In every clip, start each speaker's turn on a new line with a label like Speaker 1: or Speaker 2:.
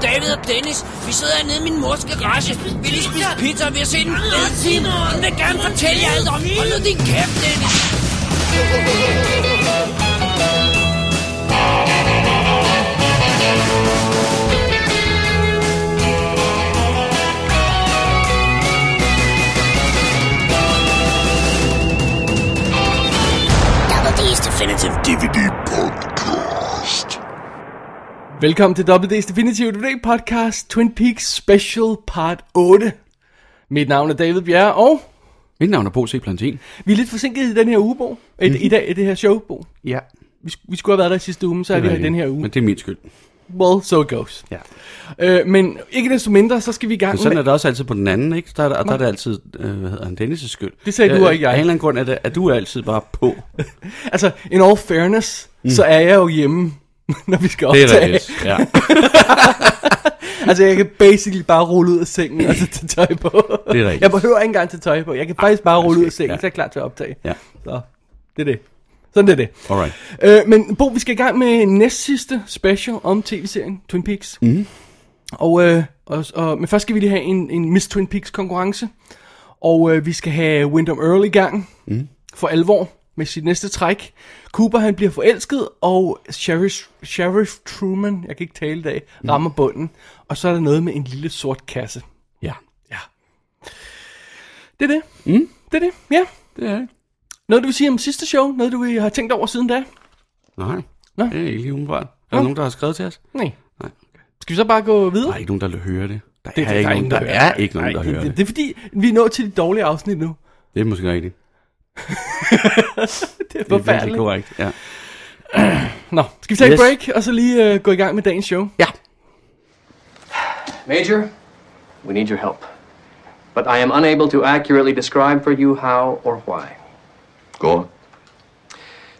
Speaker 1: Dennis. Vi sidder hernede i min mors garage. Vi lige spise pizza, og vi har set en fed film. Hun vil gerne fortælle jer alt om. Hold nu din kæft, Dennis.
Speaker 2: WD's Definitive DVD Podcast.
Speaker 3: Velkommen til WD's Definitive DVD Podcast Twin Peaks Special Part 8. Mit navn er David Bjerre, og
Speaker 4: Mit navn er Bo C. Plantin.
Speaker 3: vi er lidt forsinket i den her uge, Bo. I, i, dag, i det her show, Bo.
Speaker 4: Ja.
Speaker 3: Vi, sk- vi skulle have været der i sidste uge, men så er vi her i den her uge.
Speaker 4: Øh, Men det er min skyld.
Speaker 3: Well, so it goes.
Speaker 4: Ja.
Speaker 3: Øh, men ikke desto mindre, så skal vi i gang
Speaker 4: Men sådan er det også altid på den anden, ikke? Der, er- der, der er det altid, øh, hvad hedder han, Dennis' skyld. Øh,
Speaker 3: Det sagde du og ikke jeg.
Speaker 4: Af en eller anden grund er, det, at du er altid bare på.
Speaker 3: Altså, in all fairness, mm. så er jeg jo hjemme, når vi skal
Speaker 4: Det
Speaker 3: optage.
Speaker 4: er rigtigt, ja.
Speaker 3: Altså, jeg kan basically bare rulle ud af sengen og så tage tøj på.
Speaker 4: Det er rigtigt.
Speaker 3: Jeg behøver ikke engang tage tøj på. Jeg kan faktisk bare rulle ud af
Speaker 4: skal-
Speaker 3: sengen,
Speaker 4: ja.
Speaker 3: så er jeg klar til at optage.
Speaker 4: Ja.
Speaker 3: Så, det er det. Sådan er det.
Speaker 4: Alright.
Speaker 3: Øh, men Bo, vi skal i gang med næst sidste special om tv-serien Twin Peaks. Mm. Og, øh, og, og, men først skal vi lige have en, en Miss Twin Peaks konkurrence. Og øh, vi skal have Wyndham Earl i gang. Mm. For alvor med sit næste træk. Cooper han bliver forelsket, og Sheriff, Sheriff Truman, jeg kan ikke tale i dag, rammer bunden. Og så er der noget med en lille sort kasse.
Speaker 4: Ja.
Speaker 3: Det er det. Mm. Det er det, ja.
Speaker 4: Det er det.
Speaker 3: Noget du vil sige om sidste show? Noget du øh, har tænkt over siden da?
Speaker 4: Nej.
Speaker 3: Nå.
Speaker 4: Det er ikke lige umiddelbart. Er der nogen, der har skrevet til os?
Speaker 3: Nej.
Speaker 4: Nej.
Speaker 3: Skal vi så bare gå videre?
Speaker 4: Der er ikke nogen, der hører det. Der er,
Speaker 3: Det, det,
Speaker 4: ikke nogen, der, er ikke nogen, der
Speaker 3: Nej,
Speaker 4: hører
Speaker 3: det,
Speaker 4: det.
Speaker 3: det. Det er fordi, vi er nået til de dårlige afsnit nu.
Speaker 4: Det er måske rigtigt.
Speaker 3: Det er
Speaker 4: Det er virkelig
Speaker 3: forfærdeligt.
Speaker 4: korrekt, ja.
Speaker 3: Nå, skal vi tage yes. et
Speaker 4: Yes.
Speaker 3: break, og så lige øh, gå i gang med dagens show?
Speaker 4: Ja.
Speaker 5: Major, we need your help. But I am unable to accurately describe for you how or why.
Speaker 2: Go on.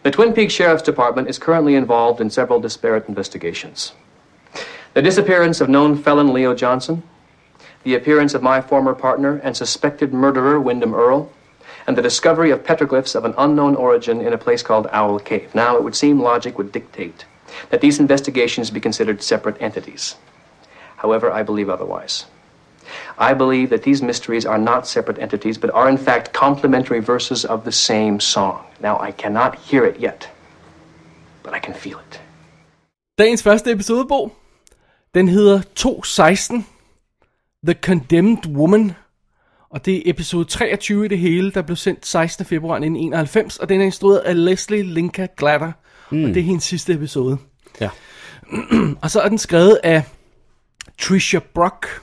Speaker 5: The Twin Peaks Sheriff's Department is currently involved in several disparate investigations. The disappearance of known felon Leo Johnson, the appearance of my former partner and suspected murderer Wyndham Earl, and the discovery of petroglyphs of an unknown origin in a place called Owl Cave. Now, it would seem logic would dictate that these investigations be considered separate entities. However, I believe otherwise. I believe that these mysteries are not separate entities, but are in fact complementary verses of the same song. Now, I cannot hear it yet, but I can feel it.
Speaker 3: Dagens første episode, Bo, den hedder 216, The Condemned Woman. Og det er episode 23 i det hele, der blev sendt 16. februar 1991, og den er instrueret af Leslie Linka Glatter. Mm. Og det er hendes sidste episode.
Speaker 4: Ja.
Speaker 3: Og så er den skrevet af Trisha Brock,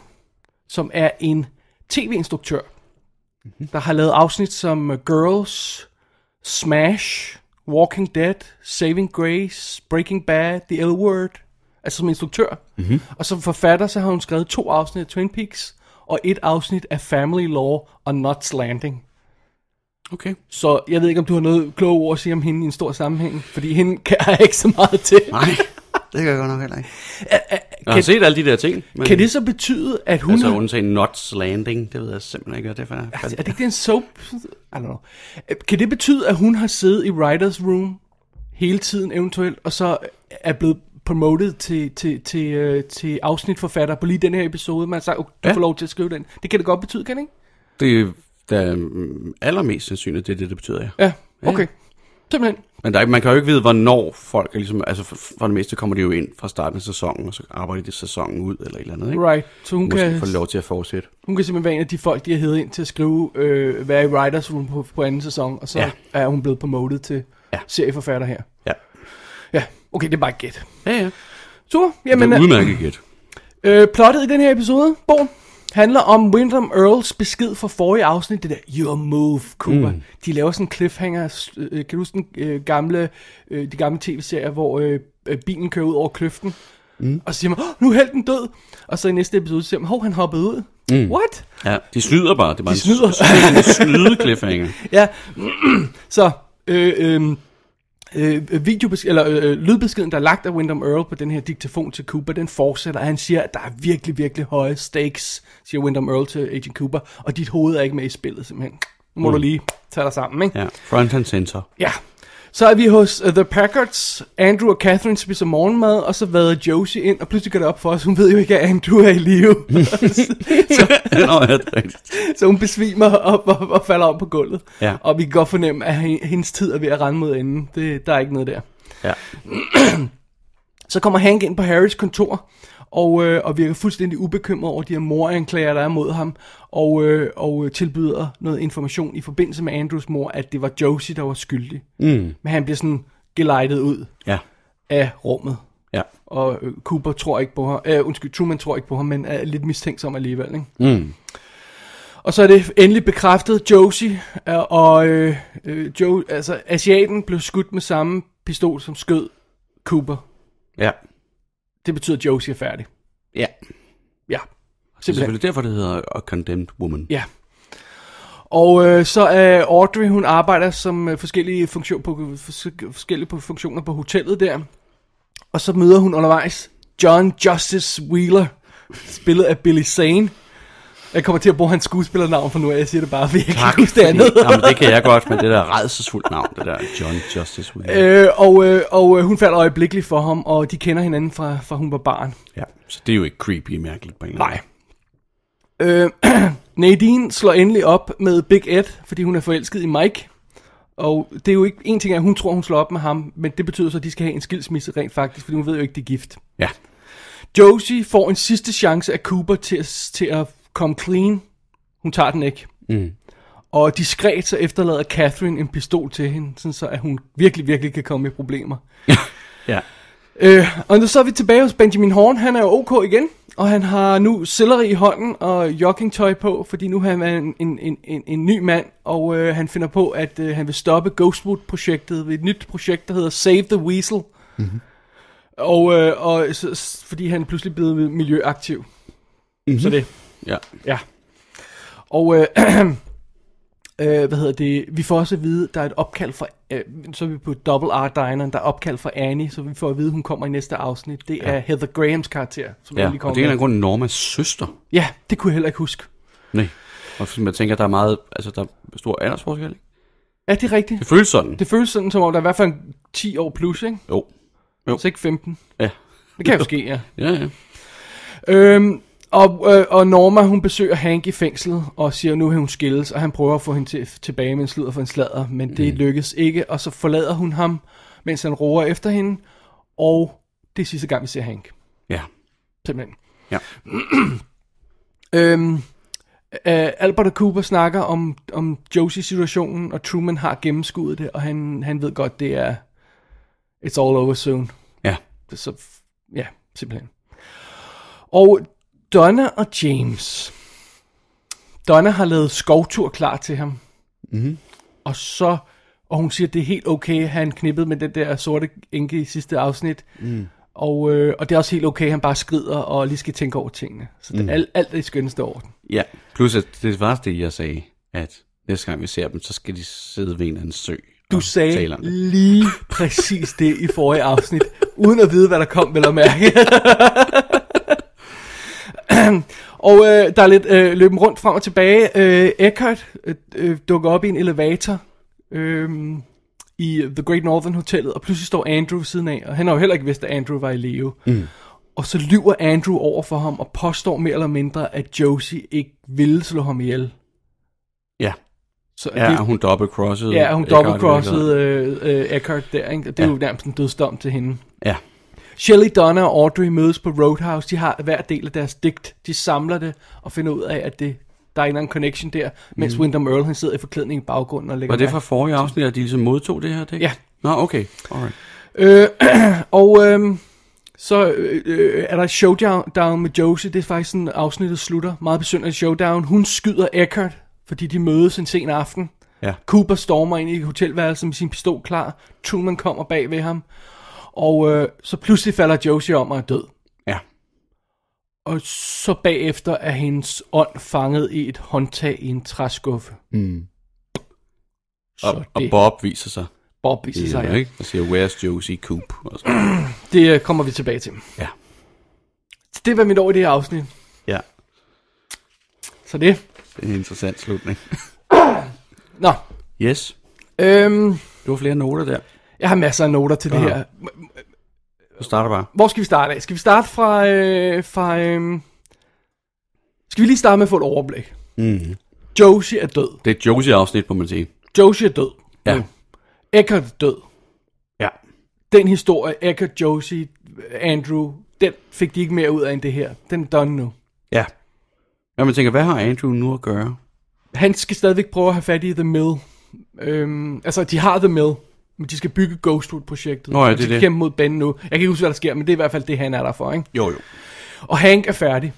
Speaker 3: som er en tv-instruktør,
Speaker 4: Mhm.
Speaker 3: der har lavet afsnit som øh, Girls, Smash, Walking Dead, Saving Grace, Breaking Bad, The L Word, altså som instruktør.
Speaker 4: Mhm.
Speaker 3: Mm-hmm. Og som forfatter, så har hun skrevet to afsnit af Twin Peaks, og et afsnit af Family Law og Nuts Landing.
Speaker 4: Okay.
Speaker 3: Så jeg ved ikke, om du har noget kloge ord at sige om hende i en stor sammenhæng, fordi hende kan jeg ikke så meget til.
Speaker 4: Nej. Det gør jeg godt nok heller ikke. Jeg har set alle de der ting. Men...
Speaker 3: Kan det så betyde, at hun...
Speaker 4: Altså
Speaker 3: har-
Speaker 4: undtagen Nuts Landing, det ved jeg simpelthen ikke, hvad det er for.
Speaker 3: Altså, Er det ikke det en soap? I don't know. Øh, Kan det betyde, at hun har siddet i writer's room hele tiden eventuelt, og så er blevet promoted til, til, til, øh, til afsnitforfatter på lige den her episode, man har sagt, okay, du ja.
Speaker 4: Ja.
Speaker 3: får lov til at skrive den. Det kan det godt betyde, kan det ikke?
Speaker 4: Det er mm, allermest sandsynligt, det er det, det betyder, ja.
Speaker 3: Ja, okay. Simpelthen.
Speaker 4: Men der, er ikke- man kan jo ikke vide, hvornår folk er ligesom... Altså, for, for det meste kommer de jo ind fra starten af sæsonen, og så arbejder de sæsonen ud, eller et eller andet, ikke?
Speaker 3: Right. Så hun
Speaker 4: Måske
Speaker 3: kan,
Speaker 4: får de lov til at fortsætte.
Speaker 3: hun kan simpelthen være en af de folk, de har hævet ind til at skrive, øh, være i writer's room på, på anden sæson, og så ja.
Speaker 4: Ja.
Speaker 3: er hun blevet promoted til ja.
Speaker 4: Ja.
Speaker 3: serieforfatter her.
Speaker 4: Ja.
Speaker 3: Ja, okay, det er bare et gæt.
Speaker 4: Ja, ja.
Speaker 3: Super, jamen...
Speaker 4: Men, det
Speaker 3: øh,
Speaker 4: er udmærket gæt.
Speaker 3: Øh, plottet i den her episode, Bo, handler om Wyndham Earls besked fra forrige afsnit, det der Your Move, Cooper. Mm. De laver sådan en cliffhanger, øh, kan du huske den øh, gamle, øh, de gamle tv-serier, hvor øh, øh, bilen kører ud over kløften, mm. og så siger man, oh, nu er helten død, og så i næste episode siger man, hov, han hoppede ud. Mm. What?
Speaker 4: Ja, de snyder bare. Det er bare
Speaker 3: De snyder.
Speaker 4: En snyde cliffhanger.
Speaker 3: Ja, så øh, øh, øh, videobes- eller, øh, øh, lydbeskeden, der er lagt af Wyndham Earl på den her diktafon til Cooper, den fortsætter, og han siger, at der er virkelig, virkelig høje stakes, siger Wyndham Earl til Agent Cooper, og dit hoved er ikke med i spillet, simpelthen. Nu må mm. du lige tage dig sammen, ikke?
Speaker 4: Ja, front and center.
Speaker 3: Ja. Så er vi hos uh, The Packards. Andrew og Catherine spiser morgenmad, og så vader Josie ind, og pludselig går det op for os. Hun ved jo ikke, at Andrew er i live.
Speaker 4: Nå, ja, det er rigtigt.
Speaker 3: så hun besvimer op og, og falder om på gulvet.
Speaker 4: Ja.
Speaker 3: Og vi kan godt fornemme, at hen- hendes tid er ved at rende mod enden. Det, der er ikke noget der.
Speaker 4: ja.
Speaker 3: Så kommer Hank ind på Harrys kontor, og, øh, og virker fuldstændig ubekymret over de her moranklager, der er mod ham, og, øh, og øh, tilbyder noget information i forbindelse med Andrews mor, at det var Josie, der var skyldig. Mm. Men han bliver sådan gelejtet ud
Speaker 4: ja,
Speaker 3: af rummet,
Speaker 4: ja,
Speaker 3: og øh, Cooper tror ikke på ham, øh, undskyld, Truman tror ikke på ham, men er lidt mistænksom alligevel, ikke? Mm. Og så er det endelig bekræftet, Josie øh, og øh, øh, Joe, altså Asiaten blev skudt med samme pistol, som skød Cooper.
Speaker 4: ja.
Speaker 3: Det betyder, at Josie er færdig.
Speaker 4: Ja,
Speaker 3: Ja,
Speaker 4: det er
Speaker 3: simpelthen.
Speaker 4: selvfølgelig derfor, det hedder A Condemned Woman.
Speaker 3: Ja. Og øh, så er øh, Audrey, hun arbejder som øh, forskellige, funktion på, fors- forskellige på funktioner på hotellet der. Og så møder hun undervejs John Justice Wheeler, spillet af Billy Zane. Jeg kommer til at bruge hans skuespillernavn for nu, af, jeg siger det bare, fordi jeg kan ikke huske det andet.
Speaker 4: Jamen, det kan jeg godt, men det der redselsfuldt navn, det der John Justice Williams. Øh.
Speaker 3: Øh, og øh, og øh, hun falder øjeblikkeligt for ham, og de kender hinanden fra, fra hun var barn.
Speaker 4: Ja, så det er jo ikke creepy mærkeligt på en eller anden
Speaker 3: Nej. Øh, Nadine slår endelig op med Big Ed, fordi hun er forelsket i Mike. Og det er jo ikke en ting, at hun tror, hun slår op med ham, men det betyder så, at de skal have en skilsmisse rent faktisk, fordi hun ved jo ikke, de er gift.
Speaker 4: Ja,
Speaker 3: Josie får en sidste chance af Cooper til at, til at komme clean. Hun tager den ikke. Mm. Og diskret så efterlader Catherine en pistol til hende, sådan så at hun virkelig, virkelig kan komme i problemer.
Speaker 4: ja.
Speaker 3: Øh, og nu så er vi tilbage hos Benjamin Horn. Han er jo ok igen, og han har nu selleri i hånden og joggingtøj på, fordi nu er han en, en, en, en, en ny mand, og øh, han finder på, at øh, han vil stoppe Ghostwood-projektet ved et nyt projekt, der hedder Save the Weasel. Mm-hmm. Og, øh, og så, s- fordi han er pludselig blevet miljøaktiv. Mm-hmm. Så det,
Speaker 4: ja.
Speaker 3: ja. Og øh, øh, hvad hedder det? Vi får også at vide, der er et opkald fra, øh, så er vi på Double R Dineren, der er opkald fra Annie, så vi får at vide, hun kommer i næste afsnit. Det er Heather Grahams karakter, som
Speaker 4: ja.
Speaker 3: ja,
Speaker 4: Og
Speaker 3: lige
Speaker 4: det er en
Speaker 3: kommer
Speaker 4: eller
Speaker 3: det
Speaker 4: anden grund Normas søster.
Speaker 3: Ja, det kunne jeg heller ikke huske.
Speaker 4: Nej. Og fordi man tænker, der er meget, altså der er stor aldersforskel, ikke?
Speaker 3: Ja, det er rigtigt.
Speaker 4: Det føles sådan.
Speaker 3: Det føles sådan, som om der er i hvert fald en 10 år plus, ikke?
Speaker 4: Jo. Jo.
Speaker 3: Så ikke 15.
Speaker 4: Ja.
Speaker 3: Det kan jo ske, ja.
Speaker 4: Ja, ja.
Speaker 3: Øhm, og, øh, og Norma, hun besøger Hank i fængslet og siger, nu vil hun skilles, og han prøver at få hende til, tilbage med en sludder for en sladder, men det mm. lykkes ikke, og så forlader hun ham, mens han roer efter hende, og det er sidste gang, vi ser Hank,
Speaker 4: Ja.
Speaker 3: simpelthen.
Speaker 4: Ja.
Speaker 3: Øhm, øh, Albert og Cooper snakker om, om Josie-situationen, og Truman har gennemskuddet det, og han, han ved godt, det er it's all over soon.
Speaker 4: Ja.
Speaker 3: Det er Så, ja, simpelthen. Og Donna og James. Donna har lavet skovtur klar til ham. Mm-hmm. Og så, og hun siger, at det er helt okay, at han knippet med den der sorte enke i sidste afsnit. Mm. Og, øh, og det er også helt okay, at han bare skrider og lige skal tænke over tingene. Så det, mm. alt, alt er i skønneste orden.
Speaker 4: Ja. Plus, at det var det, jeg sagde, at næste gang vi ser dem, så skal de sidde ved en eller anden sø.
Speaker 3: Du
Speaker 4: og
Speaker 3: sagde
Speaker 4: tale om det.
Speaker 3: lige præcis det i forrige afsnit, uden at vide, hvad der kom, vel at mærke. og øh, der er lidt øh, løben rundt frem og tilbage. Øh, Eckhart øh, øh, dukker op i en elevator øh, i The Great Northern Hotellet, og pludselig står Andrew ved siden af, og han har jo heller ikke vidst, at Andrew var i live. Mm. Og så lyver Andrew over for ham og påstår mere eller mindre, at Josie ikke ville slå ham ihjel.
Speaker 4: Ja.
Speaker 3: Så
Speaker 4: Ja, og hun dobbeltcrossede.
Speaker 3: Ja, hun
Speaker 4: Eckhart i
Speaker 3: dobbeltcrossede
Speaker 4: virkeligheden.
Speaker 3: øh, øh, Eckhart der, ikke? Og det er
Speaker 4: Ja.
Speaker 3: jo nærmest en dødsdom til hende.
Speaker 4: Ja.
Speaker 3: Shelley, Donna og Audrey mødes på Roadhouse. De har hver del af deres digt. De samler det og finder ud af, at det, der er en eller anden connection der, mens mm. Wyndham Earl han sidder i forklædning i baggrunden og lægger
Speaker 4: Var det fra
Speaker 3: mærke-
Speaker 4: forrige afsnit, at de ligesom modtog det her? Det?
Speaker 3: Ja.
Speaker 4: Nå, okay. Alright.
Speaker 3: Og øhm, så øh, øh, er der et showdown down med Josie. Det er faktisk sådan, afsnittet slutter. Meget besynderligt showdown. Hun skyder Eckhart, fordi de mødes en sen aften.
Speaker 4: Ja.
Speaker 3: Cooper stormer ind i hotelværelset med sin pistol klar. Truman kommer bag ved ham. Og øh, så pludselig falder Josie om og er død.
Speaker 4: Ja.
Speaker 3: Og så bagefter er hendes ånd fanget i et håndtag i en træskuffe. Mm. Så
Speaker 4: Og,
Speaker 3: det,
Speaker 4: og Bob viser sig.
Speaker 3: Bob viser sig.
Speaker 4: Ja,
Speaker 3: Ja.
Speaker 4: ikke? Og siger, where's Josie Coop? Og så.
Speaker 3: Det øh, kommer vi tilbage til.
Speaker 4: Ja.
Speaker 3: Så det var mit år i det her afsnit.
Speaker 4: Ja.
Speaker 3: Så det.
Speaker 4: Det er en interessant slutning.
Speaker 3: Nå.
Speaker 4: Yes.
Speaker 3: Øhm,
Speaker 4: Du har flere noter der.
Speaker 3: Jeg har masser af noter til det her.
Speaker 4: Du starter bare.
Speaker 3: Hvor skal vi starte af? Skal vi starte fra... Øh, fra øh... Skal vi lige starte med at få et overblik? Mm. Josie er død.
Speaker 4: Det er et Josie-afsnit, må man sige.
Speaker 3: Josie er død.
Speaker 4: Ja.
Speaker 3: Mm. Eckert er død.
Speaker 4: Ja.
Speaker 3: Den historie, Eckert, Josie, Andrew, den fik de ikke mere ud af end det her. Den er done nu.
Speaker 4: Ja. Ja, man tænker, hvad har Andrew nu at gøre?
Speaker 3: Han skal stadigvæk prøve at have fat i The Mill. Øhm, altså, de har The Mill, men de skal bygge Ghostwood-projektet.
Speaker 4: Nå ja,
Speaker 3: Og
Speaker 4: det
Speaker 3: de
Speaker 4: er
Speaker 3: skal
Speaker 4: det.
Speaker 3: kæmpe mod Ben nu. Jeg kan ikke huske, hvad der sker, men det er i hvert fald det, han er der for, ikke?
Speaker 4: Jo, jo.
Speaker 3: Og Hank er færdig.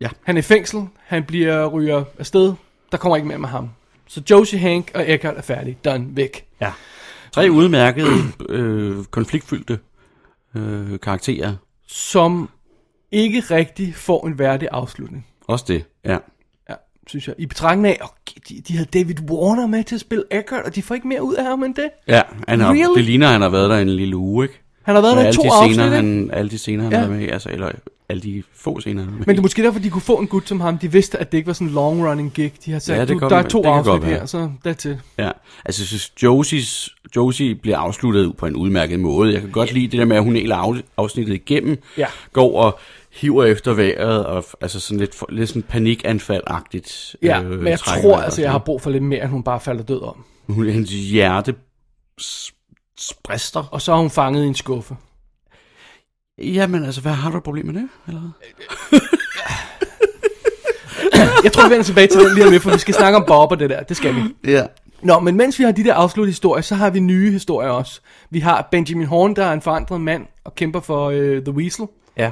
Speaker 4: Ja.
Speaker 3: Han er i fængsel, han bliver ryger afsted, der kommer ikke mere med ham. Så Josie, Hank og Eckhart er færdige. Done. Væk.
Speaker 4: Ja. Tre udmærkede, øh, konfliktfyldte øh, karakterer.
Speaker 3: Som ikke rigtig får en værdig afslutning.
Speaker 4: Også det, ja.
Speaker 3: Ja, synes jeg. I betragtning af, okay, de, de havde David Warner med til at spille Eckhart, og de får ikke mere ud af ham end det.
Speaker 4: Ja, han har,
Speaker 3: Really?
Speaker 4: det ligner, han har været der en lille uge, ikke?
Speaker 3: Han har været
Speaker 4: Med
Speaker 3: der i
Speaker 4: alle
Speaker 3: to
Speaker 4: de
Speaker 3: afsnit,
Speaker 4: scener,
Speaker 3: ikke?
Speaker 4: han, alle de scener, han
Speaker 3: Ja.
Speaker 4: ja. er med i, altså, eller alle de få scener, han er med
Speaker 3: Men det
Speaker 4: i.
Speaker 3: er måske derfor, de kunne få en gut som ham. De vidste, at det ikke var sådan en long-running gig. De har
Speaker 4: Ja,
Speaker 3: sagt,
Speaker 4: det
Speaker 3: ja,
Speaker 4: kan
Speaker 3: der er
Speaker 4: godt-
Speaker 3: to
Speaker 4: det kan
Speaker 3: afsnit
Speaker 4: godt være.
Speaker 3: her, så that's it.
Speaker 4: Ja, altså jeg synes, Josies, Josie bliver afsluttet på en udmærket måde. Jeg kan godt lide det der med, at hun hele af, afsnittet igennem
Speaker 3: Ja.
Speaker 4: går og hiver efter vejret, og f- altså sådan lidt, for- lidt sådan panikanfald-agtigt.
Speaker 3: Ja,
Speaker 4: øh,
Speaker 3: men jeg
Speaker 4: træk
Speaker 3: tror
Speaker 4: vejret og
Speaker 3: altså,
Speaker 4: sådan
Speaker 3: jeg har brug for lidt mere, end hun bare falder død om.
Speaker 4: noget. Hun, hendes hjerte s- sprister.
Speaker 3: Og så er hun fanget i en skuffe.
Speaker 4: Jamen altså, hvad har du et problem med det? Eller? hvad?
Speaker 3: Jeg tror, vi vender tilbage til den lige om lidt, for vi skal snakke om Bob og det der. Det skal vi.
Speaker 4: Ja.
Speaker 3: Nå, men mens vi har de der afsluttede historier, så har vi nye historier også. Vi har Benjamin Horn, der er en forandret mand og kæmper for øh, The Weasel.
Speaker 4: Ja.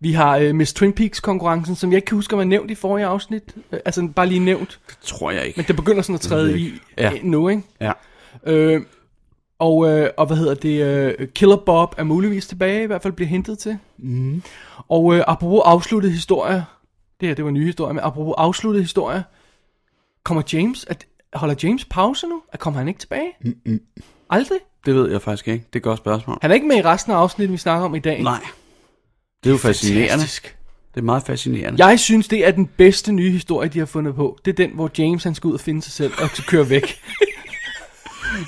Speaker 3: Vi har øh, Miss Twin Peaks-konkurrencen, som jeg ikke kan huske, om jeg nævnt i forrige afsnit. Øh, altså, bare lige nævnt.
Speaker 4: Det tror jeg ikke.
Speaker 3: Men det begynder sådan at træde i
Speaker 4: Ja.
Speaker 3: ja. nu, ikke?
Speaker 4: Ja.
Speaker 3: Øh, og, øh, og hvad hedder det? Øh, Killer Bob er muligvis tilbage, i hvert fald bliver hentet til. Mm. Og øh, apropos afsluttede historier, det her det var en ny historie, men apropos afsluttede historier, kommer James, at, holder James pause nu? At kommer han ikke tilbage? Mm-mm. Aldrig?
Speaker 4: Det ved jeg faktisk ikke. Det er et godt spørgsmål.
Speaker 3: Han er ikke med i resten af afsnittet, vi snakker om i dag.
Speaker 4: Nej. Det er jo fascinerende.
Speaker 3: Fantastisk.
Speaker 4: Det er meget fascinerende.
Speaker 3: Jeg synes, det er den bedste nye historie, de har fundet på. Det er den, hvor James han skal ud og finde sig selv og så køre væk.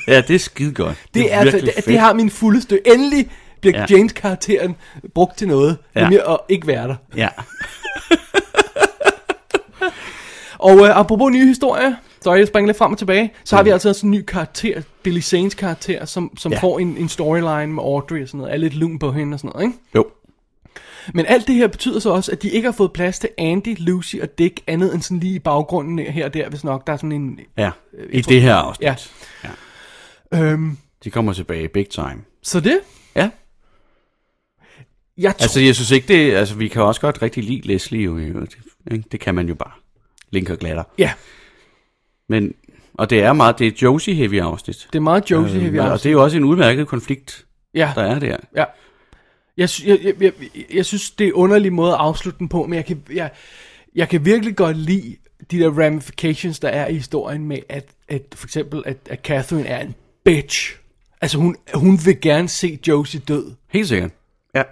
Speaker 4: Ja, det er skide godt.
Speaker 3: Det, er, altså,
Speaker 4: virkelig
Speaker 3: det,
Speaker 4: fedt.
Speaker 3: det har min fulde stø. Endelig bliver
Speaker 4: Ja.
Speaker 3: ja. James-karakteren brugt til noget,
Speaker 4: Ja.
Speaker 3: ja. nemlig at ikke være der.
Speaker 4: Ja.
Speaker 3: Og øh, apropos nye historier, så jeg springer lidt frem og tilbage, så har vi altså også en ny karakter, Billy Sanes karakter, som, som
Speaker 4: Mm. Ja.
Speaker 3: ja. får en, en storyline med Audrey og sådan noget, er lidt lun på hende og sådan noget, ikke?
Speaker 4: Jo.
Speaker 3: Men alt det her betyder så også, at de ikke har fået plads til Andy, Lucy og Dick, andet end sådan lige i baggrunden her og der, hvis nok der er sådan en...
Speaker 4: Ja. I det her afsnit.
Speaker 3: Øh, Ja. Øhm,
Speaker 4: De kommer tilbage big time.
Speaker 3: så det,
Speaker 4: Ja.
Speaker 3: jeg tror...
Speaker 4: Altså, jeg synes ikke, det... Altså, vi kan også godt rigtig lide Leslie jo. jo. Det, ikke? det kan man jo bare. Link og glatter.
Speaker 3: ja,
Speaker 4: Men... Og det er meget... Det er Josie-heavy afsnit.
Speaker 3: det er meget Josie, øh, vi har.
Speaker 4: Og det er jo også en udmærket konflikt,
Speaker 3: Ja.
Speaker 4: der er der.
Speaker 3: Ja. Jeg, sy- jeg, jeg, jeg, jeg synes, det er en underlig måde at afslutte den på, men jeg kan, jeg, jeg kan virkelig godt lide de der ramifications, der er i historien med, at, at for eksempel, at, at Catherine er en bitch. Altså, hun, hun vil gerne se Josie død.
Speaker 4: Helt sikkert. Ja.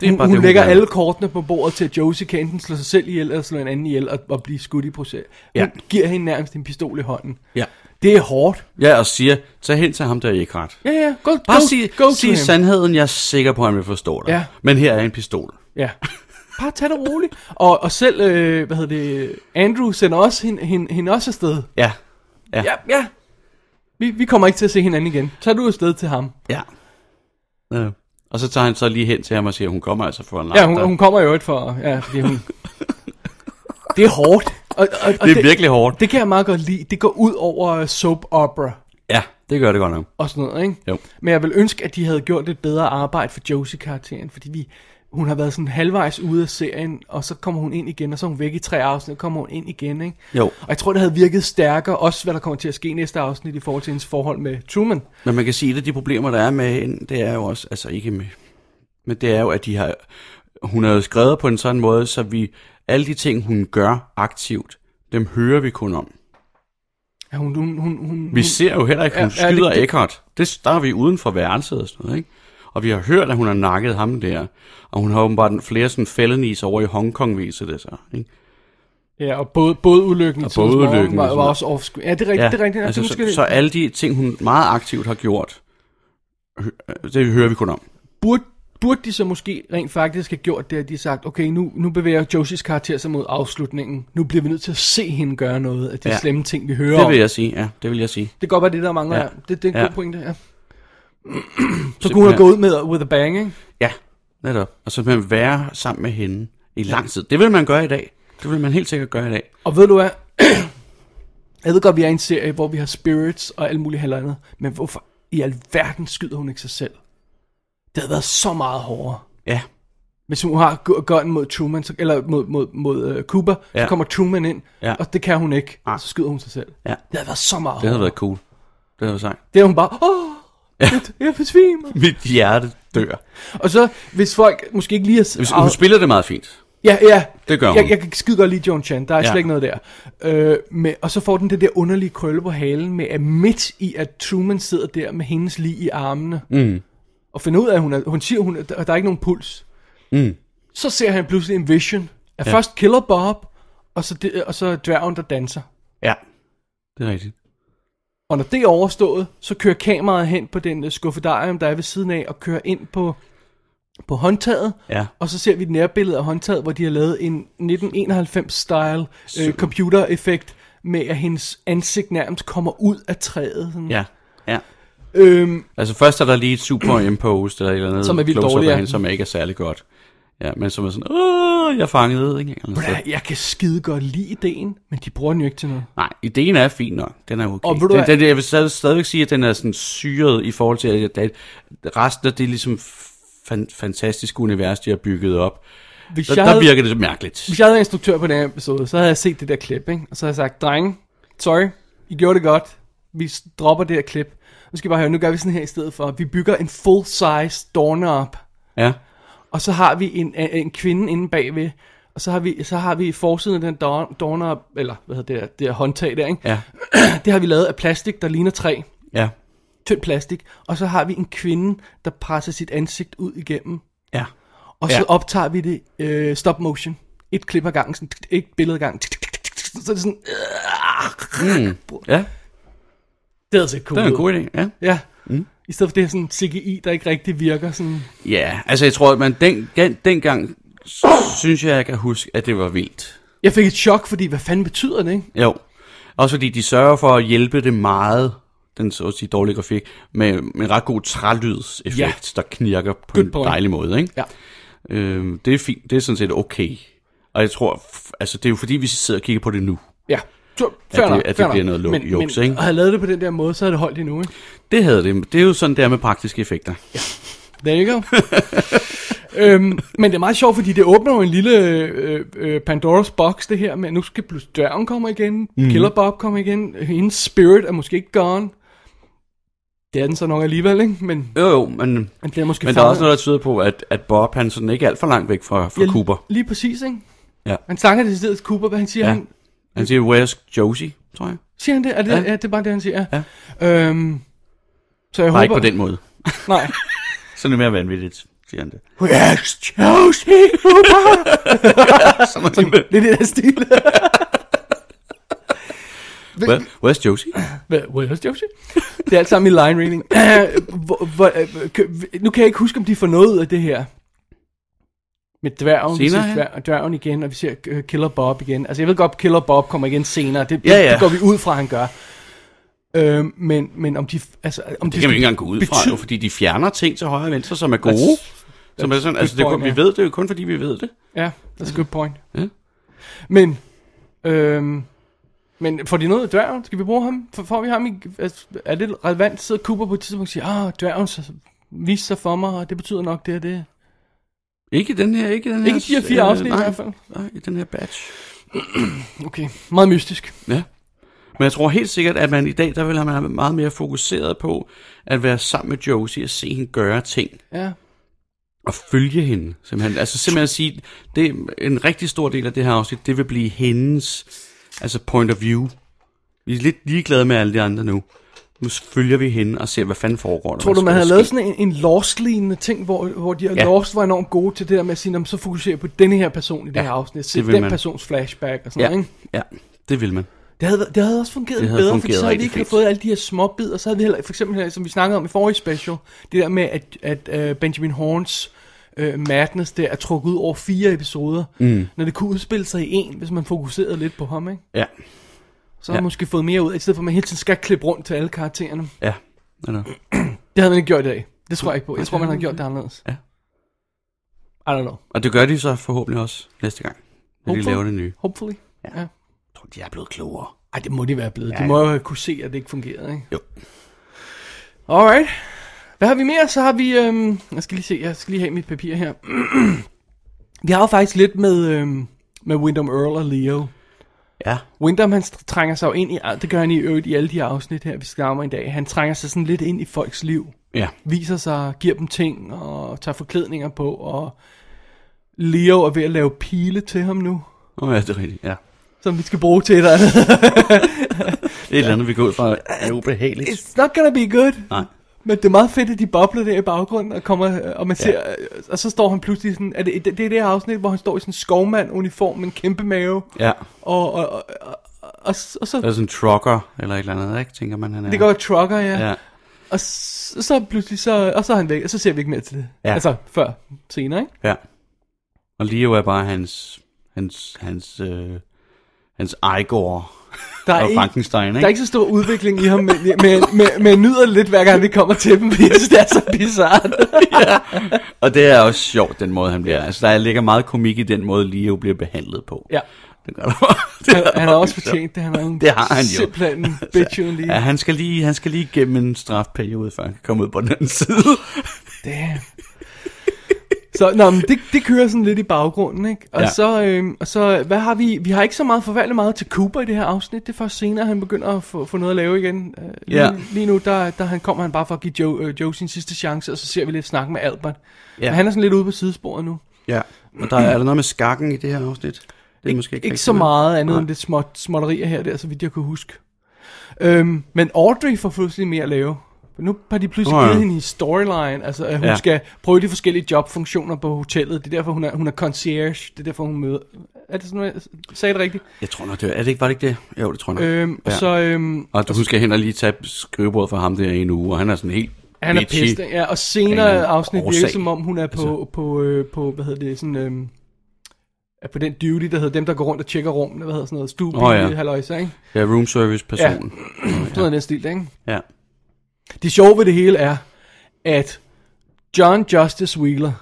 Speaker 4: Det
Speaker 3: Hun, hun lægger
Speaker 4: gør.
Speaker 3: alle kortene på bordet til, at Josie kan enten slå sig selv ihjel, eller slå en anden ihjel, og, og blive skudt i proces. Hun
Speaker 4: Ja.
Speaker 3: giver hende nærmest en pistol i hånden.
Speaker 4: Ja.
Speaker 3: Det er hårdt.
Speaker 4: Ja, og siger, tag hen til ham, der er ikke ret.
Speaker 3: Ja, ja, go,
Speaker 4: Bare
Speaker 3: go,
Speaker 4: sig,
Speaker 3: go to
Speaker 4: sig
Speaker 3: him.
Speaker 4: sandheden, jeg er sikker på, at han vil forstå dig.
Speaker 3: Ja.
Speaker 4: Men her er en pistol.
Speaker 3: Ja. Bare tag det roligt. Og, og selv, øh, hvad hedder det, Andrew sender også hende, hende, hende også afsted.
Speaker 4: Ja.
Speaker 3: Ja, ja. Vi, vi kommer ikke til at se hinanden igen. Tag du afsted til ham.
Speaker 4: Ja. ja. Og så tager han så lige hen til ham og siger, hun kommer altså for en
Speaker 3: Ja, hun, hun kommer jo ikke for, ja, fordi hun... det er hårdt. Og, og, og
Speaker 4: Det er virkelig hårdt.
Speaker 3: Det kan jeg meget godt lide. Det går ud over øh, soap opera
Speaker 4: Ja, det gør det godt nok.
Speaker 3: og sådan noget, ikke?
Speaker 4: Jo.
Speaker 3: Men jeg vil ønske, at de havde gjort et bedre arbejde for Josie-karakteren, fordi vi, hun har været sådan halvvejs ude af serien, og så kommer hun ind igen, og så er hun væk i tre afsnit, og kommer hun ind igen, ikke?
Speaker 4: Jo.
Speaker 3: Og jeg tror, det havde virket stærkere, også hvad der kommer til at ske næste afsnit i forhold til hendes forhold med Truman.
Speaker 4: Men man kan sige, at et af de problemer, der er med hende, det er jo også, altså ikke med, men det er jo, at de har, hun har jo skrevet på en sådan måde, så vi, alle de ting, hun gør aktivt, dem hører vi kun om.
Speaker 3: Ja, hun, hun, hun, hun,
Speaker 4: Vi ser jo heller ikke, at hun
Speaker 3: Ja, ja, det-
Speaker 4: skyder
Speaker 3: det-
Speaker 4: Eckhart. Det, der er vi uden for værelset og sådan noget, ikke? Og vi har hørt, at hun har nakket ham der. Og hun har åbenbart flere sådan felonies over i Hongkong, viser det sig. Ikke?
Speaker 3: ja, og både, både ulykken og
Speaker 4: både ulykken og Altså,
Speaker 3: var,
Speaker 4: sådan
Speaker 3: var
Speaker 4: noget.
Speaker 3: også off Ja, det er rigtigt, ja, det er rigtigt.
Speaker 4: altså,
Speaker 3: Altså,
Speaker 4: så, så alle de ting, hun meget aktivt har gjort, hø- øh, det hører vi kun om.
Speaker 3: Burde, burde de så måske rent faktisk have gjort det, at de har sagt, okay, nu, nu bevæger Josies karakter sig mod afslutningen. Nu bliver vi nødt til at se hende gøre noget af de ja.
Speaker 4: Ja.
Speaker 3: slemme ting, vi hører
Speaker 4: Det
Speaker 3: om.
Speaker 4: vil jeg sige, ja, det vil jeg sige.
Speaker 3: Det kan godt være det, der mangler.
Speaker 4: Ja.
Speaker 3: Ja. Det, det er en ja.
Speaker 4: Ja.
Speaker 3: god pointe, ja. så kunne hun have
Speaker 4: Simpelthen.
Speaker 3: gået ud med With a Bang, ikke?
Speaker 4: Ja, netop. Og så vil man være sammen med hende i lang tid. Det vil man gøre i dag. Det vil man helt sikkert gøre i dag.
Speaker 3: Og ved du hvad? jeg ved godt, vi er i en serie, hvor vi har spirits og alt muligt halvandet. Men hvorfor i alverden skyder hun ikke sig selv? Det havde været så meget hårdere.
Speaker 4: Ja,
Speaker 3: Hvis hun har gu- gun mod Truman, så, eller mod, mod, mod uh, Cooper, ja. så
Speaker 4: Ja.
Speaker 3: kommer Truman ind, ja.
Speaker 4: Ja.
Speaker 3: og det kan hun ikke.
Speaker 4: Nej.
Speaker 3: Så skyder hun sig selv.
Speaker 4: Ja.
Speaker 3: Det havde været så meget
Speaker 4: det havde
Speaker 3: hårdere.
Speaker 4: været cool. Det havde været sejt.
Speaker 3: Det er hun bare, åh,
Speaker 4: Ja.
Speaker 3: jeg, jeg besvimer.
Speaker 4: Mit hjerte dør.
Speaker 3: og så, hvis folk måske ikke lige har...
Speaker 4: Hvis, hun spiller det meget fint.
Speaker 3: Ja, ja.
Speaker 4: Det gør hun.
Speaker 3: Jeg, jeg kan skide godt lide John Chan. Der er ja.
Speaker 4: Ja.
Speaker 3: slet ikke noget der. Øh, med, og så får den det der underlige krølle på halen med, at midt i, at Truman sidder der med hendes lige i armene. Mm. Og finder ud af, at hun, er, hun siger, hun, at der er ikke nogen puls. Mm. Så ser han pludselig en vision. At ja. først killer Bob, og så, det, og så dværgen, der danser.
Speaker 4: Ja, det er rigtigt.
Speaker 3: Og når det er overstået, så kører kameraet hen på den øh, skuffedarium, der er ved siden af, og kører ind på, på håndtaget.
Speaker 4: Ja.
Speaker 3: Og så ser vi et nærbillede af håndtaget, hvor de har lavet en 1991-style øh, computer-effekt med, at hendes ansigt nærmest kommer ud af træet. Sådan.
Speaker 4: Ja, ja.
Speaker 3: Øhm,
Speaker 4: Altså først er der lige et superimposed eller et eller andet
Speaker 3: Som er vildt
Speaker 4: close-up af
Speaker 3: dårligt, ja.
Speaker 4: hende, som ikke er særlig godt. Ja, men som er sådan, åh, jeg er fanget, ikke? Eller sådan.
Speaker 3: jeg, jeg kan skide godt lide ideen, men de bruger den jo ikke til noget.
Speaker 4: Nej, ideen er fin nok. Den er okay.
Speaker 3: Og ved du
Speaker 4: den,
Speaker 3: hvad-
Speaker 4: den, jeg vil stadig- stadigvæk sige, at den er sådan syret i forhold til, at at resten af det ligesom fan, fantastiske univers, de har bygget op.
Speaker 3: Hvis
Speaker 4: Der,
Speaker 3: jeg,
Speaker 4: der
Speaker 3: havde,
Speaker 4: virker det så mærkeligt.
Speaker 3: hvis jeg havde været instruktør på den her episode, så havde jeg set det der klip, ikke? og så havde jeg sagt, drenge, sorry, I gjorde det godt, vi s- dropper det her klip. Nu skal I bare høre, nu gør vi sådan her i stedet for, vi bygger en full-size doorknob,
Speaker 4: Ja,
Speaker 3: Og så har vi en, en en kvinde inde bagved, og så har vi, så har vi forsiden af den door- doorknob, eller hvad hedder det, der, det der håndtag der, ikke?
Speaker 4: ja,
Speaker 3: Det har vi lavet af plastik, der ligner træ.
Speaker 4: ja,
Speaker 3: Tynd plastik. Og så har vi en kvinde, der presser sit ansigt ud igennem.
Speaker 4: ja.
Speaker 3: Og så
Speaker 4: Ja.
Speaker 3: optager vi det øh, stop motion. Et klip ad gangen, sådan, et billede ad gangen. Så er det sådan, øh,
Speaker 4: Mm. Ja,
Speaker 3: det havde set cool
Speaker 4: det er en
Speaker 3: ud.
Speaker 4: god idé. Ja,
Speaker 3: Ja. Mm. I stedet for det her sådan CGI, der ikke rigtig virker sådan...
Speaker 4: ja altså jeg tror, at man den, den, dengang s- synes jeg, jeg kan huske, at det var vildt.
Speaker 3: Jeg fik et chok, fordi hvad fanden betyder det, ikke?
Speaker 4: Jo. Også fordi de sørger for at hjælpe det meget, den så at sige dårlige grafik, med, med en ret god trælydseffekt,
Speaker 3: Ja.
Speaker 4: ja. der knirker på
Speaker 3: Good
Speaker 4: en
Speaker 3: point.
Speaker 4: dejlig måde. Ikke?
Speaker 3: Ja.
Speaker 4: Øhm, det er fint. Det er sådan set okay. Og jeg tror, f- altså det er jo fordi, vi sidder og kigger på det nu.
Speaker 3: Ja. Så,
Speaker 4: At
Speaker 3: fair
Speaker 4: det-
Speaker 3: nok,
Speaker 4: at det
Speaker 3: fair
Speaker 4: bliver
Speaker 3: nok.
Speaker 4: noget lo-
Speaker 3: men,
Speaker 4: juks,
Speaker 3: men,
Speaker 4: ikke?
Speaker 3: Og havde lavet det på den der måde, så havde det holdt endnu, ikke?
Speaker 4: Det havde det. Det er jo sådan, det er med praktiske effekter.
Speaker 3: There you go. øhm, men det er meget sjovt, fordi det åbner jo en lille øh, øh, Pandoras box, det her med, nu skal pludselig døren komme igen,
Speaker 4: Mhm.
Speaker 3: mm. Killer Bob kommer igen, hendes spirit er måske ikke gone. Det er den så nok alligevel, ikke? Men
Speaker 4: Jo, jo, men,
Speaker 3: den bliver måske
Speaker 4: men der er også noget, der tyder på, at, at Bob han sådan ikke er alt for langt væk fra, fra ja, Cooper.
Speaker 3: Lige, lige præcis, ikke?
Speaker 4: Ja.
Speaker 3: Han snakker det stedet Cooper, hvad han siger, ja.
Speaker 4: Ja.
Speaker 3: han,
Speaker 4: Han siger, where's Josie, tror jeg.
Speaker 3: siger han det? Er det, ja.
Speaker 4: Ja.
Speaker 3: ja. det er bare det, han siger. Ja. Øhm, så jeg
Speaker 4: Bare
Speaker 3: håber...
Speaker 4: ikke på den måde.
Speaker 3: Nej.
Speaker 4: Sådan er det mere vanvittigt, siger han det.
Speaker 3: Where's Josie Cooper? Lidt i den stil.
Speaker 4: Where, where's Josie?
Speaker 3: Hvad, where's Josie? Det er alt sammen i line reading. hvor, hvor, øh, kan- nu kan jeg ikke huske, om de får noget ud af det her. Med dværgen, vi
Speaker 4: Senere
Speaker 3: ser
Speaker 4: hen.
Speaker 3: dværgen, dværgen igen, og vi ser øh, Killer Bob igen. Altså jeg ved godt, at Killer Bob kommer igen senere. Det, det,
Speaker 4: Ja, ja.
Speaker 3: det går vi ud fra, han gør. Øh, men, men om de... Altså, om
Speaker 4: Det kan man ikke engang gå ud fra, jo, fordi de fjerner ting til højre og venstre, som er gode. Som er sådan, altså, det, er kun- vi ved det jo kun, fordi vi ved det.
Speaker 3: Ja, that's a good point.
Speaker 4: Ja.
Speaker 3: Men, øhm, men får de noget af dværgen? Skal vi bruge ham? For, får vi ham i, altså, er det relevant? Sidder Cooper på et tidspunkt og siger, ah, dværgen så, viste sig for mig, og det betyder nok det og det.
Speaker 4: Ikke i den her, ikke i den her.
Speaker 3: Ikke i de her fire
Speaker 4: øh,
Speaker 3: afsnit i
Speaker 4: nej,
Speaker 3: hvert fald.
Speaker 4: Nej, i den her batch.
Speaker 3: Okay, meget mystisk.
Speaker 4: Ja. Men jeg tror helt sikkert, at man i dag, der vil have man meget mere fokuseret på at være sammen med Josie og se hende gøre ting.
Speaker 3: Ja.
Speaker 4: Og følge hende, simpelthen. Altså simpelthen at sige, det er en rigtig stor del af det her afsnit, det vil blive hendes altså point of view. Vi er lidt ligeglade med alle de andre nu. Nu følger vi hende og ser, hvad fanden foregår der.
Speaker 3: Tror
Speaker 4: Hvad
Speaker 3: du, man
Speaker 4: skal
Speaker 3: havde
Speaker 4: der
Speaker 3: lavet
Speaker 4: ske?
Speaker 3: sådan en, en lost-lignende ting, hvor, hvor de her ja.
Speaker 4: Ja.
Speaker 3: lost var enormt gode til det der med at sige, "Nå, men så fokuserer jeg på denne her person i det
Speaker 4: Ja,
Speaker 3: her afsnit, se
Speaker 4: det vil
Speaker 3: den
Speaker 4: man.
Speaker 3: persons flashback og sådan noget, ikke?
Speaker 4: Ja, ja, det vil man.
Speaker 3: Det havde, det havde også fungeret
Speaker 4: Det
Speaker 3: det
Speaker 4: havde
Speaker 3: bedre, for
Speaker 4: fungeret
Speaker 3: så havde vi
Speaker 4: rigtig
Speaker 3: ikke have
Speaker 4: fint.
Speaker 3: fået alle de her små bidder. Så havde vi heller, for eksempel, her, som vi snakkede om i forrige special, det der med, at, at øh, Benjamin Horns øh, Madness der er trukket ud over fire episoder, mm. når det kunne udspille sig i en, hvis man fokuserede lidt på ham, ikke?
Speaker 4: Ja,
Speaker 3: Så har man
Speaker 4: Ja.
Speaker 3: måske fået mere ud af, i stedet for at man hele tiden skal klippe rundt til alle karaktererne.
Speaker 4: ja. Eller,
Speaker 3: Det havde man ikke gjort i dag. Det tror jeg ikke på. Jeg tror, man har gjort det anderledes.
Speaker 4: Ja.
Speaker 3: I don't know.
Speaker 4: og det gør de så forhåbentlig også næste gang, når de
Speaker 3: Hopefully.
Speaker 4: laver det nye.
Speaker 3: Hopefully. Ja. ja.
Speaker 4: Jeg tror, de er blevet klogere.
Speaker 3: Ej, det må de være blevet. Ja, de må jo have kunne se, at det ikke fungerede, ikke?
Speaker 4: Jo.
Speaker 3: Alright. Hvad har vi mere? Så har vi... Øhm, jeg skal lige se. Jeg skal lige have mit papir her. vi har jo faktisk lidt med, øhm, med Wyndham Earl og Leo.
Speaker 4: Ja,
Speaker 3: Wyndham, han st- trænger sig jo ind i... Det gør han i øvrigt i alle de afsnit her, vi skal om i dag. Han trænger sig sådan lidt ind i folks liv.
Speaker 4: ja.
Speaker 3: viser sig, giver dem ting og tager forklædninger på, og Leo er ved at lave pile til ham nu,
Speaker 4: Nå ja, det er rigtigt, ja.
Speaker 3: som vi skal bruge til et eller andet.
Speaker 4: Det er et eller andet, vi går ud fra er ubehageligt.
Speaker 3: It's not gonna be good.
Speaker 4: Nej.
Speaker 3: Men det er meget fedt, at de bobler der i baggrunden, og, kommer, øh, og man ser, ja. og så står han pludselig sådan, er det, det, det er det her afsnit, hvor han står i sådan en skovmand-uniform med en kæmpe mave,
Speaker 4: Ja,
Speaker 3: og, og, og, og, og, s- og så,
Speaker 4: der er sådan en trucker eller et eller andet, ikke? Tænker man, han er.
Speaker 3: det går trucker, ja, ja.
Speaker 4: Ja,
Speaker 3: og så, så pludselig, så, og så er han væk, og så ser vi ikke mere til det.
Speaker 4: Ja.
Speaker 3: Altså, før, senere, ikke?
Speaker 4: ja. Og Leo er bare hans, hans, hans, øh, hans Igor
Speaker 3: Der
Speaker 4: og Frankenstein, ikke?
Speaker 3: Der er ikke så stor udvikling i ham, men, men, men, men jeg nyder det lidt, hver gang vi kommer til dem, fordi jeg synes, det er så bizarrt.
Speaker 4: Og det er også sjovt, den måde, han bliver. Altså, der ligger meget komik i den måde, Leo bliver behandlet på.
Speaker 3: ja,
Speaker 4: Det gør der bare. Det
Speaker 3: han,
Speaker 4: er
Speaker 3: han har
Speaker 4: bare
Speaker 3: også
Speaker 4: sjovt.
Speaker 3: fortjent det, han er en
Speaker 4: Det har han jo.
Speaker 3: simpelthen en bitch uden lige.
Speaker 4: Ja, han skal lige, han skal lige gennem en strafperiode, før han kan komme ud på den anden side.
Speaker 3: Damn. Så nå, men det, det kører sådan lidt i baggrunden, ikke? Og,
Speaker 4: Ja.
Speaker 3: ja. så, øhm, og så, hvad har vi? Vi har ikke så meget forvandlet meget til Cooper i det her afsnit. Det er først senere, han begynder at få, få noget at lave igen. Øh, lige,
Speaker 4: Ja.
Speaker 3: lige nu, der, der han kommer han bare for at give Joe, øh, Joe sin sidste chance, og så ser vi lidt snak med Albert.
Speaker 4: Ja.
Speaker 3: Ja. Men han er sådan lidt ude på sidesporet nu.
Speaker 4: Ja. Og der, er der noget med skakken i det her afsnit? Det er
Speaker 3: Ik-
Speaker 4: måske
Speaker 3: ikke,
Speaker 4: ikke,
Speaker 3: ikke
Speaker 4: rigtig
Speaker 3: så
Speaker 4: med.
Speaker 3: meget andet
Speaker 4: Nej.
Speaker 3: end lidt småt, småtterier her og der, så vidt jeg kunne huske. Øhm, men Audrey får pludselig mere at lave. For Nu har de pludselig
Speaker 4: Nå
Speaker 3: oh,
Speaker 4: ja.
Speaker 3: givet hende en storyline, altså at hun
Speaker 4: Ja.
Speaker 3: ja. skal prøve de forskellige jobfunktioner på hotellet. Det er derfor, hun er, hun er concierge, det er derfor, hun møder... Er det sådan, jeg sagde det rigtigt?
Speaker 4: Jeg tror nok, det er, er det ikke, var det ikke det? Jo, det tror jeg nok.
Speaker 3: Øhm, ja. Og så... Øhm,
Speaker 4: Og du- hun skal hen og lige tage skrivebordet for ham der i en uge, og han er sådan helt
Speaker 3: han er
Speaker 4: bitchy.
Speaker 3: pissed, ja, og
Speaker 4: Af en eller
Speaker 3: senere
Speaker 4: anden
Speaker 3: afsnit virker
Speaker 4: årsag.
Speaker 3: som om, hun er på,
Speaker 4: Altså.
Speaker 3: altså. på, øh, på hvad hedder det, sådan, øhm, er på den duty, der hedder dem, der går rundt og tjekker rummene, hvad hedder sådan noget, stue,
Speaker 4: Nå ja.
Speaker 3: oh, ja. halvøjse, ikke?
Speaker 4: Ja, room service person.
Speaker 3: Sådan noget i den stil, ikke?
Speaker 4: Ja. ja.
Speaker 3: Det sjove ved det hele er, at John Justice Wheeler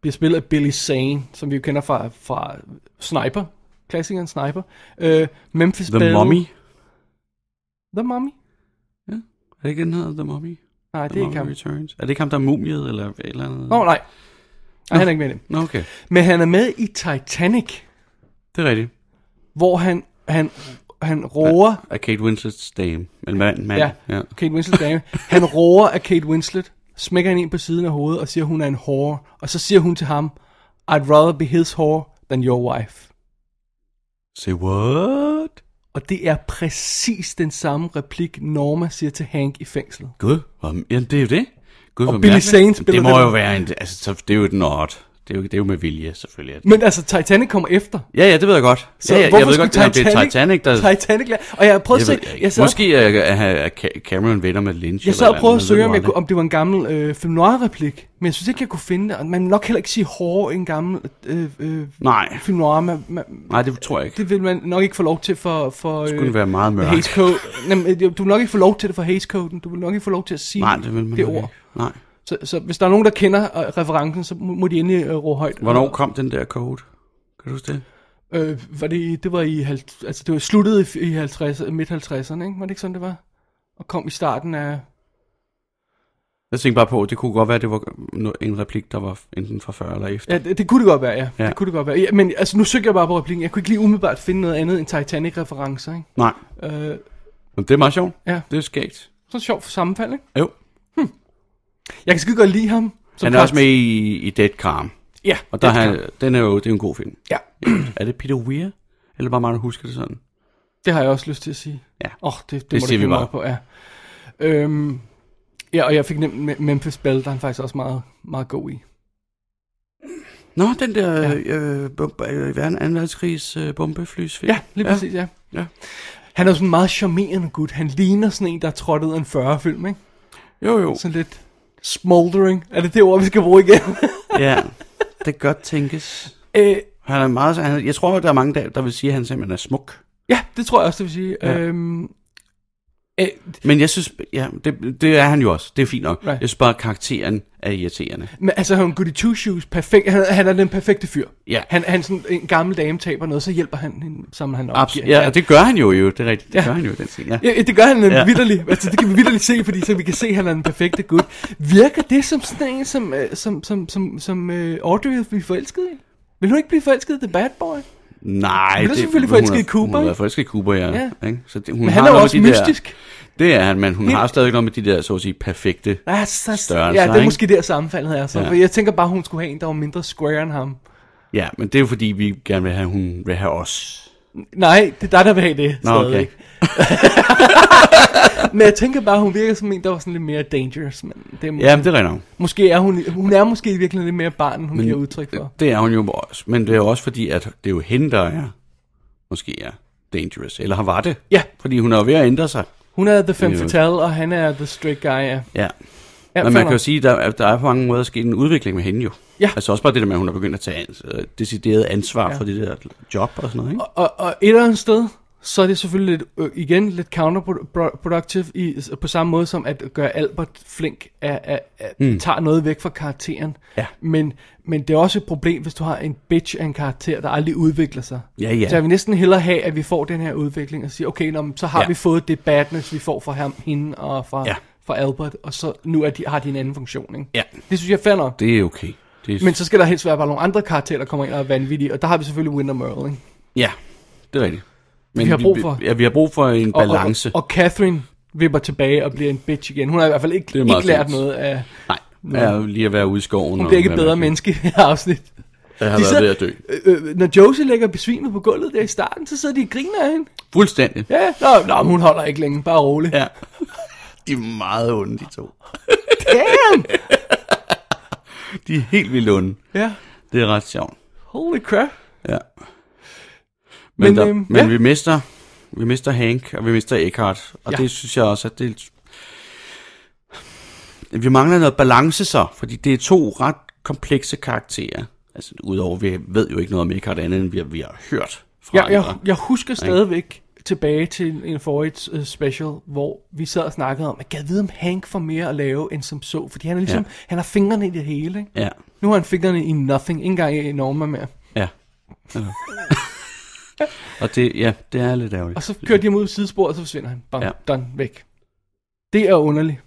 Speaker 3: bliver spillet af Billy Zane, som vi jo kender fra, fra Sniper, klassikeren Sniper. Øh, Memphis
Speaker 4: The
Speaker 3: Belle.
Speaker 4: Mummy.
Speaker 3: The Mummy?
Speaker 4: Er det ikke den hedder The Mummy?
Speaker 3: Nej,
Speaker 4: The
Speaker 3: det er
Speaker 4: Mummy
Speaker 3: ikke ham.
Speaker 4: Returns. Er det ikke ham, der er mumiet eller et eller andet?
Speaker 3: Nå, nej. Nej, han er ikke med i det.
Speaker 4: Nå, okay.
Speaker 3: Men han er med i Titanic,
Speaker 4: Det er rigtigt.
Speaker 3: hvor han, han, han roer...
Speaker 4: Af Kate Winslets dame. En mand, mand.
Speaker 3: Ja,
Speaker 4: ja.
Speaker 3: Kate Winslet dame. Han roer af Kate Winslet, smækker hende ind på siden af hovedet og siger, hun er en whore. Og så siger hun til ham, I'd rather be his whore than your wife.
Speaker 4: Say what?
Speaker 3: Og det er præcis den samme replik, Norma siger til Hank i fængslet.
Speaker 4: Gud, hvor, jamen det er jo det. Gud,
Speaker 3: Og
Speaker 4: hvor
Speaker 3: Billy
Speaker 4: mærkeligt.
Speaker 3: Zane spiller
Speaker 4: Det må
Speaker 3: den.
Speaker 4: jo være en, altså så, det er jo et nod. Det er jo, det er jo med vilje, selvfølgelig. at-
Speaker 3: Men altså, Titanic kommer efter.
Speaker 4: Ja, ja, det ved jeg godt.
Speaker 3: Så
Speaker 4: ja, ja, jeg
Speaker 3: hvorfor
Speaker 4: ved
Speaker 3: skulle
Speaker 4: godt, det er- det er Titanic, der...
Speaker 3: Titanic, la- og jeg har prøvet at
Speaker 4: jeg
Speaker 3: se...
Speaker 4: ved, jeg,
Speaker 3: Jeg sad,
Speaker 4: måske er, er, er, er Ca- Cameron venner med Lynch.
Speaker 3: jeg
Speaker 4: eller
Speaker 3: sad
Speaker 4: et
Speaker 3: og prøvede at søge,
Speaker 4: eller andet,
Speaker 3: om,
Speaker 4: ved
Speaker 3: jeg,
Speaker 4: du
Speaker 3: kunne- om det var en gammel øh, film noir replik, men jeg synes ikke, jeg kunne finde det. Og man vil nok heller ikke sige hård i en gammel øh, øh,
Speaker 4: aldrig. Nej,
Speaker 3: film noir. Man, man,
Speaker 4: nej, det tror jeg ikke.
Speaker 3: det vil man nok ikke få lov til for... for øh,
Speaker 4: Det kunne være meget mørkt.
Speaker 3: Hays Code. Jamen, øh, du vil nok ikke få lov til det for Hays Coden. Du vil nok ikke få lov til at sige
Speaker 4: Nej, det vil man
Speaker 3: det
Speaker 4: nok
Speaker 3: ord.
Speaker 4: ikke. Nej.
Speaker 3: Så, så hvis der er nogen, der kender øh, referencen, så må må de endelig øh, råbe højt.
Speaker 4: Hvornår kom den der code? Kan du huske det?
Speaker 3: Øh, var det, i- det var i, halv- altså det var sluttet i, i 50, midt 50'erne, ikke? Var det ikke sådan, det var? Og kom i starten af...
Speaker 4: Jeg tænkte bare på, det kunne godt være, at det var no- en replik, der var enten fra før eller efter.
Speaker 3: Ja, det, det kunne det godt være, ja.
Speaker 4: Ja.
Speaker 3: ja. Det kunne det godt være. Ja, men altså, nu søgte jeg bare på replikken. Jeg kunne ikke lige umiddelbart finde noget andet end Titanic-referencer, ikke?
Speaker 4: Nej,
Speaker 3: Øh,
Speaker 4: men det er meget sjovt.
Speaker 3: ja,
Speaker 4: Det er skægt.
Speaker 3: så sjovt for sammenfald, ikke?
Speaker 4: Jo.
Speaker 3: Jeg kan skide godt lide ham. Som
Speaker 4: Han er også
Speaker 3: karakter-
Speaker 4: med i, i Dead Calm.
Speaker 3: Ja,
Speaker 4: Og der
Speaker 3: det
Speaker 4: er,
Speaker 3: kan-
Speaker 4: den er jo det er en god film.
Speaker 3: Ja,
Speaker 4: Er det Peter Weir? Eller bare mig, der husker det sådan?
Speaker 3: det har jeg også lyst til at sige.
Speaker 4: Ja.
Speaker 3: Åh, oh, det, det,
Speaker 4: Det
Speaker 3: det må
Speaker 4: siger
Speaker 3: du
Speaker 4: vi
Speaker 3: vi
Speaker 4: bare.
Speaker 3: bare. på, ja. Øhm, ja, og jeg fik nemt Me- Memphis Belle, der er han faktisk også meget, meget god i.
Speaker 4: Nå, den der ja. øh, bom- øh, verden- anden verdenskrigs øh, bombeflysfilm.
Speaker 3: Ja, lige præcis, ja.
Speaker 4: Ja.
Speaker 3: Han er sådan en meget charmerende gut. Han ligner sådan en, der er trådt ud af en 40-film, ikke?
Speaker 4: Jo, jo.
Speaker 3: Sådan lidt smoldering. Er det det ord, vi skal bruge igen?
Speaker 4: Ja, det kan godt tænkes.
Speaker 3: øh,
Speaker 4: Han er meget, han, jeg tror, der er mange, der, der vil sige, at han simpelthen er smuk.
Speaker 3: ja, det tror jeg også, det vil sige. Ja. Øhm, øh,
Speaker 4: Men jeg synes, ja, det, det er han jo også. Det er fint nok.
Speaker 3: Right.
Speaker 4: Right. Jeg synes bare, at karakteren er irriterende.
Speaker 3: men altså, han er en goody two-shoes. Perfekt. Han, han er den perfekte fyr.
Speaker 4: Ja.
Speaker 3: Han, han er sådan en gammel dame taber noget, så hjælper han hende, sammen han op.
Speaker 4: Absolut. Ja, og det gør han jo jo. Det er rigtigt. Det
Speaker 3: Ja.
Speaker 4: ja. gør han jo i den scene. Ja.
Speaker 3: Ja, ja, det gør han ja.
Speaker 4: Ja.
Speaker 3: vidderligt. Altså, det kan vi vidderligt se, fordi så vi kan se, at han er den perfekte gut. Virker det som sådan en, som, øh, som, som, som, som øh, Audrey vil blive forelsket i? Vil hun ikke blive forelsket i The Bad Boy?
Speaker 4: Nej,
Speaker 3: Men det er selvfølgelig forelsket i Cooper,
Speaker 4: Hun er
Speaker 3: ikke?
Speaker 4: forelsket i Cooper, ja.
Speaker 3: Ja.
Speaker 4: ja. Ikke? Så det, hun
Speaker 3: Men
Speaker 4: har
Speaker 3: han er jo
Speaker 4: noget
Speaker 3: også
Speaker 4: med de
Speaker 3: mystisk.
Speaker 4: Der, det er han, men hun
Speaker 3: Helt-
Speaker 4: har stadig noget med de der, så at sige, perfekte.
Speaker 3: Ja, Ah, så,
Speaker 4: Størrelser,
Speaker 3: ja, det er
Speaker 4: ikke?
Speaker 3: måske der sammenfaldet er. Så.
Speaker 4: Ja.
Speaker 3: Ja. Jeg tænker bare, hun skulle have en, der var mindre square end ham.
Speaker 4: Ja, men det er jo fordi, vi gerne vil have, hun vil have os.
Speaker 3: Nej, det er dig, der vil have det.
Speaker 4: Nå,
Speaker 3: stadig.
Speaker 4: okay.
Speaker 3: Men jeg tænker bare, hun virker som en, der var sådan lidt mere dangerous. Men det er,
Speaker 4: Ja, men det er rigtigt nok.
Speaker 3: måske er hun, hun er måske virkelig lidt mere barn, end hun men, giver udtryk for.
Speaker 4: Det er hun jo også. Men det er jo også fordi, at det er jo hende, der er, måske er dangerous. Eller har var det.
Speaker 3: Ja.
Speaker 4: Fordi hun er jo ved at ændre sig.
Speaker 3: Hun er the femme
Speaker 4: Det er jo-
Speaker 3: fatale, og han er the straight guy. Ja.
Speaker 4: Ja.
Speaker 3: Ja, fair
Speaker 4: Men man kan jo
Speaker 3: nok.
Speaker 4: sige, der, er- der er på mange måder sket en udvikling med hende jo.
Speaker 3: Ja.
Speaker 4: Altså også bare det der med, at hun er begyndt at tage øh, decideret ansvar ja. for det der job og sådan noget, ikke?
Speaker 3: Og, og et eller andet sted, så er det selvfølgelig lidt, øh, igen lidt counterproductive i, på samme måde som at gøre Albert flink, at, at, at mm. tager noget væk fra karakteren.
Speaker 4: Ja.
Speaker 3: Men, men det er også et problem, hvis du har en bitch af en karakter, der aldrig udvikler sig.
Speaker 4: Ja, ja.
Speaker 3: Så jeg vil næsten hellere have, at vi får den her udvikling og siger, okay, nå, men så har ja.
Speaker 4: Ja.
Speaker 3: vi fået det badness, vi får fra ham, hende og fra, ja.
Speaker 4: Ja.
Speaker 3: fra Albert, og så nu er de, har de en anden funktion. Ikke?
Speaker 4: Ja.
Speaker 3: Det synes jeg er fair nok.
Speaker 4: Det er okay. Det er,
Speaker 3: Men så skal der helst være bare nogle andre karakterer, der kommer ind og er vanvittige, og der har vi selvfølgelig Winter Merle, ikke?
Speaker 4: Ja, det er rigtigt. Men
Speaker 3: Vi har brug for-
Speaker 4: Vi, ja, vi har brug for en
Speaker 3: Og-
Speaker 4: balance.
Speaker 3: Og, og Catherine vipper tilbage og bliver en bitch igen. Hun har i hvert fald ikke,
Speaker 4: Det er meget
Speaker 3: ikke lært
Speaker 4: fint.
Speaker 3: noget af...
Speaker 4: Nej, ja, lige at være ude i skoven.
Speaker 3: Hun
Speaker 4: og
Speaker 3: bliver ikke et
Speaker 4: være
Speaker 3: bedre
Speaker 4: væk.
Speaker 3: menneske i det her afsnit.
Speaker 4: Jeg har
Speaker 3: De
Speaker 4: været
Speaker 3: sidder-
Speaker 4: ved at dø.
Speaker 3: Øh, øh, når Josie ligger besvimet på gulvet der i starten, så sidder de og griner af hende.
Speaker 4: Fuldstændig.
Speaker 3: Ja, ja. nå, nå, men hun holder ikke længe, bare rolig.
Speaker 4: Ja. De er meget onde, de to.
Speaker 3: Damn!
Speaker 4: De er helt vildt onde.
Speaker 3: Ja,
Speaker 4: Det er ret sjovt.
Speaker 3: holy crap.
Speaker 4: Ja.
Speaker 3: Men,
Speaker 4: Men, men, der,
Speaker 3: øhm,
Speaker 4: men
Speaker 3: ja.
Speaker 4: ja. vi mister vi mister Hank, og vi mister Eckhart. Og
Speaker 3: Ja.
Speaker 4: ja. det synes jeg også, at det Vi mangler noget balance så, fordi det er to ret komplekse karakterer. Altså, udover, vi ved jo ikke noget om Eckhart andet, end vi har, vi har hørt fra
Speaker 3: Jeg, jeg,
Speaker 4: andre.
Speaker 3: jeg husker stadigvæk tilbage til en- en forrige øh, special, hvor vi sad og snakkede om, at gad vide, om Hank får mere at lave end som så, fordi han er ligesom, ja.
Speaker 4: Ja.
Speaker 3: han har fingrene i det hele, ikke?
Speaker 4: Ja,
Speaker 3: Nu har han fingrene i nothing, ikke engang i Norma mere.
Speaker 4: ja. Ja. og det, ja, det er lidt ærgerligt.
Speaker 3: Og så kører de ham ud i sidesporet, og så forsvinder han. Bam, ja.
Speaker 4: Ja.
Speaker 3: done, væk. Det er underligt.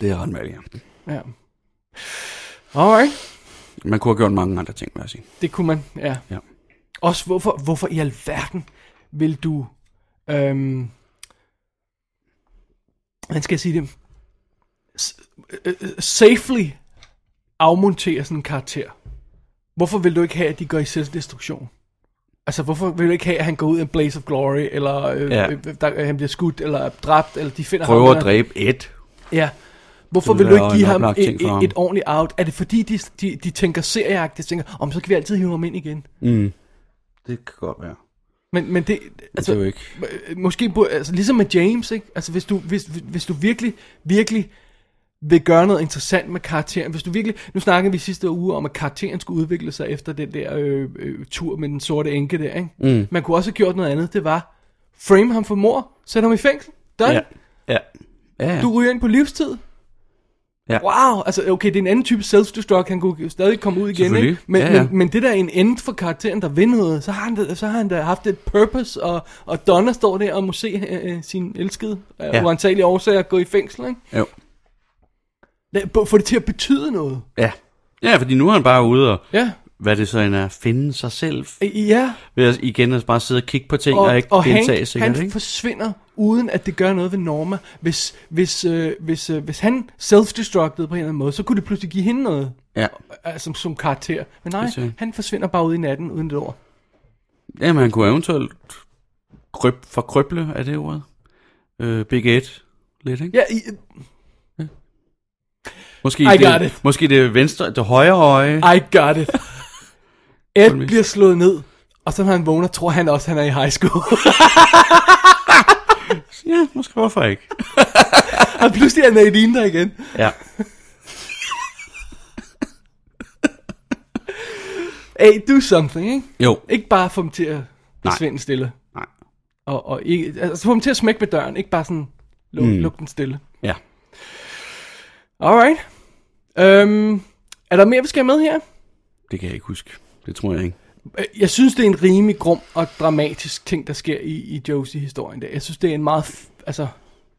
Speaker 4: Det er ret mærkeligt, ja.
Speaker 3: Ja. Alright,
Speaker 4: Man kunne have gjort mange andre ting, vil jeg sige.
Speaker 3: det kunne man, ja.
Speaker 4: Ja.
Speaker 3: Også hvorfor, hvorfor i alverden vil du... Øhm, hvordan skal jeg sige det? S- øh, øh, safely afmontere sådan en karakter. Hvorfor vil du ikke have, at de går i selvdestruktion? Altså, hvorfor vil du ikke have, at han går ud i en blaze of glory, eller øh,
Speaker 4: Ja.
Speaker 3: øh, der, øh, han bliver skudt, eller dræbt, eller de finder ham?
Speaker 4: Prøver
Speaker 3: eller-
Speaker 4: at dræbe et.
Speaker 3: Ja. Hvorfor
Speaker 4: Det
Speaker 3: vil
Speaker 4: ville
Speaker 3: du ikke
Speaker 4: være
Speaker 3: give
Speaker 4: en
Speaker 3: ham
Speaker 4: oplagt
Speaker 3: et,
Speaker 4: ting for
Speaker 3: et,
Speaker 4: ham.
Speaker 3: et ordentligt out? Er det fordi, de, de, de tænker serieagtigt, tænker, om så kan vi altid hive ham ind igen?
Speaker 4: Mm. Det kan godt være.
Speaker 3: Men, men det,
Speaker 4: Altså, det er
Speaker 3: altså,
Speaker 4: jo ikke...
Speaker 3: øh, måske, burde- altså, ligesom med James, ikke? Altså, hvis du, hvis, hvis du virkelig, virkelig vil gøre noget interessant med karakteren, hvis du virkelig, nu snakkede vi sidste uge om, at karakteren skulle udvikle sig efter den der øh, øh, tur med den sorte enke der, ikke? Mm. Man kunne også have gjort noget andet, det var, frame ham for mor, sæt ham i fængsel, done,
Speaker 4: Ja. Ja. ja, ja.
Speaker 3: Du ryger ind på livstid.
Speaker 4: Ja.
Speaker 3: Wow, altså okay, det er en anden type self-destruct, han kunne stadig komme ud igen,
Speaker 4: Selvfølgelig.
Speaker 3: ikke? Men,
Speaker 4: Ja, ja.
Speaker 3: men, men det der er en end for karakteren, der vil noget, så har han, da- så har han da haft et purpose, og, og Donna står der og må se øh, øh, sin elskede, øh, ja.
Speaker 4: Ja.
Speaker 3: uantagelige årsager, gå i fængsel, ikke?
Speaker 4: Jo.
Speaker 3: Lad- b- Få det til at betyde noget.
Speaker 4: Ja. Ja, fordi nu er han bare ude og,
Speaker 3: Ja,
Speaker 4: hvad det så end er, finde sig selv.
Speaker 3: Øh, ja.
Speaker 4: Ved at igen at bare sidde og kigge på ting, og,
Speaker 3: og,
Speaker 4: og ikke
Speaker 3: og
Speaker 4: gentage
Speaker 3: Hank,
Speaker 4: sikkert,
Speaker 3: han
Speaker 4: ikke?
Speaker 3: forsvinder, uden at det gør noget ved Norma. Hvis, hvis, øh, hvis, øh, hvis han self-destructed på en eller anden måde, så kunne det pludselig give hende noget.
Speaker 4: Ja.
Speaker 3: altså, som karakter. Men nej,
Speaker 4: Det er det.
Speaker 3: han forsvinder bare ud i natten uden et ord.
Speaker 4: Jamen, han kunne eventuelt kryb, forkryble, er det ordet? Øh, Big Ed, lidt, ikke?
Speaker 3: Ja, i,
Speaker 4: Måske,
Speaker 3: I got
Speaker 4: det,
Speaker 3: it.
Speaker 4: måske det venstre, det højre øje.
Speaker 3: I got it. Ed bliver slået ned. Og så når han vågner, tror han også, han er i high school.
Speaker 4: Ja, måske hvorfor ikke?
Speaker 3: og pludselig er han i der igen.
Speaker 4: Ja.
Speaker 3: Hey, do something, ikke?
Speaker 4: Jo.
Speaker 3: Ikke bare få dem til at forsvinde stille.
Speaker 4: Nej.
Speaker 3: Og, og ikke, altså få dem til at smække med døren, ikke bare sådan luk, mm. luk den stille.
Speaker 4: Ja.
Speaker 3: Alright. Øhm, er der mere, vi skal have med her?
Speaker 4: Det kan jeg ikke huske. Det tror jeg ikke.
Speaker 3: Øh, Jeg synes, det er en rimelig grum og dramatisk ting, der sker i, i Josie-historien der. Jeg synes, det er en meget... F- altså,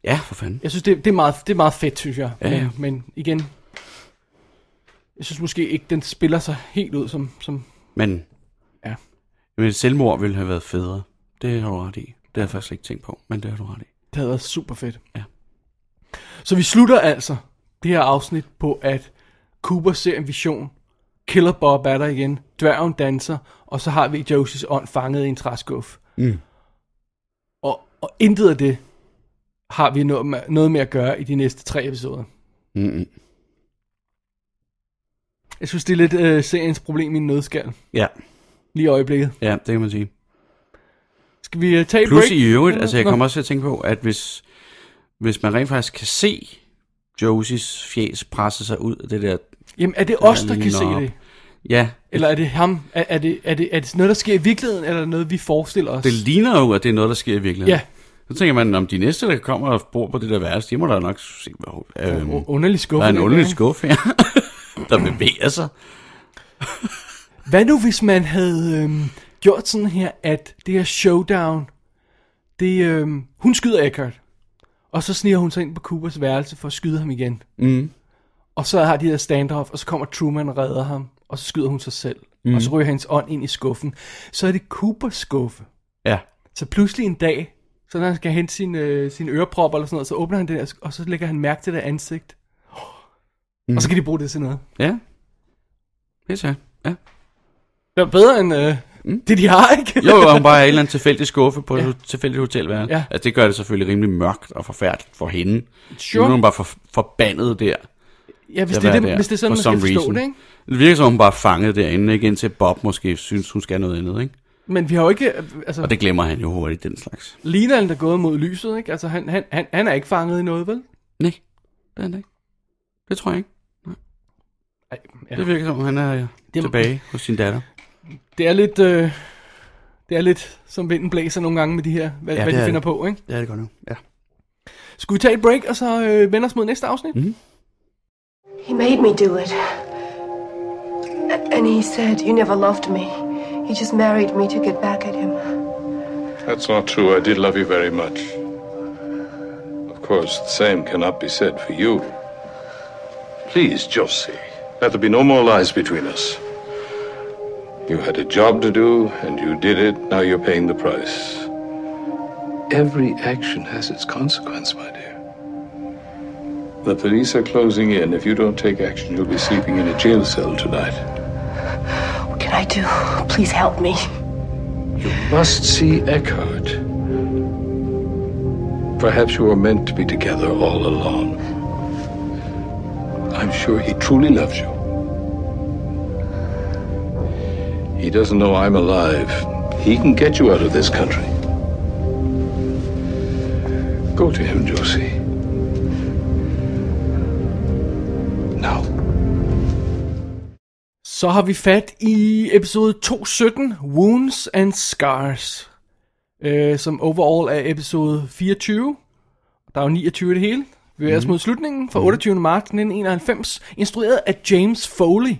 Speaker 4: Ja, for fanden.
Speaker 3: jeg synes, det, det, er meget, det er meget fedt, synes jeg.
Speaker 4: Ja, ja.
Speaker 3: Men, men igen... Jeg synes måske ikke, den spiller sig helt ud som... som
Speaker 4: Men,
Speaker 3: Ja.
Speaker 4: men et selvmord ville have været federe. Det har du ret i. Det har jeg faktisk ikke tænkt på, men det har du ret i.
Speaker 3: det havde været super fedt.
Speaker 4: Ja.
Speaker 3: Så vi slutter altså det her afsnit på, at Cooper ser en vision. Killer Bob er der igen. Dværgen danser. Og så har vi Josies ånd fanget i en træskuff.
Speaker 4: Mm.
Speaker 3: Og, og intet af det har vi noget med, noget med at gøre i de næste tre episoder.
Speaker 4: Mm-mm.
Speaker 3: Jeg synes, det er lidt øh, seriens problem i en nødskal.
Speaker 4: Ja,
Speaker 3: Lige i øjeblikket.
Speaker 4: ja, det kan man sige.
Speaker 3: Skal vi øh, tage et
Speaker 4: Plus
Speaker 3: break?
Speaker 4: i øvrigt, altså jeg
Speaker 3: Nå.
Speaker 4: kommer også til at tænke på, at hvis, hvis man rent faktisk kan se Josies fjes presse sig ud af det der,
Speaker 3: Jamen, er det os, der
Speaker 4: Ja,
Speaker 3: kan se
Speaker 4: nå.
Speaker 3: det?
Speaker 4: ja,
Speaker 3: Eller er det ham? Er, er, det, er, det, er det noget, der sker i virkeligheden, eller er det noget, vi forestiller os?
Speaker 4: det ligner jo, at det er noget, der sker i virkeligheden.
Speaker 3: Ja,
Speaker 4: Så tænker man, om de næste, der kommer og bor på det der værelse, de må da nok se, hvad øhm,
Speaker 3: u- underlig
Speaker 4: der
Speaker 3: skuffe.
Speaker 4: er en underlig skuffe her, der bevæger sig.
Speaker 3: Hvad nu, hvis man havde øhm, gjort sådan her, at det her showdown, det, øhm, hun skyder Eckhart, og så sniger hun sig ind på Coopers værelse for at skyde ham igen.
Speaker 4: Mm.
Speaker 3: Og så har de der standoff, og så kommer Truman og redder ham, og så skyder hun sig selv. Mm. Og så ryger hans ånd ind i skuffen. Så er det Coopers skuffe.
Speaker 4: Ja,
Speaker 3: Så pludselig en dag, så når han skal hente sin, øh, sin ørepropper eller sådan noget, så åbner han den, her, og så lægger han mærke til det ansigt. Mm. Og så kan de bruge det til noget.
Speaker 4: ja. Det er ja.
Speaker 3: Det er bedre end øh, mm. det, de har, ikke?
Speaker 4: Jo, jo, hun bare er en eller anden tilfældig skuffe på ja. et tilfældigt hotelværelse.
Speaker 3: Ja.
Speaker 4: Ja. Altså, det gør det selvfølgelig rimelig mørkt og forfærdeligt for hende.
Speaker 3: Sure.
Speaker 4: Nu er hun bare for, forbandet der.
Speaker 3: Ja, hvis
Speaker 4: til at
Speaker 3: det, er
Speaker 4: være
Speaker 3: det,
Speaker 4: der,
Speaker 3: hvis det er sådan,
Speaker 4: for
Speaker 3: man skal
Speaker 4: some
Speaker 3: forstå
Speaker 4: reason.
Speaker 3: det, ikke?
Speaker 4: Det virker som, hun bare er fanget derinde, ikke? indtil Bob måske synes, hun skal noget andet. Ikke?
Speaker 3: Men vi har jo ikke... Altså,
Speaker 4: Og
Speaker 3: det...
Speaker 4: det glemmer han jo hurtigt, den slags.
Speaker 3: Lina er gået mod lyset, ikke? Altså, han, han, han, han er ikke fanget i noget, vel?
Speaker 4: Nej, det er han da ikke. Det tror jeg ikke.
Speaker 3: Ej,
Speaker 4: Ja.
Speaker 3: ja.
Speaker 4: Det virker som, han er ja,
Speaker 3: Det-
Speaker 4: tilbage hos sin datter.
Speaker 3: Det er lidt... Øh, det er lidt som vinden blæser nogle gange med de her, hvad, ja,
Speaker 4: Ja,
Speaker 3: hvad
Speaker 4: det
Speaker 3: de
Speaker 4: er
Speaker 3: finder
Speaker 4: det.
Speaker 3: på, ikke?
Speaker 4: Ja, det gør nu. Ja.
Speaker 3: Skal vi tage et break, og så øh, vende os mod næste afsnit? Mm.
Speaker 6: He made me do it. A- And he said, You never loved me. You just married me to get back at him.
Speaker 7: That's not true. I did love you very much. Of course, the same cannot be said for you. Please, Josie, let there be no more lies between us. You had a job to do, and you did it. Now you're paying the price. Every action has its consequence, my dear. The police are closing in. If you don't take action, you'll be sleeping in a jail cell tonight.
Speaker 6: What can I do? Please help me.
Speaker 7: must see Eckhart. Perhaps you were meant to be together all along. I'm sure he truly loves you. He doesn't know I'm alive. He can get you out of this country. Go to him, Josie. Now.
Speaker 3: Så har vi fat i episode 217, Wounds and Scars, øh, som overall er episode 24. Der er jo 29 i det hele. Vi er altså mod slutningen fra 28. marts 1991, instrueret af James Foley.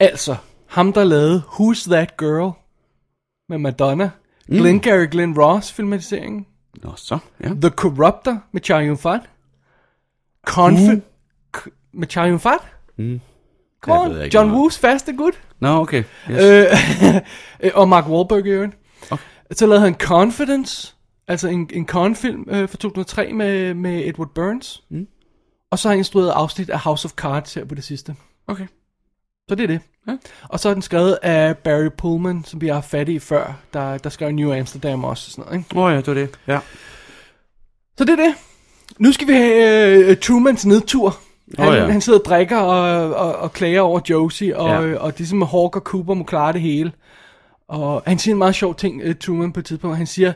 Speaker 3: Altså, ham der lavede Who's That Girl med Madonna, Glengarry Glen Ross filmatiseringen,
Speaker 4: Nå, så. Ja.
Speaker 3: The Corruptor med Charion Fat, Confi- K- med Charion Fat, Come
Speaker 4: Det
Speaker 3: on,
Speaker 4: ved Hmm. jeg ikke
Speaker 3: John
Speaker 4: noget om.
Speaker 3: Woo's faste gut.
Speaker 4: Nå, okay. Yes. Øh.
Speaker 3: Øh, Eh, og Mark Wahlberg i øvrigt. Okay. Så lavede han Confidence, altså en, en Con-film øh, fra 2003 med, med Edward Burns. Mm.
Speaker 4: Hmm.
Speaker 3: Og så har han instrueret afsnit af House of Cards her på det sidste.
Speaker 4: Okay.
Speaker 3: Så det er det. Ja. Og så er den skrevet af Barry Pullman, som vi har haft fat i før, der, der skrev New Amsterdam også og sådan noget. Ikke?
Speaker 4: Åh oh, ja, det var det. Ja.
Speaker 3: Så det er det. Nu skal vi have øh, Trumans nedtur. Han,
Speaker 4: Åh,
Speaker 3: oh, ja.
Speaker 4: ja.
Speaker 3: han sidder og drikker og, og, og klager over Josie, og,
Speaker 4: Ja.
Speaker 3: ja. og, og ligesom Hawk og Cooper må klare det hele. Og han siger en meget sjov ting, øh, Truman, på et tidspunkt. Han siger,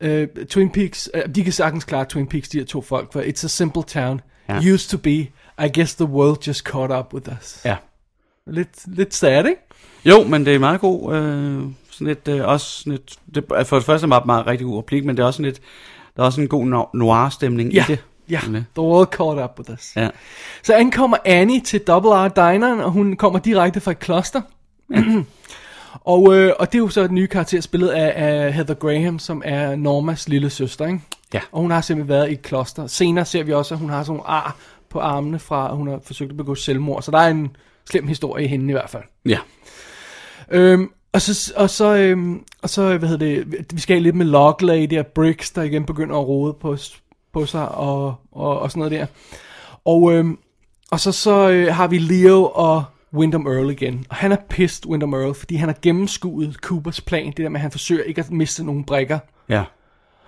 Speaker 3: øh, Twin Peaks, øh, de kan sagtens klare Twin Peaks, de her to folk, for it's a simple town.
Speaker 4: Ja.
Speaker 3: Ja. Used to be. I guess the world just caught up with us.
Speaker 4: Ja.
Speaker 3: Lidt, lidt sad, ikke?
Speaker 4: Jo, men det er meget god. Øh, sådan lidt, øh, også sådan lidt, det, er for det første er det meget, meget rigtig god replik, men det er også sådan lidt, der er også en god no- noir-stemning
Speaker 3: Ja,
Speaker 4: i det.
Speaker 3: ja.
Speaker 4: Sådan lidt.
Speaker 3: The world caught up with us.
Speaker 4: Ja.
Speaker 3: Så ankommer Annie til Double R Dineren, og hun kommer direkte fra et kloster. og, øh, og det er jo så et nye karakter, spillet af, af Heather Graham, som er Normas lille søster, ikke?
Speaker 4: Ja.
Speaker 3: Og hun har simpelthen været i et kloster. Senere ser vi også, at hun har sådan nogle ar på armene fra, at hun har forsøgt at begå selvmord. Så der er en slem historie i hende i hvert fald.
Speaker 4: Ja.
Speaker 3: Øhm, og så, og så, øhm, og så, hvad hedder det, vi skal lidt med Lockley der, Briggs, der igen begynder at rode på, s- på sig og, og, og sådan noget der. Og, øhm, og så, så øh, har vi Leo og Wyndham Earl igen. Og han er pissed, Wyndham Earl, fordi han har gennemskuet Coopers plan, det der med, at han forsøger ikke at miste nogen brikker.
Speaker 4: ja.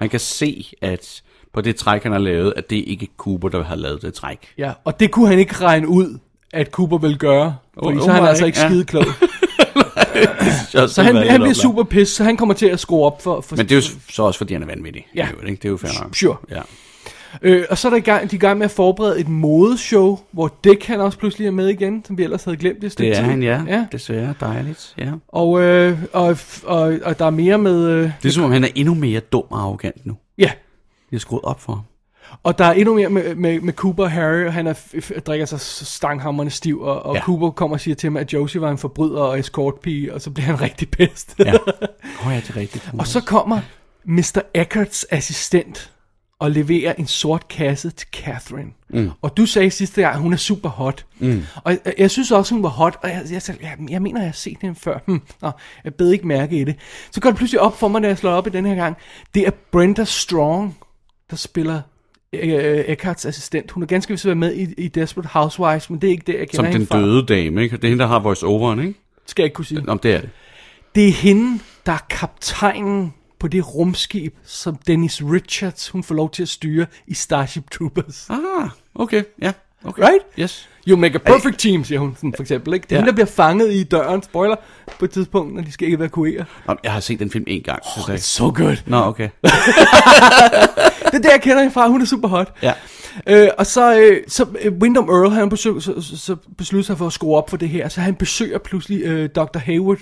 Speaker 4: Man kan se, at på det træk, han har lavet, at det er ikke Cooper, der har lavet det træk.
Speaker 3: Ja, og det kunne han ikke regne ud, at Cooper ville gøre, fordi
Speaker 4: Åh,
Speaker 3: så er han
Speaker 4: åh,
Speaker 3: altså
Speaker 4: nej,
Speaker 3: ikke
Speaker 4: ja.
Speaker 3: skide klog. Så han, han bliver super pissed, så han kommer til at skrue op for, for
Speaker 4: Men det er jo så også, fordi han er vanvittig. i
Speaker 3: Ja.
Speaker 4: øvrigt, ikke? Det er jo fair nok.
Speaker 3: Sure.
Speaker 4: Ja.
Speaker 3: Øh, og så er der i gang, de er i gang med at forberede et modeshow, hvor Dick han også pludselig er med igen, som vi ellers havde glemt i et stykke
Speaker 4: Det er
Speaker 3: tid.
Speaker 4: han, ja.
Speaker 3: ja.
Speaker 4: Desværre dejligt. Ja.
Speaker 3: Og, øh, og, og, og der er mere med... Øh,
Speaker 4: Det er som om, han er endnu mere dum og arrogant nu.
Speaker 3: ja,
Speaker 4: Jeg er skruet op for ham.
Speaker 3: og der er endnu mere med, med, med Cooper og Harry, og han er, f- f- drikker sig stanghammerne stiv, og, og
Speaker 4: Ja.
Speaker 3: ja. Cooper kommer og siger til mig, at Josie var en forbryder og escortpige, og så bliver han rigtig pest.
Speaker 4: Ja. Åh oh, ja, det er rigtigt.
Speaker 3: og så kommer Mr. Eckerts assistent og leverer en sort kasse til Catherine. Mm. Og du sagde sidste gang, at hun er super hot. Mm. Og jeg, jeg synes også, hun var hot, og jeg, jeg, sagde, jeg, jeg mener, jeg har set hende før. Hm, nå, jeg bed ikke mærke i det. Så går det pludselig op for mig, da jeg slår op i den her gang. Det er Brenda Strong, der spiller øh, Eckharts assistent. Hun er ganske vist været med i, i Desperate Housewives, men det er ikke det, jeg kender
Speaker 4: Som den
Speaker 3: hende fra.
Speaker 4: døde dame, ikke? Det er hende, der har voice-overen, ikke?
Speaker 3: Skal jeg ikke kunne sige.
Speaker 4: Nå, men det er det.
Speaker 3: Det er hende, der er kaptajnen på det rumskib, som Dennis Richards, hun får lov til at styre i Starship Troopers.
Speaker 4: Ah, okay. Ja. Okay.
Speaker 3: Right?
Speaker 4: Yes.
Speaker 3: You make a perfect team, siger hun sådan, for eksempel. Ikke? Det er
Speaker 4: Ja.
Speaker 3: hende, der bliver fanget i døren, spoiler, på et tidspunkt, når de skal evakuere.
Speaker 4: Nå, jeg har set den film en gang. Oh, det
Speaker 3: So good.
Speaker 4: Nå, okay.
Speaker 3: Det er der, jeg kender hende fra. Hun er super hot.
Speaker 4: Ja.
Speaker 3: Øh, og så, øh, så øh, Wyndham Earl, han besøg, så, så, så beslutter sig for at skrue op for det her, så han besøger pludselig øh, Dr. Hayward,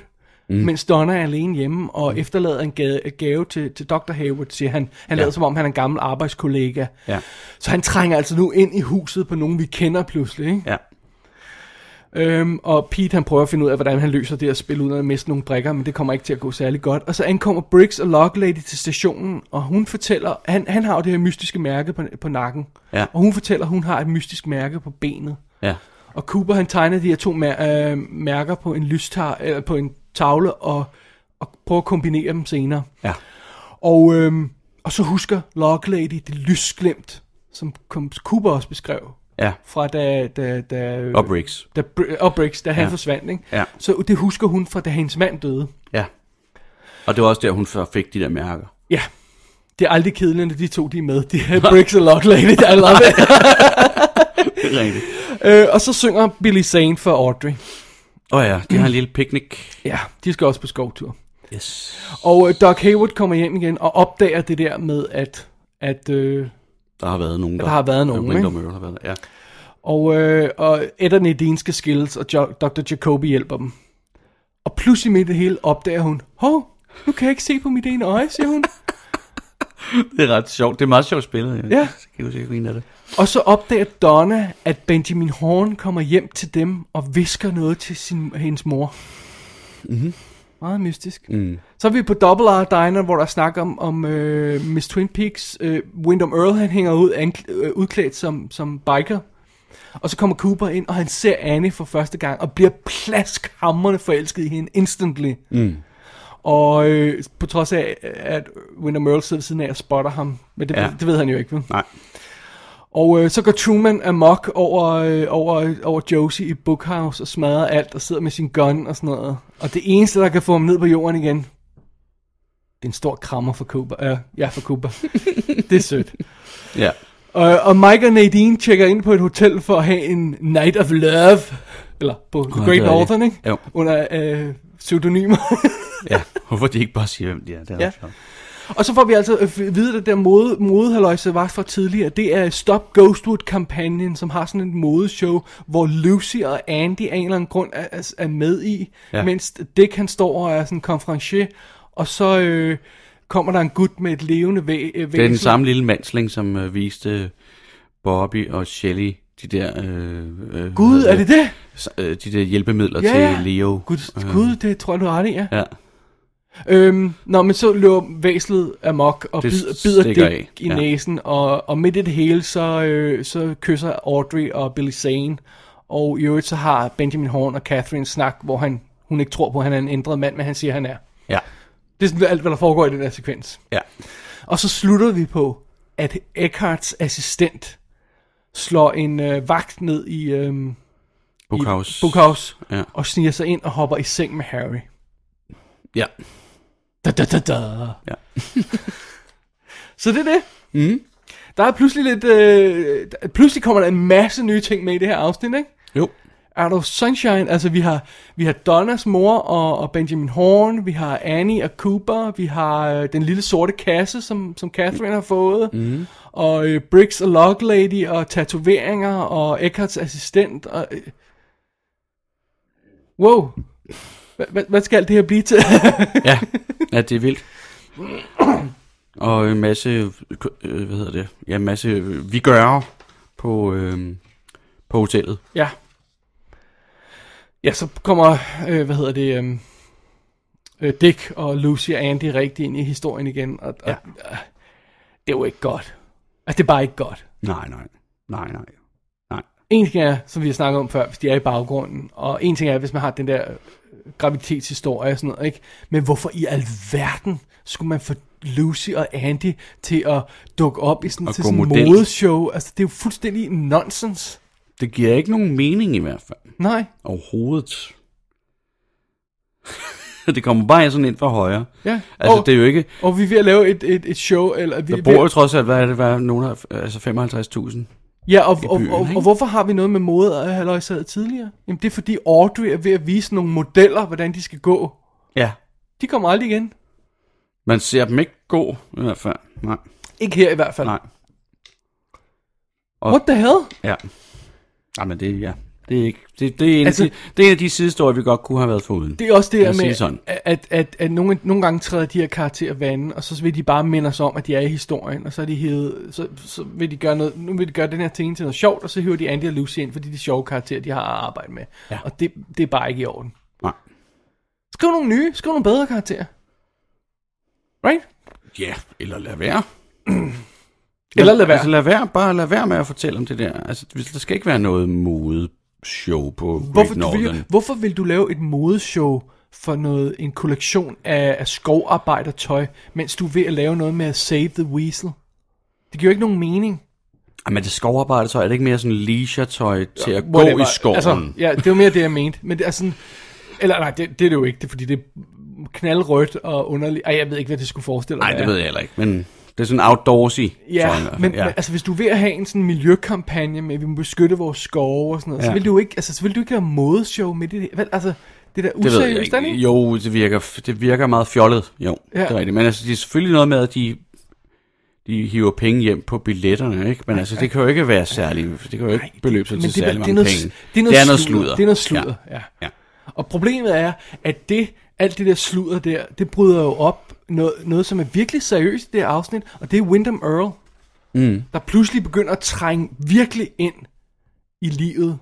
Speaker 3: mm. mens Donna er alene hjemme, og mm. efterlader en gave, gave til, til Dr. Hayward, siger han. Han
Speaker 4: Ja.
Speaker 3: ja. lader som om, han er en gammel arbejdskollega.
Speaker 4: Ja.
Speaker 3: Så han trænger altså nu ind i huset på nogen, vi kender pludselig. Ikke?
Speaker 4: Ja.
Speaker 3: Øhm, og Pete han prøver at finde ud af, hvordan han løser det at spille uden at miste nogle brikker, men det kommer ikke til at gå særlig godt. Og så ankommer Briggs og Locklady til stationen, og hun fortæller, han, han har jo det her mystiske mærke på, på nakken.
Speaker 4: Ja.
Speaker 3: Og hun fortæller, hun har et mystisk mærke på benet.
Speaker 4: Ja.
Speaker 3: Og Cooper han tegner de her to mær- øh, mærker på en lystar, eller på en tavle, og, og prøver at kombinere dem senere.
Speaker 4: Ja.
Speaker 3: Og, øhm, og så husker Locklady det lysglemt, som kom- Cooper også beskrev,
Speaker 4: Ja.
Speaker 3: fra da... da, da
Speaker 4: Og Briggs.
Speaker 3: da, Br- og Briggs, da han
Speaker 4: Ja.
Speaker 3: ja. forsvandt, ikke?
Speaker 4: Ja.
Speaker 3: Så det husker hun fra, da hendes mand døde.
Speaker 4: Ja. Og det var også der, hun så fik de der mærker.
Speaker 3: Ja. Det er aldrig kedeligt, når de to de er med. Det er Briggs og Locklady, I love it.
Speaker 4: Det er rigtigt.
Speaker 3: øh, og så synger Billy Zane for Audrey.
Speaker 4: Åh oh, ja, de har en lille picnic.
Speaker 3: Ja, de skal også på skovtur.
Speaker 4: Yes.
Speaker 3: Og øh, Doc Hayward kommer hjem igen og opdager det der med, at, at øh,
Speaker 4: Der har været nogen, der,
Speaker 3: Der har været nogen,
Speaker 4: Windom
Speaker 3: ikke?
Speaker 4: Earl har været der. Ja.
Speaker 3: og, øh, og Ed og Nadine skal skilles, og jo- Dr. Jacobi hjælper dem. Og pludselig midt i det hele opdager hun, hov, nu kan jeg ikke se på mit ene øje, siger hun.
Speaker 4: Det er ret sjovt. Det er meget sjovt spillet. Jeg
Speaker 3: Ja.
Speaker 4: kan jo sikkert grine af det.
Speaker 3: Og så opdager Donna, at Benjamin Horn kommer hjem til dem og visker noget til sin, hendes mor. Mm-hmm. Meget mystisk. Mm. Så er vi på Double R Diner, hvor der er snak om, om øh, Miss Twin Peaks. Øh, Wyndham Earl han hænger ud ankl- øh, udklædt som, som biker. Og så kommer Cooper ind, og han ser Annie for første gang, og bliver plaskhamrende forelsket i hende instantly. Mm. Og øh, på trods af, at Wyndham Earl sidder ved siden af og spotter ham. Men det,
Speaker 4: Ja.
Speaker 3: ja. det ved han jo ikke, vel?
Speaker 4: Nej.
Speaker 3: Og øh, så går Truman amok over, øh, over, over Josie i Bookhouse og smadrer alt og sidder med sin gun og sådan noget. Og det eneste, der kan få ham ned på jorden igen, det er en stor krammer for Cooper. Øh, ja, for Cooper. det er sødt.
Speaker 4: Ja.
Speaker 3: Og, og Mike og Nadine tjekker ind på et hotel for at have en Night of Love. Eller på The
Speaker 4: det
Speaker 3: Great
Speaker 4: er rigtigt.
Speaker 3: Northern, ikke?
Speaker 4: Jo.
Speaker 3: Under øh, pseudonymer.
Speaker 4: Ja, hvorfor de ikke bare siger, hvem de er. Det er
Speaker 3: Ja.
Speaker 4: ja. sjovt.
Speaker 3: og så får vi altså at vide, at det der mode, modehaløjse var fra tidligere, det er Stop Ghostwood-kampagnen, som har sådan en modeshow, hvor Lucy og Andy af en eller anden grund er, er- er med i, ja.
Speaker 4: Ja.
Speaker 3: mens Dick han står og er sådan konferencier, og så øh, kommer der en gut med et levende væ- øh, væsen.
Speaker 4: Det er den samme lille mandsling, som øh, viste Bobby og Shelly de der... Øh, øh,
Speaker 3: Gud, er det det?
Speaker 4: s- øh, De der hjælpemidler
Speaker 3: Ja, ja.
Speaker 4: til Leo.
Speaker 3: Gud,
Speaker 4: Øh,
Speaker 3: Gud det tror jeg, du har ret i, ja.
Speaker 4: Ja,
Speaker 3: Øhm, nå, men så løber væslet amok og
Speaker 4: Det
Speaker 3: bider, bider
Speaker 4: stikker
Speaker 3: Dick
Speaker 4: af,
Speaker 3: i
Speaker 4: ja.
Speaker 3: næsen, og, og midt i det hele, så, øh, så kysser Audrey og Billy Zane, og i øvrigt så har Benjamin Horn og Catherine en snak, hvor han, hun ikke tror på, at han er en ændret mand, men han siger, at han er.
Speaker 4: ja,
Speaker 3: Det er sådan alt, hvad der foregår i den her sekvens.
Speaker 4: ja.
Speaker 3: Og så slutter vi på, at Eckharts assistent slår en øh, vagt ned i, øh,
Speaker 4: Bookhouse.
Speaker 3: Bookhouse
Speaker 4: Ja.
Speaker 3: og sniger sig ind og hopper i seng med Harry.
Speaker 4: Ja.
Speaker 3: Da, da, da, da.
Speaker 4: Ja.
Speaker 3: så det er det. Mm. Der er pludselig lidt... Øh, der- pludselig kommer der en masse nye ting med i det her afsnit, ikke?
Speaker 4: Jo.
Speaker 3: Out of Sunshine, altså vi har, vi har Donnas mor og, og Benjamin Horn, vi har Annie og Cooper, vi har øh, den lille sorte kasse, som, som Catherine har fået, mm. og øh, Briggs og Log Lady og tatoveringer og Eckharts assistent. Og, øh. Wow, Hva- hva- hvad skal alt det her blive til?
Speaker 4: Ja, ja det er vildt. Og en masse, øh, hvad hedder det, ja, en masse øh, vi gør på, øh, på hotellet.
Speaker 3: Ja. Ja, så kommer, øh, hvad hedder det, øhm, øh, Dick og Lucy og Andy rigtig ind i historien igen, og, og
Speaker 4: Ja.
Speaker 3: øh, det er jo ikke godt. Altså, det er bare ikke godt.
Speaker 4: Nej, nej, nej, nej.
Speaker 3: En ting er, som vi har snakket om før, hvis de er i baggrunden, og en ting er, hvis man har den der øh, graviditetshistorie og sådan noget, ikke? Men hvorfor i alverden skulle man få Lucy og Andy til at dukke op i sådan,
Speaker 4: Og
Speaker 3: til
Speaker 4: gå
Speaker 3: sådan en
Speaker 4: model.
Speaker 3: modeshow? Altså, det er jo fuldstændig nonsens.
Speaker 4: Det giver ikke nogen mening i hvert fald.
Speaker 3: Nej.
Speaker 4: Overhovedet. det kommer bare sådan ind fra højre.
Speaker 3: Ja.
Speaker 4: Altså,
Speaker 3: Og-
Speaker 4: det er jo ikke...
Speaker 3: Og vi er ved at lave et, et, et show, eller vi,
Speaker 4: Der bor jo
Speaker 3: vi,
Speaker 4: trods alt, hvad er det, hvad er nogen af, altså 55.000.
Speaker 3: ja, og, og,
Speaker 4: byen,
Speaker 3: og, og,
Speaker 4: ikke?
Speaker 3: hvorfor har vi noget med mode at have løjsaget tidligere? Jamen det er fordi Audrey er ved at vise nogle modeller, hvordan de skal gå.
Speaker 4: Ja.
Speaker 3: De kommer aldrig igen.
Speaker 4: Man ser dem ikke gå, i hvert fald. Nej,
Speaker 3: Ikke her i hvert fald.
Speaker 4: nej.
Speaker 3: What the hell?
Speaker 4: Ja. Jamen, det, ja. det er ikke... Det, det, er en,
Speaker 3: Altså-
Speaker 4: altså, det, det er en af de sidestorier, vi godt kunne have været foruden.
Speaker 3: Det er også det
Speaker 4: Lad
Speaker 3: her
Speaker 4: os sige
Speaker 3: med,
Speaker 4: sådan.
Speaker 3: at, at, at, at nogle, nogle gange træder de her karakterer vandet, og så vil de bare minde os om, at de er i historien, og så er de hævet, så, så vil de gøre noget, nu vil de gøre den her ting til noget sjovt, og så hiver de Andy og Lucy ind, fordi de er sjove karakterer, de har at arbejde med. Ja. Og det, det er bare ikke i orden.
Speaker 4: Nej.
Speaker 3: Skriv nogle nye, skriv nogle bedre karakterer. Right?
Speaker 4: Ja, eller lad være.
Speaker 3: Eller lad være.
Speaker 4: Altså, lad være. Bare lad være med at fortælle om det der. Altså, hvis der skal ikke være noget mode show på Great
Speaker 3: Hvorfor, du
Speaker 4: Northern.
Speaker 3: vil, hvorfor vil du lave et modeshow for noget, en kollektion af, af skovarbejdertøj, mens du er ved at lave noget med at save the weasel? Det giver jo ikke nogen mening.
Speaker 4: Ej, men det skovarbejde, så er det ikke mere sådan leisure-tøj til at gå
Speaker 3: Whatever.
Speaker 4: i skoven.
Speaker 3: Altså, ja, det var mere det, jeg mente. Men det er sådan... Eller nej, det, det er det jo ikke, det er, fordi det er knaldrødt og underligt. Ej, jeg ved ikke, hvad det skulle forestille
Speaker 4: Nej,
Speaker 3: at
Speaker 4: det
Speaker 3: være.
Speaker 4: ved jeg heller ikke, men det er sådan outdoorsy.
Speaker 3: Ja,
Speaker 4: tror jeg.
Speaker 3: men, ja. men altså, hvis du er ved at have en sådan miljøkampagne med, at vi må beskytte vores skove og sådan noget, ja. så
Speaker 4: Ja.
Speaker 3: vil du ikke, altså, så vil du ikke lave modeshow med det. Vel, altså, det der
Speaker 4: det ved jeg
Speaker 3: useriøst, er det
Speaker 4: ikke.
Speaker 3: ikke?
Speaker 4: Jo, det virker, det virker meget fjollet, jo,
Speaker 3: Ja.
Speaker 4: ja. det er rigtigt. Men altså, det er selvfølgelig noget med, at de, de hiver penge hjem på billetterne, ikke? Men altså, det kan jo ikke være særlig, det kan jo ikke beløbe sig
Speaker 3: Men
Speaker 4: til
Speaker 3: det, er-
Speaker 4: særlig
Speaker 3: det, er
Speaker 4: mange
Speaker 3: noget,
Speaker 4: penge.
Speaker 3: det er noget, sludder. Det er noget sludder,
Speaker 4: Ja.
Speaker 3: ja. ja.
Speaker 4: Ja.
Speaker 3: Og problemet er, at det, alt det der sludder der, det bryder jo op noget, noget som er virkelig seriøst i det her afsnit, og det er Wyndham Earl, mm. der pludselig begynder at trænge virkelig ind i livet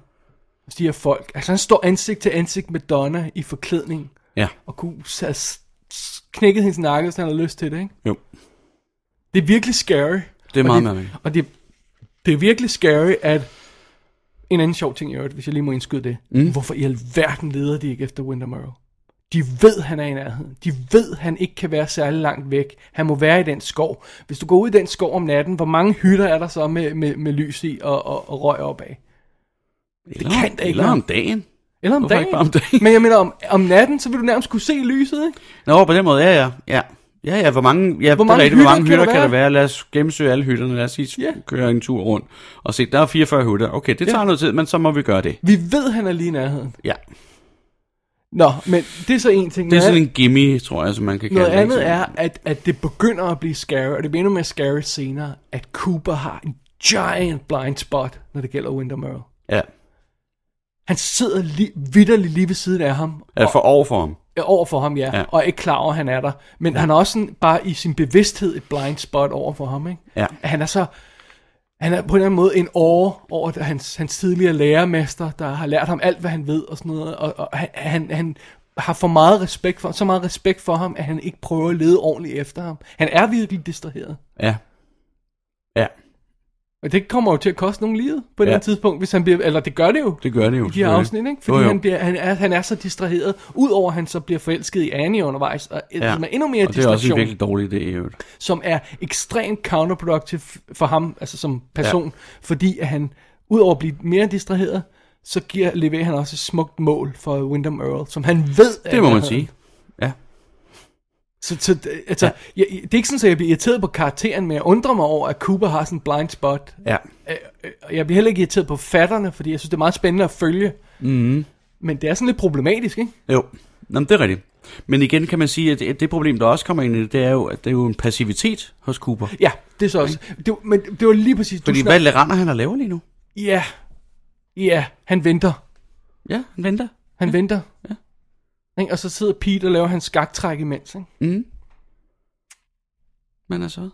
Speaker 3: hos de her folk. Altså han står ansigt til ansigt med Donna i forklædning,
Speaker 4: ja,
Speaker 3: og kunne have s- s- knækket hendes nakke, hvis han havde lyst til det, ikke?
Speaker 4: jo.
Speaker 3: Det er virkelig scary.
Speaker 4: Det er
Speaker 3: og
Speaker 4: meget
Speaker 3: det,
Speaker 4: mærkeligt.
Speaker 3: Og det, det er virkelig scary, at... En anden sjov ting i øvrigt, hvis jeg lige må indskyde det. Mm. Hvorfor i alverden leder de ikke efter Winter Morrow? De ved, han er i nærheden. De ved, han ikke kan være særlig langt væk. Han må være i den skov. Hvis du går ud i den skov om natten, hvor mange hytter er der så med, med, med lys i og, og, og røg opad?
Speaker 4: Eller,
Speaker 3: kan da ikke
Speaker 4: Eller
Speaker 3: være-
Speaker 4: om dagen.
Speaker 3: Eller om
Speaker 4: Hvorfor
Speaker 3: dagen.
Speaker 4: ikke bare om dagen?
Speaker 3: Men jeg mener, om, om natten, så vil du nærmest kunne se lyset, ikke?
Speaker 4: Nå, på den måde, ja, ja. ja. Ja, ja, hvor mange, ja, hvor
Speaker 3: mange
Speaker 4: mange, rigtigt, hvor
Speaker 3: hytter
Speaker 4: mange
Speaker 3: kan
Speaker 4: hytter
Speaker 3: der
Speaker 4: kan der
Speaker 3: være?
Speaker 4: være? Lad os gennemsøge alle hytterne, lad os sige,
Speaker 3: Ja.
Speaker 4: yeah. køre en tur rundt. Og se, der er 44 hytter. Okay, det tager noget tid, men så må vi gøre det.
Speaker 3: Vi ved, han er lige i nærheden.
Speaker 4: Ja.
Speaker 3: Nå, men det er så en ting.
Speaker 4: Det er
Speaker 3: Noget
Speaker 4: sådan en gimme, tror jeg, som man kan kalde
Speaker 3: Noget
Speaker 4: det. ikke?
Speaker 3: andet er, at, at det begynder at blive scary, og det bliver endnu mere scary senere, at Cooper har en giant blind spot, når det gælder Windermere.
Speaker 4: Ja,
Speaker 3: Han sidder li- vidderligt lige ved siden af ham,
Speaker 4: er for over for ham.
Speaker 3: øh, over for ham, ja,
Speaker 4: Ja.
Speaker 3: ja, og er ikke klar over, at han er der. Men ja. han har også sådan, bare i sin bevidsthed et blind spot over for ham, ikke?
Speaker 4: Ja.
Speaker 3: At Han er så... Han er på en eller anden måde en åre over at hans, hans tidligere lærermester, der har lært ham alt, hvad han ved og sådan noget. Og, og han, han, han har for meget respekt for, så meget respekt for ham, at han ikke prøver at lede ordentligt efter ham. Han er virkelig distraheret.
Speaker 4: Ja. Ja,
Speaker 3: Og det kommer jo til at koste nogen livet på et
Speaker 4: Ja.
Speaker 3: eller andet tidspunkt, hvis han bliver... Eller det gør det jo.
Speaker 4: det gør det jo.
Speaker 3: i de her
Speaker 4: selvfølgelig.
Speaker 3: afsnit, ikke? Fordi
Speaker 4: Jo, jo.
Speaker 3: Han, bliver, han, er, han er så distraheret. Udover at han så bliver forelsket i Annie undervejs, og ja. som er endnu mere
Speaker 4: og det er også en
Speaker 3: distraktion,
Speaker 4: virkelig dårlig idé, i øvrigt.
Speaker 3: som er ekstremt counterproductive for ham, altså som person, ja. fordi at han, udover at blive mere distraheret, så giver, leverer han også et smukt mål for Wyndham Earl, som han ved... at
Speaker 4: Det må
Speaker 3: han
Speaker 4: man
Speaker 3: havde.
Speaker 4: sige. Ja.
Speaker 3: Så, så det- altså,
Speaker 4: Ja.
Speaker 3: ja. jeg, det er ikke sådan, at jeg bliver irriteret på karakteren, men jeg undrer mig over, at Cooper har sådan en blind spot.
Speaker 4: Ja.
Speaker 3: Øh, øh, og Jeg bliver heller ikke irriteret på fatterne, fordi jeg synes, det er meget spændende at følge. Mm.
Speaker 4: Mhm.
Speaker 3: Men det er sådan lidt problematisk, ikke?
Speaker 4: Jo, Jamen, det er rigtigt. Men igen kan man sige, at det, det problem, der også kommer ind i det, det er jo, at det er jo en passivitet hos Cooper.
Speaker 3: Ja, det er så også. Det, men det var lige præcis...
Speaker 4: Fordi
Speaker 3: snak-
Speaker 4: hvad render han og laver lige nu?
Speaker 3: Ja. Ja, han venter.
Speaker 4: Ja, han venter.
Speaker 3: Han ja. venter.
Speaker 4: Ja.
Speaker 3: Ikke? Og så sidder Pete og laver hans skaktræk imens. Ikke?
Speaker 4: Mm. Men altså,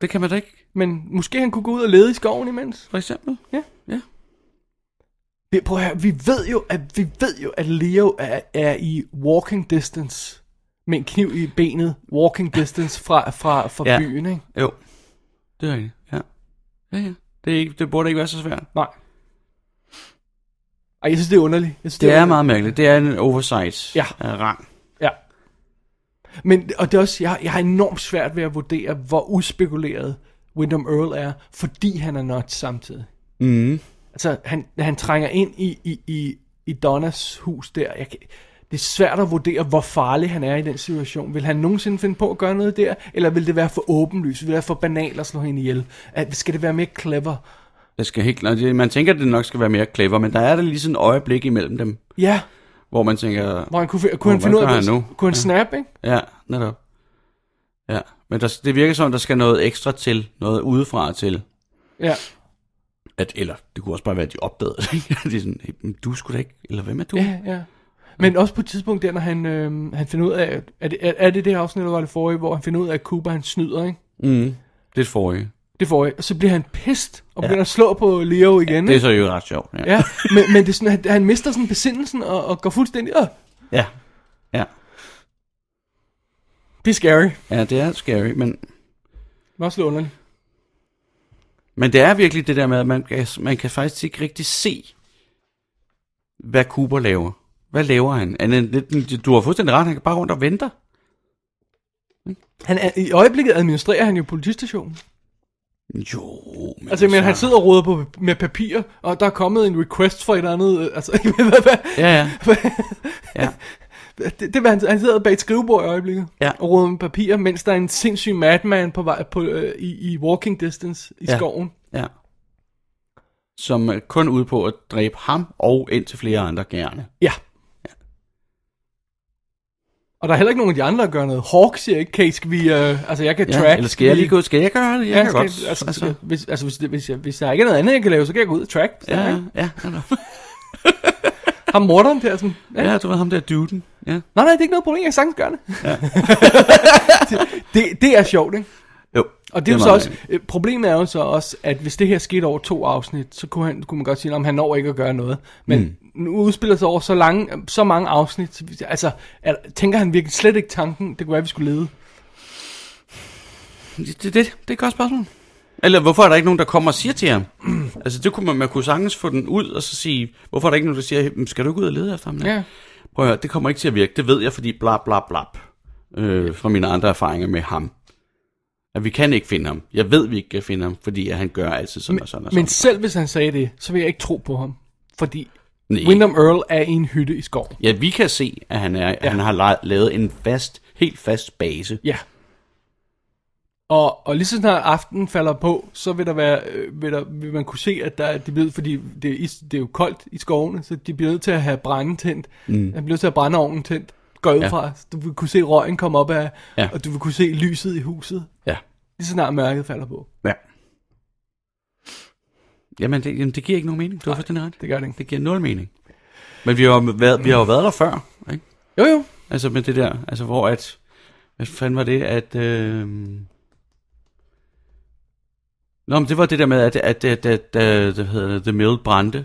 Speaker 4: det kan man da ikke,
Speaker 3: Men måske han kunne gå ud og lede i skoven imens.
Speaker 4: for eksempel.
Speaker 3: Ja.
Speaker 4: Ja.
Speaker 3: Vi, prøv at høre, vi ved jo, at, vi ved jo, at Leo er, er i walking distance. Med en kniv i benet. Walking distance fra, fra, fra
Speaker 4: Ja.
Speaker 3: ja. byen, ikke?
Speaker 4: Jo, det er rigtigt. Ja, ja, ja. Det, er ikke, det burde ikke være så svært.
Speaker 3: Nej. Ej, jeg synes, det er underligt. Jeg synes,
Speaker 4: Det er
Speaker 3: underligt.
Speaker 4: meget mærkeligt. Det er en oversight
Speaker 3: Ja.
Speaker 4: af rang.
Speaker 3: Ja. Men, og det er også, jeg, jeg har enormt svært ved at vurdere, hvor uspekuleret Wyndham Earl er, fordi han er not samtidig.
Speaker 4: Mm.
Speaker 3: Altså, han, han trænger ind i, i, i, i Donnas hus der. Jeg kan, det er svært at vurdere, hvor farlig han er i den situation. Vil han nogensinde finde på at gøre noget der, eller vil det være for åbenlyst? Vil det være for banalt at slå hende ihjel? At, skal det være mere clever?
Speaker 4: Det skal helt klart. det- Man tænker, at det nok skal være mere clever, men der er der lige sådan et øjeblik imellem dem,
Speaker 3: Ja,
Speaker 4: hvor man tænker,
Speaker 3: hvor han kunne, fi- kunne
Speaker 4: Åh,
Speaker 3: han finde
Speaker 4: hvad
Speaker 3: ud af,
Speaker 4: gør han
Speaker 3: kunne
Speaker 4: nu?
Speaker 3: han snap, ikke?
Speaker 4: Ja, netop. Ja, men der, det virker som, om, der skal noget ekstra til, noget udefra til.
Speaker 3: Ja.
Speaker 4: At, eller det kunne også bare være, at de opdagede det. ikke? de er sådan, "Hey, men du skulle da ikke, eller hvem er du?
Speaker 3: Ja, ja. Men også på et tidspunkt der, når han, øh, han finder ud af, er det, er, er det det her afsnit, eller var det forrige, hvor han finder ud af, at Cooper han snyder, ikke?
Speaker 4: Mm, det er forrige.
Speaker 3: Det forrige. Og så bliver han pist, og begynder at slå på Leo igen,
Speaker 4: Det er
Speaker 3: ikke?
Speaker 4: så jo ret sjovt. Ja.
Speaker 3: Ja, men, men det er sådan, han, han mister sådan besindelsen og, og går fuldstændig, åh,
Speaker 4: ja. ja.
Speaker 3: det er scary.
Speaker 4: Ja, det er scary, men,
Speaker 3: Men også lidt underligt.
Speaker 4: men det er virkelig det der med, at man, kan- man kan faktisk ikke rigtig se, hvad Cooper laver. Hvad laver han? Han er lidt, du har fuldstændig ret, han kan bare rundt og venter.
Speaker 3: Han er, I øjeblikket administrerer han jo politistationen.
Speaker 4: Jo, men
Speaker 3: Altså, men han sidder og roder på, med papir, og der er kommet en request fra et eller andet, øh, altså, hvad, hvad,
Speaker 4: Ja, ja. ja.
Speaker 3: Det, det var, han, han sidder bag et skrivebord i øjeblikket
Speaker 4: Ja.
Speaker 3: og ruder med papir, mens der er en sindssyg madman på vej på, øh, i, i walking distance i
Speaker 4: Ja.
Speaker 3: ja. skoven.
Speaker 4: Ja. Som er kun ude på at dræbe ham og indtil flere andre gerne.
Speaker 3: Ja. Og der er heller ikke nogen af de andre, der gør noget. Hawk siger ikke, okay, skal vi, øh, altså jeg kan
Speaker 4: Ja,
Speaker 3: track.
Speaker 4: eller skal jeg lige gå, skal jeg gøre det? Jeg
Speaker 3: Ja,
Speaker 4: kan
Speaker 3: skal,
Speaker 4: godt.
Speaker 3: Altså, altså. Hvis, altså hvis, hvis, jeg, hvis der ikke er noget andet, jeg kan lave, så kan jeg gå ud og track.
Speaker 4: ja,
Speaker 3: Ja.
Speaker 4: ja, ja, ja,
Speaker 3: Ham morderen der sådan, ja.
Speaker 4: ja, du ved ham der duden. Ja.
Speaker 3: nej, nej, det er ikke noget problem, jeg kan sagtens gøre det. Ja. det, det er sjovt, ikke?
Speaker 4: Jo,
Speaker 3: Og det, er jo så
Speaker 4: meget
Speaker 3: også,
Speaker 4: rigtigt.
Speaker 3: øh, problemet er jo så også, at hvis det her skete over to afsnit, så kunne, han, kunne man godt sige, at han når ikke at gøre noget. Men mm. nu udspiller sig over så, lange, så mange afsnit, så vi- altså er, tænker han virkelig slet ikke tanken, det kunne være, at vi skulle lede.
Speaker 4: Det, det, det, det er et godt spørgsmål. Eller hvorfor er der ikke nogen, der kommer og siger til ham? altså det kunne man, man kunne sagtens få den ud og så sige, hvorfor er der ikke nogen, der siger, "Hey, skal du ikke ud og lede efter ham?
Speaker 3: Ja.
Speaker 4: Prøv at høre, det kommer ikke til at virke. Det ved jeg, fordi bla bla bla. Øh, fra mine andre erfaringer med ham. At vi kan ikke finde ham. Jeg ved, vi ikke kan finde ham, fordi at han gør altid sådan og sådan og sådan.
Speaker 3: Men selv hvis han sagde det, så vil jeg ikke tro på ham. Fordi
Speaker 4: Nej.
Speaker 3: Wyndham Earl er i en hytte i skoven.
Speaker 4: Ja, vi kan se, at han, er, ja. han har la- lavet en fast, helt fast base.
Speaker 3: Ja. Og, og lige så snart aftenen falder på, så vil der være, øh, vil, der, vil man kunne se, at der, er- de bliver, fordi det er, is, det er jo koldt i skovene, så de bliver nødt til at have brænde tændt. Mm. Han bliver nødt til at have brændeovnen tændt. Går jeg ud
Speaker 4: Ja.
Speaker 3: fra. Så Du vil kunne se røgen komme op af,
Speaker 4: Ja.
Speaker 3: og du vil kunne se lyset i huset.
Speaker 4: Ja.
Speaker 3: Lige så snart mørket falder på.
Speaker 4: Ja. Jamen, det, jamen, det giver ikke nogen mening. Du har fuldstændig ret.
Speaker 3: Det gør det ikke.
Speaker 4: Det giver nul mening. Men vi har jo været, vi har jo været der før, ikke?
Speaker 3: Jo jo.
Speaker 4: Altså med det der, altså hvor at, hvad fanden var det, at, øh... Nå, men det var det der med, at, at, at, at, at hvad hedder det, The Mill brændte,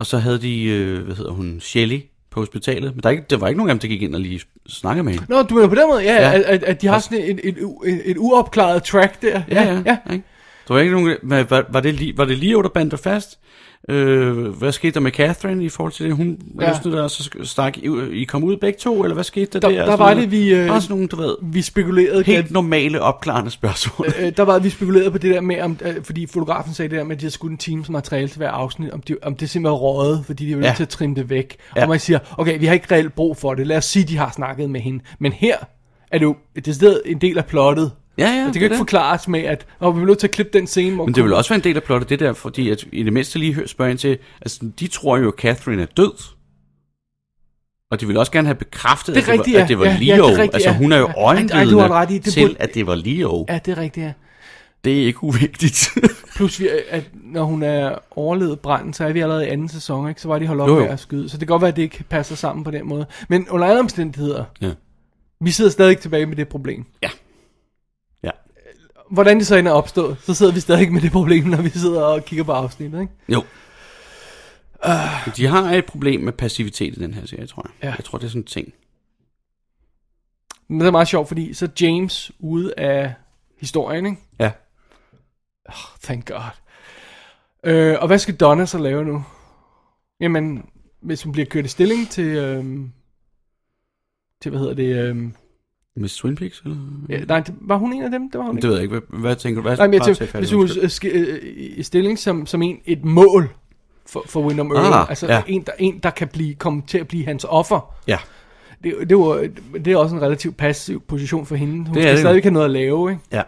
Speaker 4: og så havde de, øh, hvad hedder hun, Shelly på hospitalet, men der, er ikke, der var ikke nogen af dem, der gik ind og lige snakkede med hende.
Speaker 3: Nå, du mener på den måde, ja, ja.
Speaker 4: Ja.
Speaker 3: At, at, at de har sådan et, et, et, u- et, et uopklaret track der. ja.
Speaker 4: Ikke? Der var ikke nogen, var, var, var det, lige, var det Leo, der bandt dig fast? Øh, hvad skete der med Catherine i forhold til det? Hun
Speaker 3: Ja.
Speaker 4: ja. løsnede der, og så stak I, I kom ud begge to, eller hvad skete der
Speaker 3: Der-
Speaker 4: der? og
Speaker 3: der
Speaker 4: sådan
Speaker 3: var
Speaker 4: noget.
Speaker 3: det, vi, øh,
Speaker 4: Bare sådan nogle, du ved,
Speaker 3: Vi spekulerede
Speaker 4: helt normale opklarende spørgsmål.
Speaker 3: øh, der var vi spekuleret på det der med, om, øh, fordi fotografen sagde det der med, at de havde skudt en times materiale til hver afsnit, om, de, om det simpelthen rådede, fordi de var nødt
Speaker 4: Ja.
Speaker 3: til at trimme det væk. Ja.
Speaker 4: Ja.
Speaker 3: Og man siger, okay, vi har ikke reelt brug for det, lad os sige, de har snakket med hende. Men her er det jo decideret en del af plottet.
Speaker 4: Ja, ja,
Speaker 3: Og det
Speaker 4: det
Speaker 3: kan
Speaker 4: er
Speaker 3: jo ikke
Speaker 4: det.
Speaker 3: forklares med, at og vi er nødt til at klippe den scene, hvor
Speaker 4: Men det vil også være en del af plottet, det der, fordi at i det mindste lige hør- spørge ind til, altså de tror jo, at Catherine er død. Og de vil også gerne have bekræftet,
Speaker 3: Det er
Speaker 4: at, det
Speaker 3: rigtigt,
Speaker 4: var,
Speaker 3: ja.
Speaker 4: at det var
Speaker 3: Ja, ja, det er
Speaker 4: Leo.
Speaker 3: rigtigt,
Speaker 4: altså
Speaker 3: ja.
Speaker 4: hun er jo
Speaker 3: Ja. Ej, ej, du har
Speaker 4: øjenvidne
Speaker 3: ret i, det
Speaker 4: til,
Speaker 3: burde-
Speaker 4: at det var Leo.
Speaker 3: Ja, det er rigtigt, ja.
Speaker 4: Det er ikke uvigtigt.
Speaker 3: Plus, vi, øh, at når hun er overlevet branden, så er vi allerede i anden sæson, ikke? Så var de holdt op
Speaker 4: Jo, jo.
Speaker 3: med at skyde. Så det kan godt være, at det ikke passer sammen på den måde. Men under alle omstændigheder,
Speaker 4: Ja.
Speaker 3: vi sidder stadig tilbage med det problem.
Speaker 4: ja.
Speaker 3: Hvordan det så end er opstået, så sidder vi stadig med det problem, når vi sidder og kigger på afsnittet, ikke?
Speaker 4: Jo. De har et problem med passivitet i den her serie, tror jeg.
Speaker 3: Ja.
Speaker 4: Jeg tror, det er sådan en ting.
Speaker 3: Men det er meget sjovt, fordi så er James ude af historien, ikke? Oh,
Speaker 4: Ja.
Speaker 3: Thank God. Øh, og hvad skal Donna så lave nu? Jamen, hvis hun bliver kørt i stilling til... Øhm, til, hvad hedder det? Øhm,
Speaker 4: Miss Twin Peaks, eller?
Speaker 3: ja, nej, det, var hun en af dem? Det var hun
Speaker 4: Det ved jeg ikke. Hvad, hvad tænker du? Hvad,
Speaker 3: Nej, men jeg
Speaker 4: bare tag
Speaker 3: tænker,
Speaker 4: fat i
Speaker 3: hvis
Speaker 4: det,
Speaker 3: hun
Speaker 4: undskyld.
Speaker 3: øh, sk- øh, i stilling som, som en, et mål for, for Windham Earl,
Speaker 4: Ah,
Speaker 3: altså
Speaker 4: ja.
Speaker 3: en, der, en, der kan blive, komme til at blive hans offer,
Speaker 4: Ja.
Speaker 3: det, det, var, det er også en relativt passiv position for hende. Hun
Speaker 4: Det er
Speaker 3: skal
Speaker 4: det jo.
Speaker 3: stadigvæk have noget at lave, ikke?
Speaker 4: ja.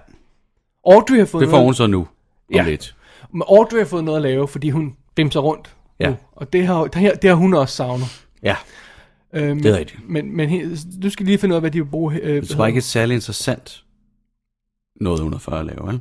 Speaker 3: Audrey har fået,
Speaker 4: Det får hun
Speaker 3: noget,
Speaker 4: så nu. Om
Speaker 3: Ja.
Speaker 4: ja. lidt.
Speaker 3: men Audrey har fået noget at lave, fordi hun bimser rundt.
Speaker 4: Ja.
Speaker 3: Nu, og det har, det, har, det har hun også savnet.
Speaker 4: Ja.
Speaker 3: Øhm,
Speaker 4: Det er rigtigt.
Speaker 3: Men, men he, du skal lige finde ud af, hvad de vil bruge. Øh,
Speaker 4: Det var ikke et særlig interessant noget, hun har før at lave, vel?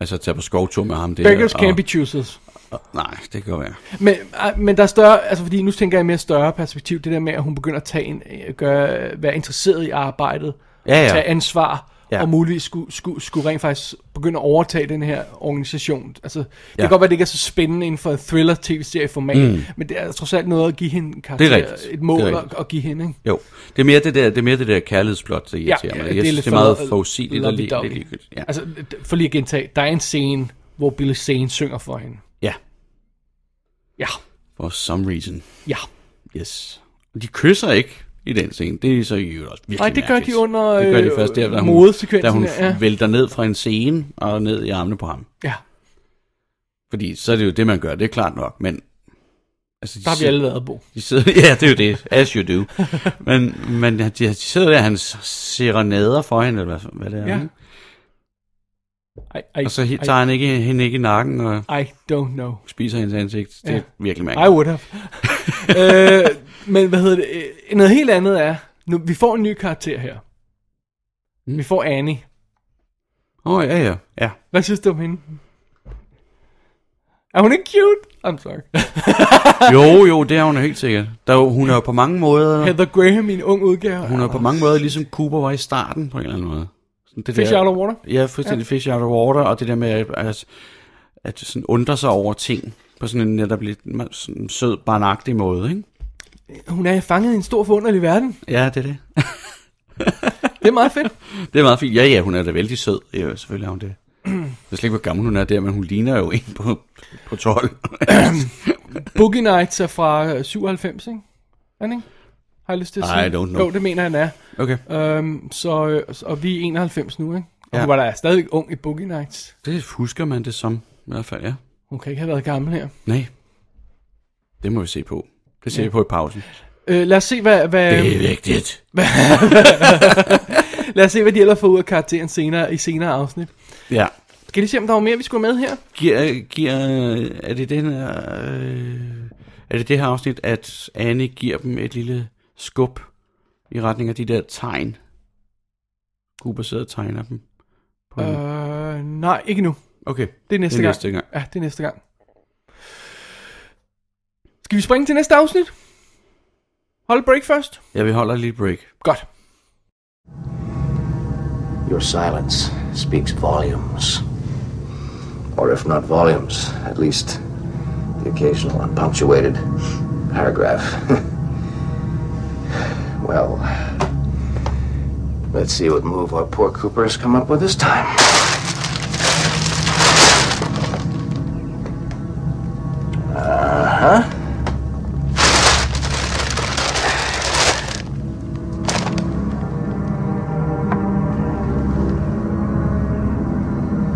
Speaker 4: Altså at tage på skovtur med ham. Det
Speaker 3: Beggars
Speaker 4: og-
Speaker 3: can't be choosers.
Speaker 4: og- Nej, det kan godt være.
Speaker 3: Men, ej, men der er større, altså fordi nu tænker jeg i mere større perspektiv, det der med, at hun begynder at tage en, øh, gøre, være interesseret i arbejdet,
Speaker 4: Ja, ja.
Speaker 3: tage ansvar, ja.
Speaker 4: Ja.
Speaker 3: og muligvis skulle, skulle, skulle rent faktisk begynde at overtage den her organisation. Altså, det ja.
Speaker 4: Ja.
Speaker 3: kan godt være, det ikke er så spændende inden for en thriller-tv-serie-format, mm. men det er trods alt noget at give hende en karakter,
Speaker 4: rigtigt.
Speaker 3: et
Speaker 4: Det
Speaker 3: mål
Speaker 4: er
Speaker 3: at,
Speaker 4: rigtigt.
Speaker 3: at give hende. Ikke?
Speaker 4: Jo, det er mere det der, det er mere det der kærlighedsplot, der irriterer mig. Jeg det synes, det er meget forudsigeligt og lige,
Speaker 3: lovey-dovey.
Speaker 4: lige, lige, ja.
Speaker 3: Altså, d- for lige at gentage, der er en scene, hvor Billy Zane synger for hende.
Speaker 4: ja,
Speaker 3: Ja,
Speaker 4: for some reason.
Speaker 3: ja.
Speaker 4: Yes. De kysser ikke i den scene. Det er så i øvrigt også virkelig
Speaker 3: Nej, det gør
Speaker 4: mærkeligt.
Speaker 3: de under,
Speaker 4: det gør de
Speaker 3: øh,
Speaker 4: først der, da hun, da
Speaker 3: modesekvensen
Speaker 4: hun
Speaker 3: der, ja.
Speaker 4: vælter ned fra en scene og ned i armene på ham.
Speaker 3: ja.
Speaker 4: Fordi så er det jo det, man gør. Det er klart nok, men... Altså, de
Speaker 3: Der har vi
Speaker 4: sidder-
Speaker 3: alle været på.
Speaker 4: De sidder, ja, det er jo det. As you do. men men de, de sidder der, han serenader for hende, eller hvad, hvad det er.
Speaker 3: Ja.
Speaker 4: Ja.
Speaker 3: I, I,
Speaker 4: Og så he-
Speaker 3: I-
Speaker 4: tager han ikke, hende ikke i nakken og
Speaker 3: I don't know.
Speaker 4: spiser hendes ansigt. Det er
Speaker 3: Ja.
Speaker 4: virkelig
Speaker 3: I
Speaker 4: mærkeligt.
Speaker 3: would have. øh, men hvad hedder det? øh, Noget helt andet er, nu, vi får en ny karakter her. Mm. Vi får Annie.
Speaker 4: Åh, oh, ja, ja. ja.
Speaker 3: Hvad synes du om hende? Er hun ikke cute? I'm sorry.
Speaker 4: Jo, jo, det er hun jo helt sikkert. Der, er jo- hun er jo på mange måder...
Speaker 3: Heather Graham i en ung udgave.
Speaker 4: Hun er jo på mange måder ligesom Cooper var i starten, på en eller anden måde. Sådan det
Speaker 3: Fish
Speaker 4: der-
Speaker 3: out of water.
Speaker 4: Ja, fuldstændig fish out of water, og det der med at, at, at sådan undre sig over ting på sådan en netop lidt sådan sød, barnagtig måde, ikke?
Speaker 3: Hun er fanget i en stor forunderlig verden.
Speaker 4: Ja, det er det.
Speaker 3: Det er meget fedt.
Speaker 4: Det er meget fint. Ja, ja, hun er da vældig sød. Ja, selvfølgelig er hun det. Jeg ved slet ikke, hvor gammel hun er der, men hun ligner jo en på, på 12.
Speaker 3: Boogie Nights er fra øh, 97, ikke? Er den ikke? Har jeg lyst til at
Speaker 4: I
Speaker 3: sige?
Speaker 4: don't know.
Speaker 3: Jo, det mener han er.
Speaker 4: Okay.
Speaker 3: Øhm, så, øh, så- og vi er 91 nu, ikke? Og ja.
Speaker 4: Ja.
Speaker 3: hun var da stadig ung i Boogie Nights.
Speaker 4: Det husker man det som, i hvert fald, ja.
Speaker 3: Hun kan ikke have været gammel her.
Speaker 4: Nej. Det må vi se på. Det Øhm. ser vi på i pausen.
Speaker 3: Øh, lad os se, hvad, hvad,
Speaker 4: vigtigt.
Speaker 3: Lad os se, hvad de ellers får ud af karakteren senere, i senere afsnit.
Speaker 4: Ja.
Speaker 3: Skal lige se, om der var mere, vi skulle have med her?
Speaker 4: Giver, giver, er det den her, øh, er det det her afsnit, at Anne giver dem et lille skub i retning af de der tegn? Gruber sidder og tegner dem. På en-
Speaker 3: Øh, nej, ikke nu.
Speaker 4: okay,
Speaker 3: Det er næste,
Speaker 4: Mm.
Speaker 3: gang.
Speaker 4: det er næste gang.
Speaker 3: Ja, det er næste gang. Skal vi springe til næste afsnit? Hold break først.
Speaker 4: Ja, vi holder lige break.
Speaker 3: Godt.
Speaker 8: Your silence speaks volumes. Or if not volumes, at least the occasional unpunctuated paragraph. well, let's see what move our poor Cooper has come up with this time. Uh huh.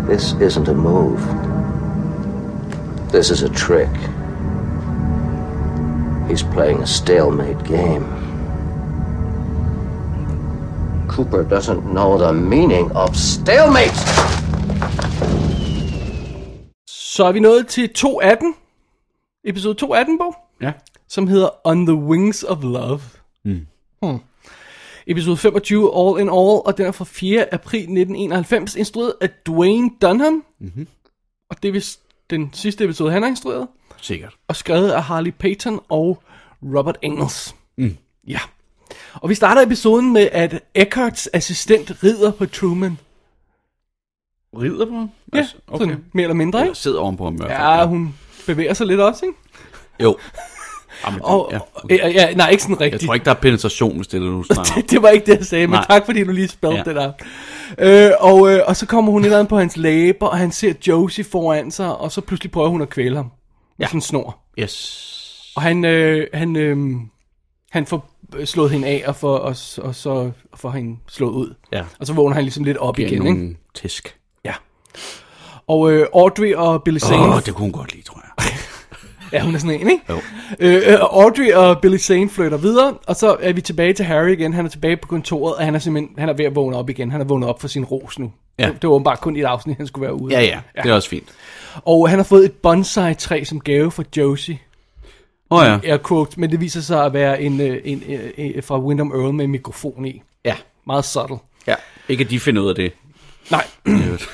Speaker 8: This isn't a move. This is a trick. He's playing a stalemate game. Cooper doesn't know the meaning of stalemate!
Speaker 3: Så er vi nået til 218. Episode 218, Bo.
Speaker 4: Ja.
Speaker 3: Som hedder On the Wings of Love. Mm. Hmm. Episode 25, All in All, og den er fra 4. april 1991, instrueret af Dwayne Dunham. Mm-hmm. Og det er vist den sidste episode, han har instrueret.
Speaker 4: Sikkert.
Speaker 3: og skrevet af Harley Payton og Robert Engels. Mm. Ja. Og vi starter episoden med, at Eckharts assistent rider på Truman.
Speaker 4: Rider på dem?
Speaker 3: Ja,
Speaker 4: Altså,
Speaker 3: okay. sådan, mere eller mindre,
Speaker 4: Eller
Speaker 3: ikke?
Speaker 4: sidder ovenpå ham i hvert fald.
Speaker 3: Ja, hun bevæger sig lidt også, ikke?
Speaker 4: Jo. Jamen,
Speaker 3: Og,
Speaker 4: ja,
Speaker 3: ja,
Speaker 4: okay.
Speaker 3: ja, ja, nej, ikke sådan
Speaker 4: Jeg
Speaker 3: rigtigt.
Speaker 4: tror ikke, der er penetration, hvis det er det, du snakker om.
Speaker 3: det var ikke det, jeg sagde, men
Speaker 4: Nej.
Speaker 3: nej. tak fordi du lige spældte
Speaker 4: Ja.
Speaker 3: ja. det der. Øh, og, øh, og så kommer hun ind på hans læber, og han ser Josie foran sig, og så pludselig prøver hun at kvæle ham. Med ja. sådan en snor.
Speaker 4: Yes.
Speaker 3: Og han, øh, han, øh, han får øh, slået hende af, og, for, og, s- og så får han slået ud.
Speaker 4: Ja.
Speaker 3: Og så vågner han ligesom lidt op
Speaker 4: Giver
Speaker 3: igen,
Speaker 4: nogle
Speaker 3: ikke?
Speaker 4: tæsk.
Speaker 3: Ja. Og øh, Audrey og Billy Zane...
Speaker 4: Åh, oh, det kunne hun godt lide, tror jeg.
Speaker 3: Ja, hun er sådan en, ikke?
Speaker 4: Jo.
Speaker 3: Øh, øh, og Audrey og Billy Zane flytter videre, og så er vi tilbage til Harry igen. Han er tilbage på kontoret, og han er simpelthen han er ved at vågne op igen. Han er vågnet op for sin ros nu.
Speaker 4: Ja.
Speaker 3: Det, det var åbenbart kun i et afsnit, han skulle være ude.
Speaker 4: Ja, ja, det er også fint.
Speaker 3: Og han har fået et bonsai-træ som gave fra Josie.
Speaker 4: Åh oh, ja.
Speaker 3: Air quote, men det viser sig at være en, øh, en, øh, en fra Wyndham Earl med en mikrofon i.
Speaker 4: Ja.
Speaker 3: Meget subtle.
Speaker 4: ja. Ikke at de finder ud af det.
Speaker 3: Nej.
Speaker 4: i øvrigt.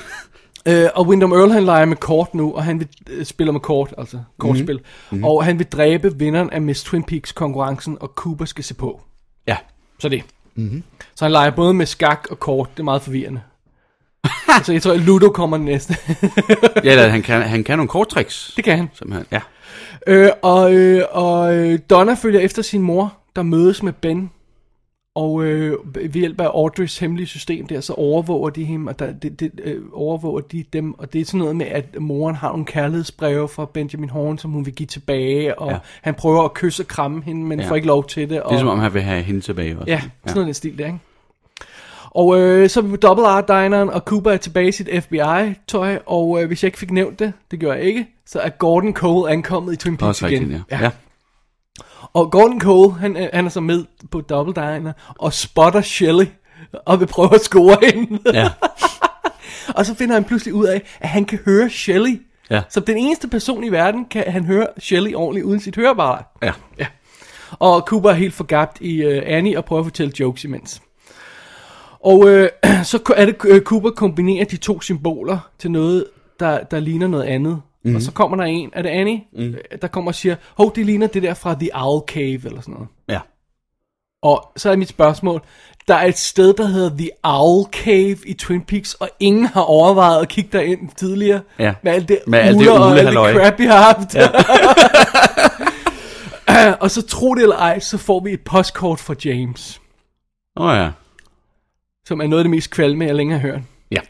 Speaker 3: Øh, og Wyndham Earl, han leger med kort nu, og han vil, øh, spiller med kort, altså kortspil.
Speaker 4: Mhm.
Speaker 3: Mm-hmm. Og han vil dræbe vinderen af Miss Twin Peaks konkurrencen, og Cooper skal se på.
Speaker 4: ja.
Speaker 3: Så det. Mm-hmm. Så han leger både med skak og kort. Det er meget forvirrende. så jeg tror, at Ludo kommer næste.
Speaker 4: Ja, eller han kan, han kan nogle korttricks.
Speaker 3: det kan han.
Speaker 4: Simpelthen. Ja.
Speaker 3: Øh, og, øh, og øh, Donna følger efter sin mor, der mødes med Ben. Og øh, ved hjælp af Audreys hemmelige system der, så overvåger de ham, og der, det, det, øh, overvåger de dem. Og det er sådan noget med, at moren har nogle kærlighedsbreve fra Benjamin Horn, som hun vil give tilbage. Og
Speaker 4: Ja.
Speaker 3: ja. han prøver at kysse og kramme hende, men
Speaker 4: Ja.
Speaker 3: ja. får ikke lov til det. Og,
Speaker 4: Det er som Ligesom om, han vil have hende tilbage også.
Speaker 3: Ja, sådan noget i den stil der, ikke? Og øh, så er vi på Double R Dineren, og Cooper er tilbage i sit FBI-tøj, og øh, hvis jeg ikke fik nævnt det, det gjorde jeg ikke, så er Gordon Cole ankommet i Twin Peaks
Speaker 4: Også
Speaker 3: igen.
Speaker 4: rigtigt, ja. ja.
Speaker 3: Og Gordon Cole, han, øh, han er så med på Double Diner, og spotter Shelley, og vil prøve at score hende.
Speaker 4: ja.
Speaker 3: og så finder han pludselig ud af, at han kan høre Shelley.
Speaker 4: Ja.
Speaker 3: Som den eneste person i verden, kan han høre Shelley ordentligt uden sit hørebare.
Speaker 4: ja.
Speaker 3: Og Cooper er helt forgabt i øh, Annie og prøver at fortælle jokes imens. Og øh, så ko- er det, øh, Cooper kombinerer de to symboler til noget, der, der ligner noget andet. Mm-hmm. Og så kommer der en, er det Annie, mm. der kommer og siger, hov, det ligner det der fra The Owl Cave, eller sådan noget.
Speaker 4: ja.
Speaker 3: Og så er mit spørgsmål, der er et sted, der hedder The Owl Cave i Twin Peaks, og ingen har overvejet at kigge derind tidligere.
Speaker 4: Ja.
Speaker 3: Med alt det,
Speaker 4: Med alt det
Speaker 3: ule og alt
Speaker 4: ulehalløj.
Speaker 3: det crap, vi har haft. Ja. og så tro det eller ej, så får vi et postkort fra James,
Speaker 4: Åh oh, ja.
Speaker 3: som er noget af det mest kvalme, jeg længere har hørt.
Speaker 4: Ja.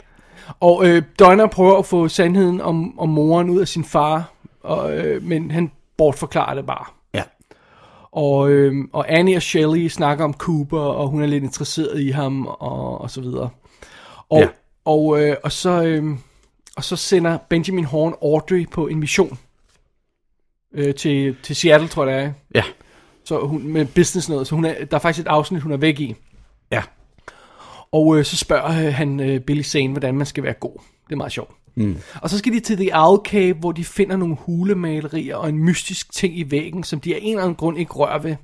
Speaker 3: Og øh, Donna prøver at få sandheden om, om moren ud af sin far, og, øh, men han bortforklarer det bare.
Speaker 4: Ja.
Speaker 3: Og, øh, og Annie og Shelley snakker om Cooper, og hun er lidt interesseret i ham, og, og så videre. Og,
Speaker 4: Ja.
Speaker 3: ja. og, øh, og, så, øh, og så sender Benjamin Horn Audrey på en mission øh, til, til Seattle, tror jeg det er.
Speaker 4: Ja.
Speaker 3: Så hun, med business noget, så hun er, der er faktisk et afsnit, hun er væk i.
Speaker 4: Ja.
Speaker 3: Og øh, så spørger øh, han øh, Billy Zane, hvordan man skal være god. Det er meget sjovt. Mm. Og så skal de til The Owl Cave, hvor de finder nogle hulemalerier og en mystisk ting i væggen, som de af en eller anden grund ikke rører ved.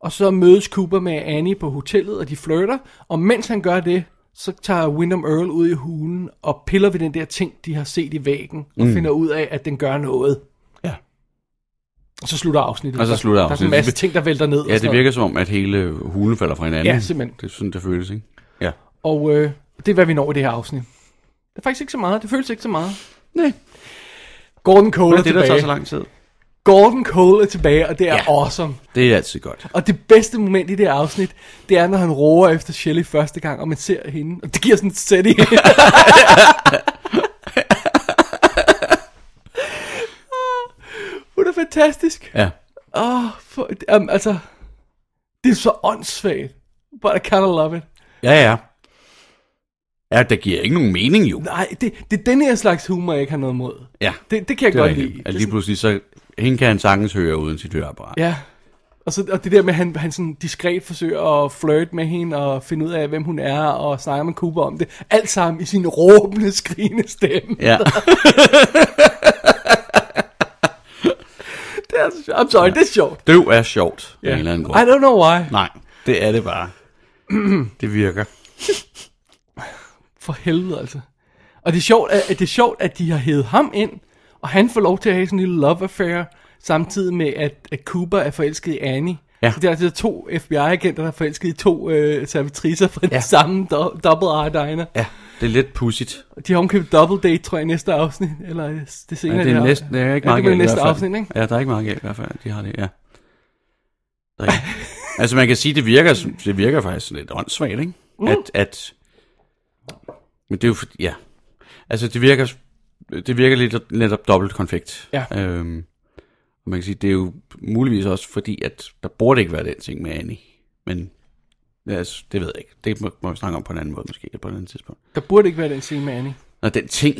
Speaker 3: Og så mødes Cooper med Annie på hotellet, og de flirter. Og mens han gør det, så tager Wyndham Earl ud i hulen og piller ved den der ting, de har set i væggen, og mm. finder ud af, at den gør noget.
Speaker 4: Ja.
Speaker 3: Og så slutter afsnittet.
Speaker 4: Og så slutter
Speaker 3: Der- Der er
Speaker 4: afsnittet.
Speaker 3: en masse ting, der vælter ned. og
Speaker 4: Ja,
Speaker 3: sådan
Speaker 4: det
Speaker 3: noget.
Speaker 4: virker som om, at hele hulen falder fra hinanden.
Speaker 3: Ja, simpelthen.
Speaker 4: Det er sådan, det føles, ikke? Ja.
Speaker 3: Og øh, det er, hvad vi når i det her afsnit. Det er faktisk ikke så meget. Det føles ikke så meget.
Speaker 4: Nej.
Speaker 3: Gordon Cole
Speaker 4: Det
Speaker 3: er
Speaker 4: er det, der
Speaker 3: tilbage.
Speaker 4: tager så lang tid.
Speaker 3: Gordon Cole er tilbage, og det er ja.
Speaker 4: Ja.
Speaker 3: awesome.
Speaker 4: Det er altid godt.
Speaker 3: Og det bedste moment i det her afsnit, det er, når han roer efter Shelley første gang, og man ser hende. Og det giver sådan et sæt i. Hun er fantastisk.
Speaker 4: Ja.
Speaker 3: Åh, for, um, altså, det er så åndssvagt. But I kinda love it.
Speaker 4: Ja, ja. Ja, der giver ikke nogen mening jo.
Speaker 3: Nej, det, det er den her slags humor, jeg ikke har noget imod.
Speaker 4: Ja.
Speaker 3: Det, det kan jeg
Speaker 4: Det er
Speaker 3: godt
Speaker 4: rigtigt.
Speaker 3: lide.
Speaker 4: At
Speaker 3: Det er
Speaker 4: lige pludselig, så hende kan han sagtens høre uden sit høreapparat.
Speaker 3: Ja. Og, så, og det der med, at han, han sådan diskret forsøger at flirte med hende og finde ud af, hvem hun er, og snakke med Cooper om det. Alt sammen i sin råbende, skrigende stemme.
Speaker 4: Ja.
Speaker 3: Det er, altså- I'm sorry, ja. det er sjovt.
Speaker 4: Døv er sjovt, ja. af en eller anden grund.
Speaker 3: I don't know why.
Speaker 4: Nej, det er det bare. det virker.
Speaker 3: For helvede altså. Og det er sjovt, at, at det er sjovt, at de har hævet ham ind, og han får lov til at have sådan en lille love affair, samtidig med, at, at Cooper er forelsket i Annie.
Speaker 4: Ja.
Speaker 3: Så det er altså to FBI-agenter, der er forelsket i to øh, servitriser fra ja. den samme do- double R-diner.
Speaker 4: Ja, det er lidt pudsigt.
Speaker 3: De har omkøbt Double Date, tror jeg, i næste afsnit. Eller det senere.
Speaker 4: Ja, det er
Speaker 3: her.
Speaker 4: næsten, det er ikke
Speaker 3: ja,
Speaker 4: meget
Speaker 3: det bliver
Speaker 4: galt i
Speaker 3: næste
Speaker 4: hvert fald.
Speaker 3: afsnit, ikke?
Speaker 4: Ja, der er ikke meget galt i hvert fald. De har det, ja. Der er ikke- altså man kan sige, det virker, som- det virker faktisk lidt åndssvagt, ikke? Mm. At, at, men det er jo, for- ja. Altså det virker, det virker lidt netop dobbelt konfekt.
Speaker 3: Ja.
Speaker 4: Øhm, og man kan sige, det er jo muligvis også fordi, at der burde ikke være den ting med Annie. Men ja, altså, det ved jeg ikke. Det må, må vi snakke om på en anden måde måske, eller på et andet tidspunkt.
Speaker 3: Der burde ikke være den scene med Annie.
Speaker 4: Nå, den ting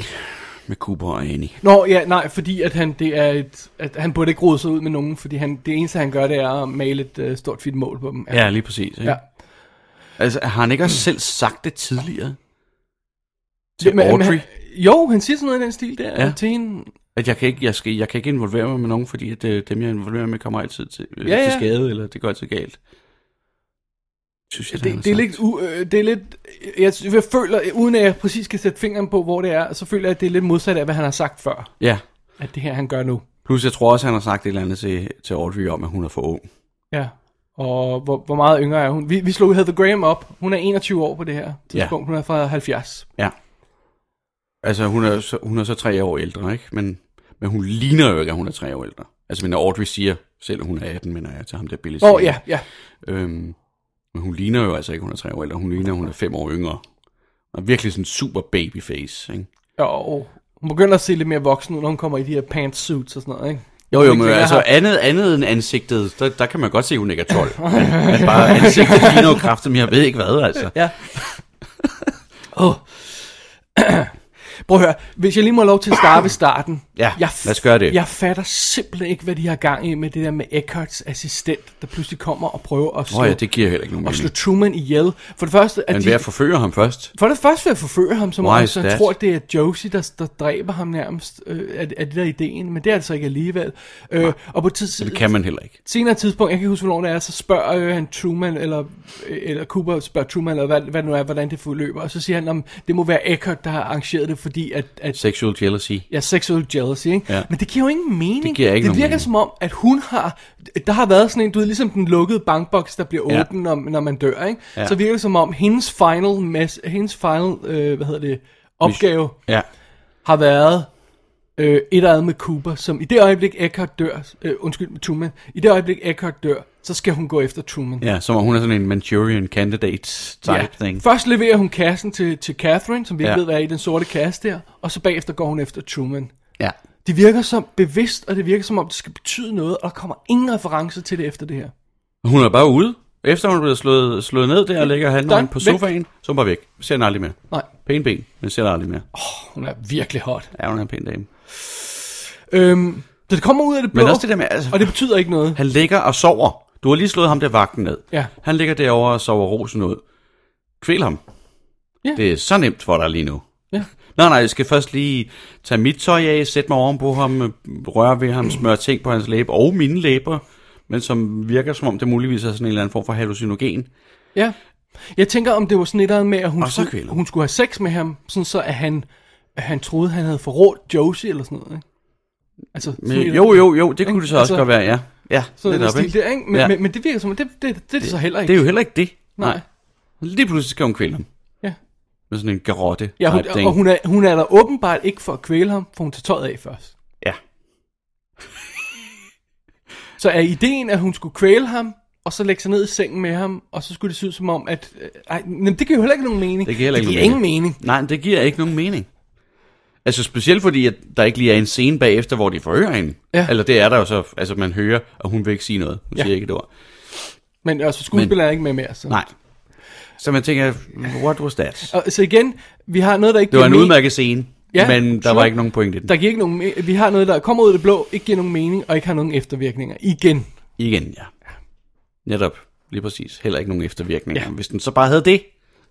Speaker 4: med Cooper og Annie.
Speaker 3: Nå, ja, nej, fordi at han, det er et, at han burde ikke rode sig ud med nogen, fordi han, det eneste, han gør, det er at male et uh, stort, fedt mål på dem.
Speaker 4: Ja, lige præcis. Ikke?
Speaker 3: Ja.
Speaker 4: Altså, har han ikke også selv sagt det tidligere?
Speaker 3: Det,
Speaker 4: Til Jamen, Audrey?
Speaker 3: han, jo, han siger sådan noget i den stil der, ja.
Speaker 4: Ja.
Speaker 3: til hende.
Speaker 4: At jeg kan, ikke, jeg, skal, jeg kan ikke involvere mig med nogen, fordi at, øh, dem, jeg involverer mig med, kommer altid til, øh,
Speaker 3: Ja,
Speaker 4: ja, ja.
Speaker 3: ja.
Speaker 4: til skade, eller det går altid galt. Synes jeg, han har
Speaker 3: Det, det, er
Speaker 4: sagt.
Speaker 3: lidt, u, øh, det er lidt, jeg, jeg føler, uden at jeg præcis kan sætte fingeren på, hvor det er, så føler jeg, at det er lidt modsat af, hvad han har sagt før,
Speaker 4: Ja.
Speaker 3: at det her, han gør nu.
Speaker 4: Plus, jeg tror også, han har sagt et eller andet til, til Audrey om, at hun er for ung.
Speaker 3: Ja, og hvor, hvor meget yngre er hun? Vi, vi slog Heather Graham op. Hun er 21 år på det her tidspunkt. Ja. Hun er fra 70.
Speaker 4: Ja. Altså, hun er, så, hun er så tre år ældre, ikke? Men, men hun ligner jo ikke, at hun er tre år ældre. Altså, men når Audrey siger, selv at hun er 18, mener jeg til ham der Billy.
Speaker 3: Åh,
Speaker 4: Zane.
Speaker 3: oh, ja, ja.
Speaker 4: Øhm, men hun ligner jo altså ikke, hun er tre år ældre. Hun ligner, hun er fem år yngre. Og virkelig sådan super babyface, ikke?
Speaker 3: Og hun begynder at se lidt mere voksen ud, når hun kommer i de her pantsuits og sådan noget, ikke?
Speaker 4: Jo, jo, men
Speaker 3: længere
Speaker 4: altså
Speaker 3: har-
Speaker 4: andet, andet end ansigtet, der, der kan man godt se, at hun ikke er 12. men, men bare ansigtet ligner jo kraftigt, men jeg ved ikke hvad, altså.
Speaker 3: Ja. oh. Prøv at høre, hvis jeg lige må have lov til at starte ved starten.
Speaker 4: Ja,
Speaker 3: jeg f-
Speaker 4: lad os gøre det.
Speaker 3: Jeg fatter simpelthen ikke, hvad de har gang i med det der med Eckharts assistent, der pludselig kommer og prøver at slå,
Speaker 4: Åh ja, det giver heller ikke nogen
Speaker 3: at slå
Speaker 4: mening.
Speaker 3: Truman ihjel. For det første, at
Speaker 4: Men
Speaker 3: de,
Speaker 4: ved at forføre ham først?
Speaker 3: For det første vil jeg forføre ham, som
Speaker 4: Why
Speaker 3: om
Speaker 4: is
Speaker 3: så han
Speaker 4: that?
Speaker 3: tror, det er Josie, der, der dræber ham nærmest. Øh, er, er det der ideen? Men det er det så ikke alligevel. Øh, og på et tids-
Speaker 4: Det kan man heller ikke.
Speaker 3: senere tidspunkt, jeg kan ikke huske, hvornår det er, så spørger øh, han Truman, eller, øh, eller Cooper spørger Truman, eller hvad, hvad det nu er, hvordan det forløber. Og så siger han, om det må være Eckhart, der har arrangeret det, fordi at, at
Speaker 4: Sexual jealousy.
Speaker 3: Ja, sexual jealousy, ikke?
Speaker 4: Ja.
Speaker 3: Men det giver jo ingen mening.
Speaker 4: Det giver ikke
Speaker 3: det
Speaker 4: nogen
Speaker 3: virker
Speaker 4: mening.
Speaker 3: som om, at hun har... Der har været sådan en, du ved, ligesom den lukkede bankboks, der bliver
Speaker 4: Ja.
Speaker 3: åben, når, når man dør, ikke?
Speaker 4: Ja.
Speaker 3: Så virker det som om, hendes final, mess, hendes final øh, hvad hedder det, opgave
Speaker 4: Ja.
Speaker 3: har været øh, et eller andet med Cooper, som i det øjeblik Eckhart dør, øh, undskyld, med Truman, i det øjeblik Eckhart dør, så skal hun gå efter Truman.
Speaker 4: Ja, som om hun er sådan en Manchurian candidate type thing.
Speaker 3: Først leverer hun kassen til, til Catherine, som vi ikke
Speaker 4: Ja.
Speaker 3: ved, hvad er i den sorte kasse der, og så bagefter går hun efter Truman.
Speaker 4: Ja.
Speaker 3: Det virker som bevidst, og det virker som om, det skal betyde noget, og der kommer ingen reference til det efter det her.
Speaker 4: Hun er bare ude. Efter hun er blevet slået, slået ned der, ligger han
Speaker 3: Done.
Speaker 4: på
Speaker 3: Væk.
Speaker 4: sofaen, så er hun bare væk. Ser hende aldrig mere.
Speaker 3: Nej,
Speaker 4: Pæn ben, men ser dig aldrig mere.
Speaker 3: hun er virkelig hot.
Speaker 4: Ja, hun er en pæn dame.
Speaker 3: Øhm, så det kommer ud af det blå,
Speaker 4: Men også det der med, altså,
Speaker 3: og det betyder ikke noget.
Speaker 4: han ligger og sover. Du har lige slået ham der vagten ned.
Speaker 3: Ja.
Speaker 4: Han ligger derovre og sover rosen ud. Kvæl ham.
Speaker 3: Ja.
Speaker 4: Det er så nemt for dig lige nu.
Speaker 3: Ja.
Speaker 4: Nej, nej, jeg skal først lige tage mit tøj af, sætte mig oven på ham, øh, røre ved ham, smøre ting på hans læber og mine læber, men som virker som om det muligvis er sådan en eller anden form for hallucinogen.
Speaker 3: Ja. Jeg tænker, om det var sådan et eller andet med, at hun,
Speaker 4: Og så
Speaker 3: skulle,
Speaker 4: kvæler hun.
Speaker 3: hun skulle have sex med ham, sådan så at han, at han troede, han havde forrådt Josie eller sådan noget, ikke? Altså, sådan et-
Speaker 4: Men, jo, jo, jo, det
Speaker 3: Ikke?
Speaker 4: kunne det så også
Speaker 3: Altså,
Speaker 4: godt være, ja. Ja,
Speaker 3: Så det
Speaker 4: netop,
Speaker 3: stil,
Speaker 4: ikke?
Speaker 3: det, ikke? Men,
Speaker 4: Ja.
Speaker 3: ja. men, men, det virker som, at det, det, det, det, er det så heller ikke.
Speaker 4: Det er jo heller ikke det.
Speaker 3: Nej.
Speaker 4: Lige pludselig skal hun kvæle ham.
Speaker 3: Ja.
Speaker 4: Med sådan en garotte
Speaker 3: Ja, hun,
Speaker 4: type thing.
Speaker 3: og hun er, hun er der åbenbart ikke for at kvæle ham, for hun tager tøjet af først.
Speaker 4: Ja.
Speaker 3: Så er ideen, at hun skulle kvæle ham, og så lægge sig ned i sengen med ham, og så skulle det se ud som om, at... Øh, ej, men det giver jo heller ikke nogen mening.
Speaker 4: Det giver heller ikke
Speaker 3: det giver
Speaker 4: nogen
Speaker 3: ingen mening.
Speaker 4: Nej, men det giver ikke nogen mening. Altså specielt fordi, at der ikke lige er en scene bagefter, hvor de forhører hende.
Speaker 3: Ja.
Speaker 4: Eller det er der jo så, altså man hører, og hun vil ikke sige noget. Hun
Speaker 3: Ja.
Speaker 4: ja. siger ikke et ord.
Speaker 3: Men altså, skuespilleren er ikke med mere. Så.
Speaker 4: Nej. Så man tænker, what was that?
Speaker 3: Og, så igen, vi har noget, der ikke
Speaker 4: Det var en
Speaker 3: giver me-
Speaker 4: udmærket scene,
Speaker 3: Ja,
Speaker 4: ja, men der
Speaker 3: sure.
Speaker 4: var ikke nogen point i den.
Speaker 3: Der giver ikke nogen me- vi har noget, der kommer ud af det blå, ikke giver nogen mening, og ikke har nogen eftervirkninger. Igen.
Speaker 4: Igen, ja. Netop. Lige præcis. Heller ikke nogen eftervirkninger. Ja. Hvis den så bare havde det.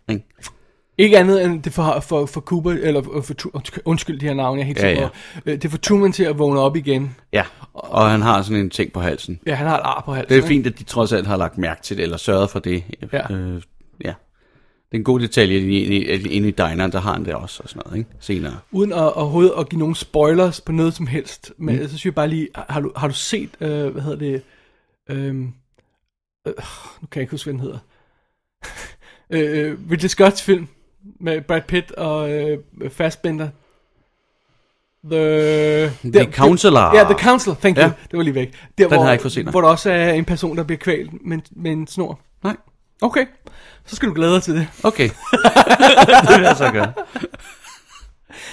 Speaker 4: ikke?
Speaker 3: Ikke andet end det for, for, for Cooper, eller for, Tu- undskyld de her navne, jeg er helt
Speaker 4: Ja,
Speaker 3: sikker på. Øh, Det får Truman til at vågne op igen.
Speaker 4: Ja. Og han har sådan en ting på halsen.
Speaker 3: Ja, han har et ar på halsen.
Speaker 4: Det er
Speaker 3: ikke?
Speaker 4: fint, at de trods alt har lagt mærke til det, eller sørget for det.
Speaker 3: Ja.
Speaker 4: Øh, ja. Det er en god detalje, at inde i, at inde i dineren, der har han det også, og sådan noget, ikke? Senere.
Speaker 3: Uden at, overhovedet at give nogen spoilers på noget som helst. Men mm. så synes jeg bare lige, har du, har du set, øh, hvad hedder det, øhm, øh, nu kan jeg ikke huske, hvad den hedder. øh, øh, Ridley Scotts film med Brad Pitt og øh, Fassbender. The, the
Speaker 4: Counselor.
Speaker 3: Ja, The Counselor, thank you.
Speaker 4: Ja.
Speaker 3: Det var lige væk. Der,
Speaker 4: har jeg ikke fået set, nej.
Speaker 3: Hvor der også er en person, der bliver kvalt med, med en snor.
Speaker 4: Nej.
Speaker 3: Okay, så skal du glæde dig til det.
Speaker 4: Okay. det vil jeg så gøre.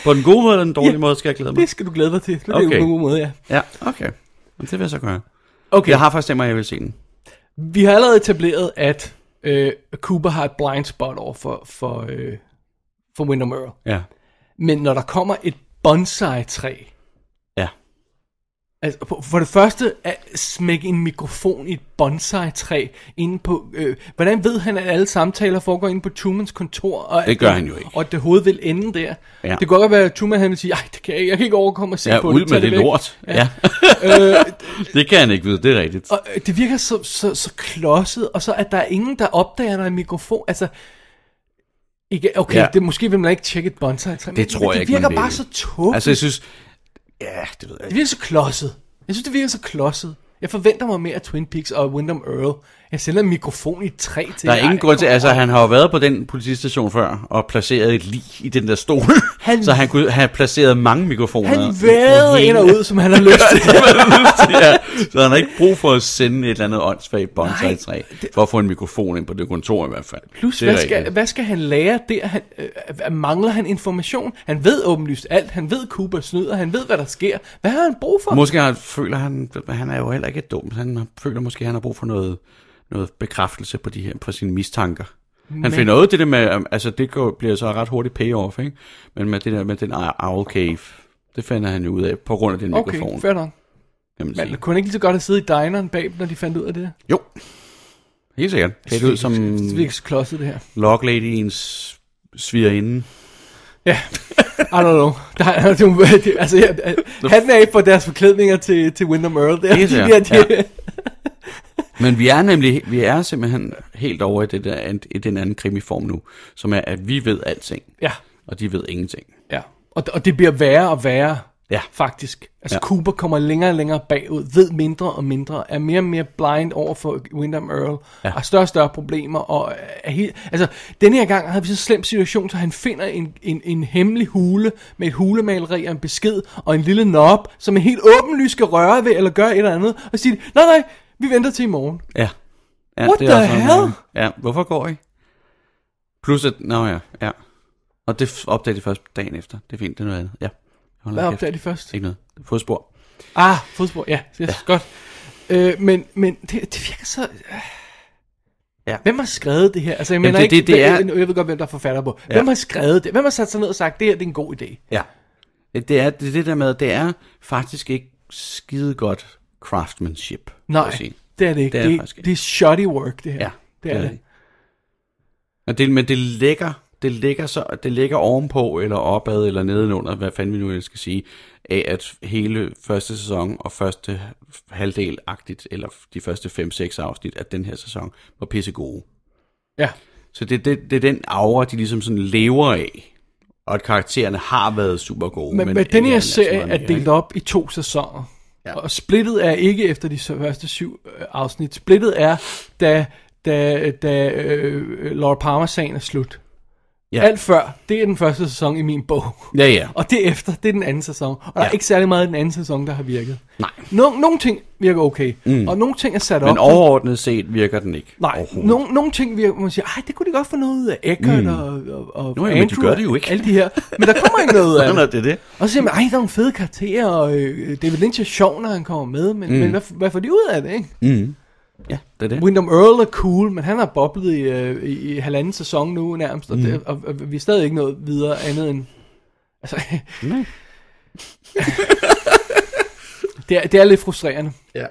Speaker 4: På den gode måde eller den dårlige
Speaker 3: Ja,
Speaker 4: måde, skal jeg glæde mig.
Speaker 3: Det skal du glæde dig til. Det er
Speaker 4: Okay.
Speaker 3: jo en god måde, ja.
Speaker 4: Ja, okay. Men det vil jeg så gøre.
Speaker 3: Okay.
Speaker 4: Jeg har faktisk tænkt mig, at jeg vil se den.
Speaker 3: Vi har allerede etableret, at øh, Cooper har et blind spot over for, for, øh, for Windham Earl.
Speaker 4: Ja.
Speaker 3: Men når der kommer et bonsai-træ,
Speaker 4: Ja.
Speaker 3: altså på- for det første at smække en mikrofon i et bonsai-træ inde på... Øh, hvordan ved han, at alle samtaler foregår inde på Trumans kontor? Og at-
Speaker 4: Det gør han jo ikke.
Speaker 3: Og at det hoved vil ende der.
Speaker 4: Ja.
Speaker 3: Det kan godt være, at Truman han vil sige, Ej, det kan jeg, ikke. jeg kan ikke overkomme at se
Speaker 4: Ja,
Speaker 3: på
Speaker 4: ud
Speaker 3: det.
Speaker 4: med
Speaker 3: Tag
Speaker 4: det
Speaker 3: væk."
Speaker 4: lort. Ja. Øh, ja. det kan han ikke vide, det er rigtigt.
Speaker 3: Og øh, det virker så, så, så klodset, og så at der er ingen, der opdager, der er en mikrofon. Altså, ikke, okay, ja.
Speaker 4: Ja.
Speaker 3: det, måske vil man ikke tjekke et bonsai træ,
Speaker 4: Det tror jeg
Speaker 3: det
Speaker 4: ikke,
Speaker 3: virker
Speaker 4: man vil.
Speaker 3: bare så tåbeligt. Altså,
Speaker 4: Altså, jeg synes... Ja, det ved
Speaker 3: det
Speaker 4: jeg ikke.
Speaker 3: virker så klodset. Jeg synes, det virker så klodset. Jeg forventer mig mere af Twin Peaks og Wyndham Earl. Jeg sender en mikrofon i et træ til
Speaker 4: Der
Speaker 3: jer.
Speaker 4: er ingen grund til,
Speaker 3: Kom
Speaker 4: altså
Speaker 3: on.
Speaker 4: han har jo været på den politistation før, og placeret et lig i den der stol,
Speaker 3: Han-
Speaker 4: han, så han kunne have placeret mange mikrofoner.
Speaker 3: Han
Speaker 4: på
Speaker 3: væder
Speaker 4: hele-
Speaker 3: ind og ud, som han har lyst til.
Speaker 4: ja. Så han har ikke brug for at sende et eller andet åndssvagt bonsai træ,
Speaker 3: det-
Speaker 4: for at få en mikrofon ind på det kontor i hvert fald.
Speaker 3: Plus,
Speaker 4: det er
Speaker 3: hvad skal,
Speaker 4: rigtigt.
Speaker 3: hvad skal han lære der? Han, øh, øh, mangler han information? Han ved åbenlyst alt. Han ved, Cooper snyder. Han ved, hvad der sker. Hvad har han brug for?
Speaker 4: Måske har- føler han, han er jo heller ikke dum, han føler måske, han har brug for noget, noget bekræftelse på, de her, på sine mistanker. Han Men... finder ud af det der med, um, altså det går, bliver så ret hurtigt payoff, ikke? Men med det der med den owl cave, det finder han jo ud af, på grund af den
Speaker 3: Okay,
Speaker 4: mikrofon.
Speaker 3: fair nok.
Speaker 4: kan man
Speaker 3: Men
Speaker 4: sige.
Speaker 3: kunne han ikke lige så godt have siddet i dineren bag, dem, når de fandt ud af det?
Speaker 4: Jo, helt sikkert. Klædt ud som
Speaker 3: Det virker så klodset, det her.
Speaker 4: log ladyens svigerinde.
Speaker 3: Ja. I don't know. Der, er- det, er- det, altså, jeg, hatten er af for deres forklædninger til, til Windham Earl. Der.
Speaker 4: Helt
Speaker 3: de, der,
Speaker 4: sikkert,
Speaker 3: de, ja.
Speaker 4: Men vi er nemlig, vi er simpelthen helt over i, det der, i den anden krimiform nu, som er, at vi ved alting,
Speaker 3: ja.
Speaker 4: og de ved ingenting.
Speaker 3: Ja. Og, og det bliver værre og værre.
Speaker 4: Ja.
Speaker 3: Faktisk. Altså ja.
Speaker 4: Ja.
Speaker 3: Cooper kommer længere og længere bagud, ved mindre og mindre, er mere og mere blind over for Windham Earl, ja. har større og større problemer, og er helt... Altså, denne her gang havde vi så slem situation, så han finder en, en, en hemmelig hule med et hulemaleri og en besked og en lille knob, som er helt åbenlyst skal røre ved eller gøre et eller andet, og siger, nej, nej, vi venter til i morgen.
Speaker 4: Ja. ja
Speaker 3: What
Speaker 4: er
Speaker 3: the
Speaker 4: også noget,
Speaker 3: hell?
Speaker 4: man- Ja, hvorfor går I? Plus at, nå ja, ja. Og det f- opdager de først dagen efter. Det er fint, det er noget andet. Ja. Hold
Speaker 3: Hvad
Speaker 4: da
Speaker 3: opdager de først?
Speaker 4: Ikke noget. Fodspor.
Speaker 3: Ah, fodspor, ja, det er ja. godt. Øh, men men det, det virker så... Ja.
Speaker 4: Ja.
Speaker 3: Hvem har skrevet det her? Altså, jeg
Speaker 4: Jamen,
Speaker 3: mener
Speaker 4: det-
Speaker 3: ikke,
Speaker 4: det- det er-
Speaker 3: jeg, jeg ved godt, hvem der er forfatter på. Ja.
Speaker 4: Ja.
Speaker 3: Hvem har skrevet det? Hvem har sat sig ned og sagt, det her det er en god idé?
Speaker 4: Ja. Det er det, er det der med, det er faktisk ikke skide godt craftsmanship. vil
Speaker 3: Nej,
Speaker 4: jeg sige.
Speaker 3: det er det ikke.
Speaker 4: Det er
Speaker 3: Det er,
Speaker 4: faktisk
Speaker 3: det,
Speaker 4: ikke.
Speaker 3: det er shoddy work, det her.
Speaker 4: Ja,
Speaker 3: det er det.
Speaker 4: Men det, men det ligger, det ligger, så, det ligger ovenpå, eller opad, eller nedenunder, hvad fanden vi nu ellers skal sige, af at hele første sæson og første halvdel-agtigt, eller de første 5-6 afsnit af den her sæson, var pisse gode.
Speaker 3: Ja.
Speaker 4: Så det, det, det er den aura, de ligesom sådan lever af. Og at karaktererne har været super gode.
Speaker 3: Men, men, men den her serie er delt op i to sæsoner. Ja. Og splittet er ikke efter de så første syv øh, afsnit. Splittet er, da, da, da øh, Laura Palmer-sagen er slut.
Speaker 4: Ja.
Speaker 3: Ja. Alt før, det er den første sæson i min bog.
Speaker 4: Ja, ja.
Speaker 3: Og derefter, det er den anden sæson. Og der
Speaker 4: Ja.
Speaker 3: er ikke særlig meget i den anden sæson, der har virket.
Speaker 4: Nej.
Speaker 3: No, nogle ting virker okay, mm. og nogle ting er sat op.
Speaker 4: Men overordnet set virker den ikke.
Speaker 3: Nej,
Speaker 4: overhovedet.
Speaker 3: nogle, nogle ting virker, man siger, ej, det kunne de godt få noget ud af Eckert mm. og, og, og
Speaker 4: Nå ja, men de
Speaker 3: Andrew
Speaker 4: gør
Speaker 3: og
Speaker 4: det jo ikke.
Speaker 3: Alle de her. Men der kommer ikke noget ud af
Speaker 4: Sådan er
Speaker 3: det.
Speaker 4: det det.
Speaker 3: Og så siger man, ej, der er nogle fede karakterer, og øh, David Lynch er sjov, når han kommer med, men, mm. men hvad, hvad får de ud af det, ikke?
Speaker 4: Ja, det er det.
Speaker 3: Wyndham Earl er cool, men han har boblet i, øh, i, i halvanden sæson nu nærmest, og, mm. det, og, og vi er stadig ikke noget videre andet end... Altså,
Speaker 4: Nej.
Speaker 3: det, er, det er lidt frustrerende.
Speaker 4: Ja.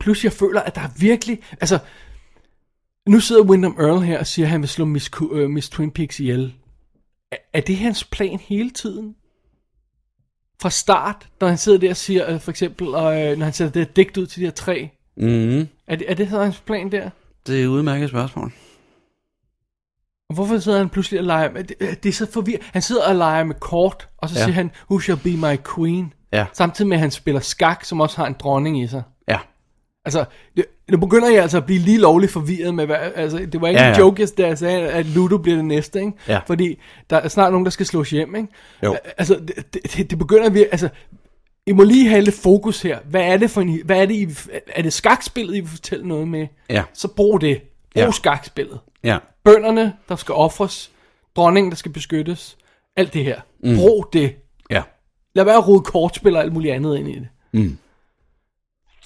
Speaker 3: Plus jeg føler, at der er virkelig... Altså, nu sidder Wyndham Earl her og siger, at han vil slå Miss, Ku- øh, Miss Twin Peaks ihjel. Er, er det hans plan hele tiden? Fra start, når han sidder der og siger, øh, for eksempel, og, øh, når han sætter det her digt ud til de her tre.
Speaker 4: Mm-hmm.
Speaker 3: Er det, er det så hans plan der?
Speaker 4: Det er et udmærket spørgsmål.
Speaker 3: Og hvorfor sidder han pludselig og leger med... Det, det er så forvirret. Han sidder og leger med kort, og så
Speaker 4: Ja.
Speaker 3: ja. siger han, who shall be my queen?
Speaker 4: Ja.
Speaker 3: Samtidig med, at han spiller skak, som også har en dronning i sig.
Speaker 4: Ja.
Speaker 3: Altså, det, nu begynder jeg altså at blive lige lovligt forvirret med, hvad, altså, det var ikke
Speaker 4: Ja,
Speaker 3: ja, ja.
Speaker 4: ja.
Speaker 3: en joke, jeg- da jeg sagde, at Ludo bliver det næste, ikke?
Speaker 4: Ja.
Speaker 3: Fordi der er snart nogen, der skal slås hjem, ikke?
Speaker 4: Jo.
Speaker 3: Altså, det, det, det begynder vi, altså, I må lige have lidt fokus her. Hvad er det for en, hvad er det, I, er det skakspillet, I vil fortælle noget med?
Speaker 4: Ja.
Speaker 3: Så brug det. Brug
Speaker 4: Ja.
Speaker 3: ja. skakspillet.
Speaker 4: Ja.
Speaker 3: Bønderne, der skal ofres. Dronningen, der skal beskyttes. Alt det her. Mm. Brug det.
Speaker 4: Ja.
Speaker 3: Lad være at rode kortspil og alt muligt andet ind i det. Mm.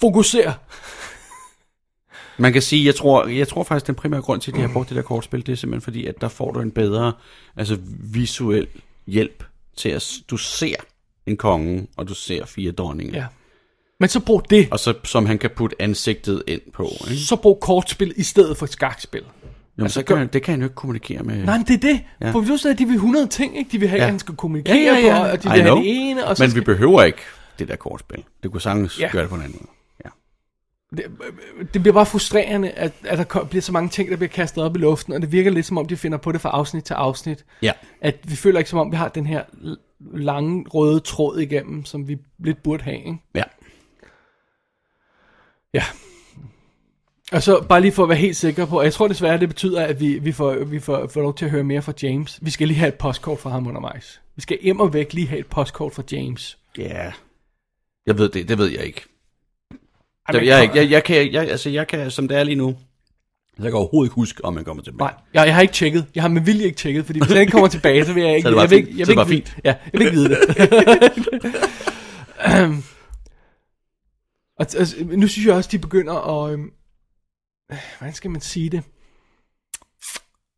Speaker 3: Fokuser.
Speaker 4: Man kan sige, jeg tror, jeg tror faktisk, den primære grund til, at de har brugt det der kortspil, det er simpelthen fordi, at der får du en bedre altså visuel hjælp til at s- du ser en konge, og du ser fire dronninger.
Speaker 3: Ja. Men så brug det.
Speaker 4: Og så, som han kan putte ansigtet ind på. Ikke?
Speaker 3: så brug kortspil i stedet for et skakspil.
Speaker 4: Jo, men så kan han, Altså, det kan han jo ikke kommunikere med.
Speaker 3: Nej, men det er det.
Speaker 4: Ja.
Speaker 3: Mm. Ja. For vi ved at de vil 100 ting, ikke? De vil have,
Speaker 4: Ja.
Speaker 3: ja. at han skal kommunikere ja, ja, ja. og de
Speaker 4: I
Speaker 3: vil have
Speaker 4: know.
Speaker 3: det ene. Og så
Speaker 4: men vi
Speaker 3: skal...
Speaker 4: behøver ikke det der kortspil. Det kunne sagtens ja.
Speaker 3: Ja.
Speaker 4: gøre det på en anden måde. Ja.
Speaker 3: det, det bliver bare frustrerende, at, at der kom- bliver så mange ting, der bliver kastet op i luften, og det virker lidt som om, de finder på det fra afsnit til afsnit.
Speaker 4: Ja.
Speaker 3: At vi føler ikke som om, vi har den her l- lange røde tråd igennem, som vi lidt burde have, ikke?
Speaker 4: Ja.
Speaker 3: Ja. Og så bare lige for at være helt sikker på, og jeg tror desværre, det betyder, at vi, vi, får, vi får, får lov til at høre mere fra James. Vi skal lige have et postkort fra ham undervejs. Vi skal hjem og væk lige have et postkort fra James.
Speaker 4: Ja. Jeg ved det, det ved jeg ikke. Jeg, jeg, er ikke- jeg, jeg, kan, jeg, altså, jeg kan, som det er lige nu, så jeg kan overhovedet ikke huske, om man kommer tilbage.
Speaker 3: Nej, jeg, jeg har ikke tjekket. Jeg har med vilje ikke tjekket, fordi hvis han ikke kommer tilbage, så vil jeg ikke...
Speaker 4: Så er det bare
Speaker 3: jeg vil, ikke-
Speaker 4: fint.
Speaker 3: jeg
Speaker 4: Så er
Speaker 3: vil,
Speaker 4: det
Speaker 3: ikke,
Speaker 4: bare
Speaker 3: vide- Ja, jeg vil ikke vide det. Øhm. og t- altså, nu synes jeg også, de begynder at... øhm, øh, Hvordan skal man sige det?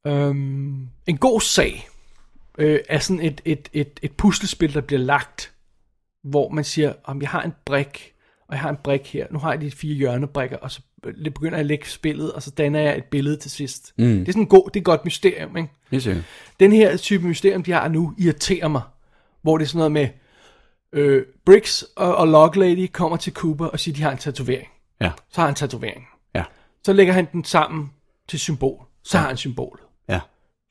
Speaker 3: Øhm, en god sag øh, er sådan et, et, et, et puslespil, der bliver lagt, hvor man siger, om jeg har en brik, og jeg har en brik her, nu har jeg de fire hjørnebrikker, og så øh, begynder jeg at lægge spillet, og så danner jeg et billede til sidst. Mm. Det er sådan en god, det er et godt mysterium, ikke?
Speaker 4: Helt sikkert.
Speaker 3: den her type mysterium, de har nu, irriterer mig. Hvor det er sådan noget med, øh, Briggs og, og Log Lady kommer til Cooper og siger, de har en tatovering.
Speaker 4: Ja.
Speaker 3: Så har han tatoveringen.
Speaker 4: Ja.
Speaker 3: Så lægger han den sammen til symbol. Så har han symbolet.
Speaker 4: Ja.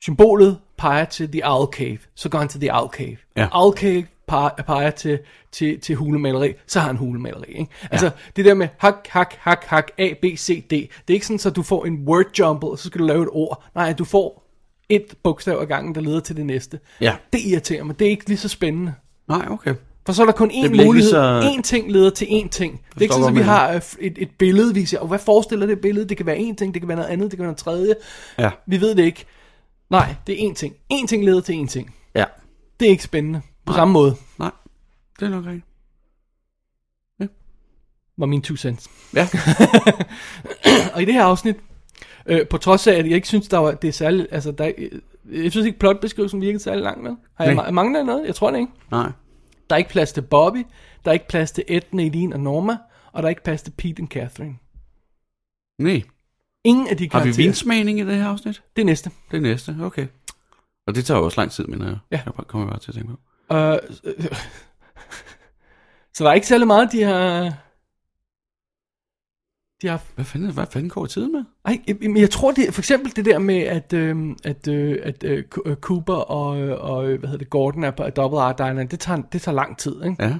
Speaker 3: Symbolet peger til The Owl Cave. Så går han til The Owl Cave.
Speaker 4: Ja.
Speaker 3: Owl Cave peger, peger til, til, til hulemaleri. Så har han hulemaleri. Ikke? Altså det der med hak, hak, hak, hak, A, B, C, D. Det er ikke sådan, at du får en word jumble, og så skal du lave et ord. Nej, du får et bogstav ad gangen, der leder til det næste.
Speaker 4: Ja.
Speaker 3: Det irriterer mig. Det er ikke lige så spændende.
Speaker 4: Nej, okay.
Speaker 3: For så er der kun én
Speaker 4: bliver ikke
Speaker 3: mulighed.
Speaker 4: lige så-
Speaker 3: Én ting leder til én ting. Det er ikke
Speaker 4: Forstår,
Speaker 3: sådan, at
Speaker 4: hvad
Speaker 3: vi
Speaker 4: man
Speaker 3: har øh, et, et billede, vi siger, og hvad forestiller det billede? Det kan være én ting, det kan være noget andet, det kan være noget tredje.
Speaker 4: Ja.
Speaker 3: Vi ved det ikke. Nej, det er én ting. Én ting leder til én ting.
Speaker 4: Ja.
Speaker 3: Det er ikke spændende. På samme måde
Speaker 4: Nej, det er nok rigtigt.
Speaker 3: var min two cents.
Speaker 4: Ja.
Speaker 3: Og i det her afsnit, øh, på trods af, at jeg ikke synes, der var, det er særlig, altså, der, øh, jeg synes ikke, plotbeskrivelsen virkede særlig langt, vel? Har jeg
Speaker 4: Nej.
Speaker 3: ma- mangler jeg noget? Jeg tror det ikke.
Speaker 4: Nej.
Speaker 3: Der er ikke plads til Bobby, der er ikke plads til Edna, Eileen og Norma, og der er ikke plads til Pete og Catherine.
Speaker 4: Nej.
Speaker 3: Ingen af de
Speaker 4: Har vi
Speaker 3: karakterer.
Speaker 4: vinsmagning i det her afsnit?
Speaker 3: Det er næste.
Speaker 4: Det er næste, okay. Og det tager jo også lang tid, mener jeg.
Speaker 3: Ja.
Speaker 4: Jeg kommer jeg bare til at tænke på.
Speaker 3: Øh, øh, så der er ikke særlig meget, de har... De har...
Speaker 4: Hvad fanden, hvad fanden går tiden med?
Speaker 3: Ej, øh, men jeg tror, det er for eksempel det der med, at, øh, at, øh, at øh, Ku- øh, Cooper og, øh, og øh, hvad hedder det, Gordon er på Double R Diner, det tager, det tager lang tid, ikke?
Speaker 4: Ja.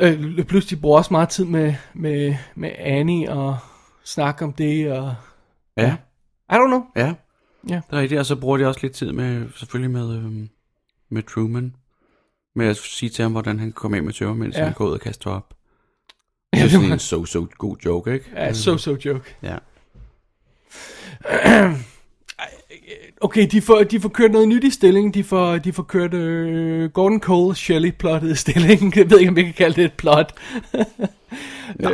Speaker 3: Øh, plus de bruger også meget tid med, med, med Annie og snakke om det, og...
Speaker 4: Ja.
Speaker 3: I don't know.
Speaker 4: Ja.
Speaker 3: Ja.
Speaker 4: Det er rigtigt, og så bruger de også lidt tid med, selvfølgelig med, øhm, med Truman. Med at sige til ham, hvordan han kan komme af med tøver, mens
Speaker 3: Ja.
Speaker 4: ja. han går ud og kaster op. Det
Speaker 3: Ja,
Speaker 4: er
Speaker 3: det
Speaker 4: sådan
Speaker 3: var-
Speaker 4: en so-so god joke, ikke?
Speaker 3: Ja, so-so joke.
Speaker 4: Ja.
Speaker 3: Okay, de får, de får kørt noget nyt i stillingen. De får, de får kørt øh, Gordon Cole Shelley-plottet i stillingen. Jeg ved ikke, om jeg kan kalde det et plot.
Speaker 4: Nej.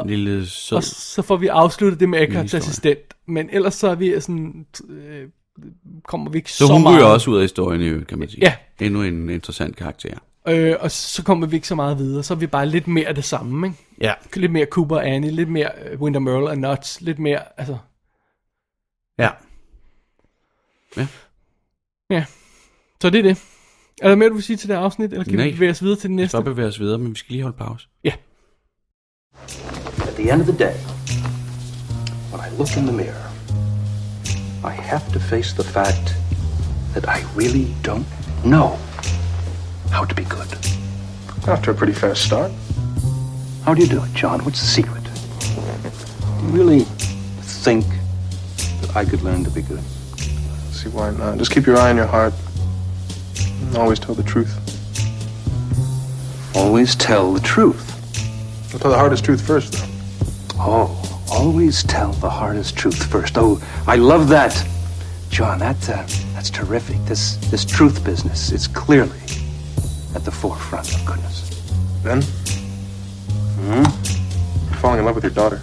Speaker 4: En lille sød.
Speaker 3: Og så får vi afsluttet det med Eckharts
Speaker 4: historie.
Speaker 3: assistent. Men ellers så er vi sådan... Øh, kommer vi ikke
Speaker 4: Så
Speaker 3: så,
Speaker 4: hun
Speaker 3: meget...
Speaker 4: ryger også ud af historien, i øvrigt, kan man sige.
Speaker 3: Ja.
Speaker 4: Endnu en interessant karakter.
Speaker 3: Øh, og så kommer vi ikke så meget videre. Så er vi bare lidt mere af det samme, ikke?
Speaker 4: Ja.
Speaker 3: Lidt mere Cooper og Annie, lidt mere øh, Winter Merle og Nuts, lidt mere, altså...
Speaker 4: Ja.
Speaker 3: Ja. Så det er det. Er der mere, du vil sige til det her afsnit, eller kan
Speaker 4: Nej.
Speaker 3: vi bevæge os videre til den næste?
Speaker 4: Så bevæger os videre, men vi skal lige holde pause.
Speaker 3: Ja.
Speaker 5: At the end of the day, when I look in the mirror, I have to face the fact that I really don't know how to be good. After a pretty fast start. How do you do it, John? What's the secret? You really think that I could learn to be good?
Speaker 9: See, why not? Just keep your eye on your heart. And always tell the truth.
Speaker 5: Always tell the truth.
Speaker 9: I'll tell the hardest truth first, though.
Speaker 5: Oh, always tell the hardest truth first. Oh, I love that, John. That uh, that's terrific. This this truth business is clearly at the forefront of goodness.
Speaker 9: Then? You're falling in love with your daughter.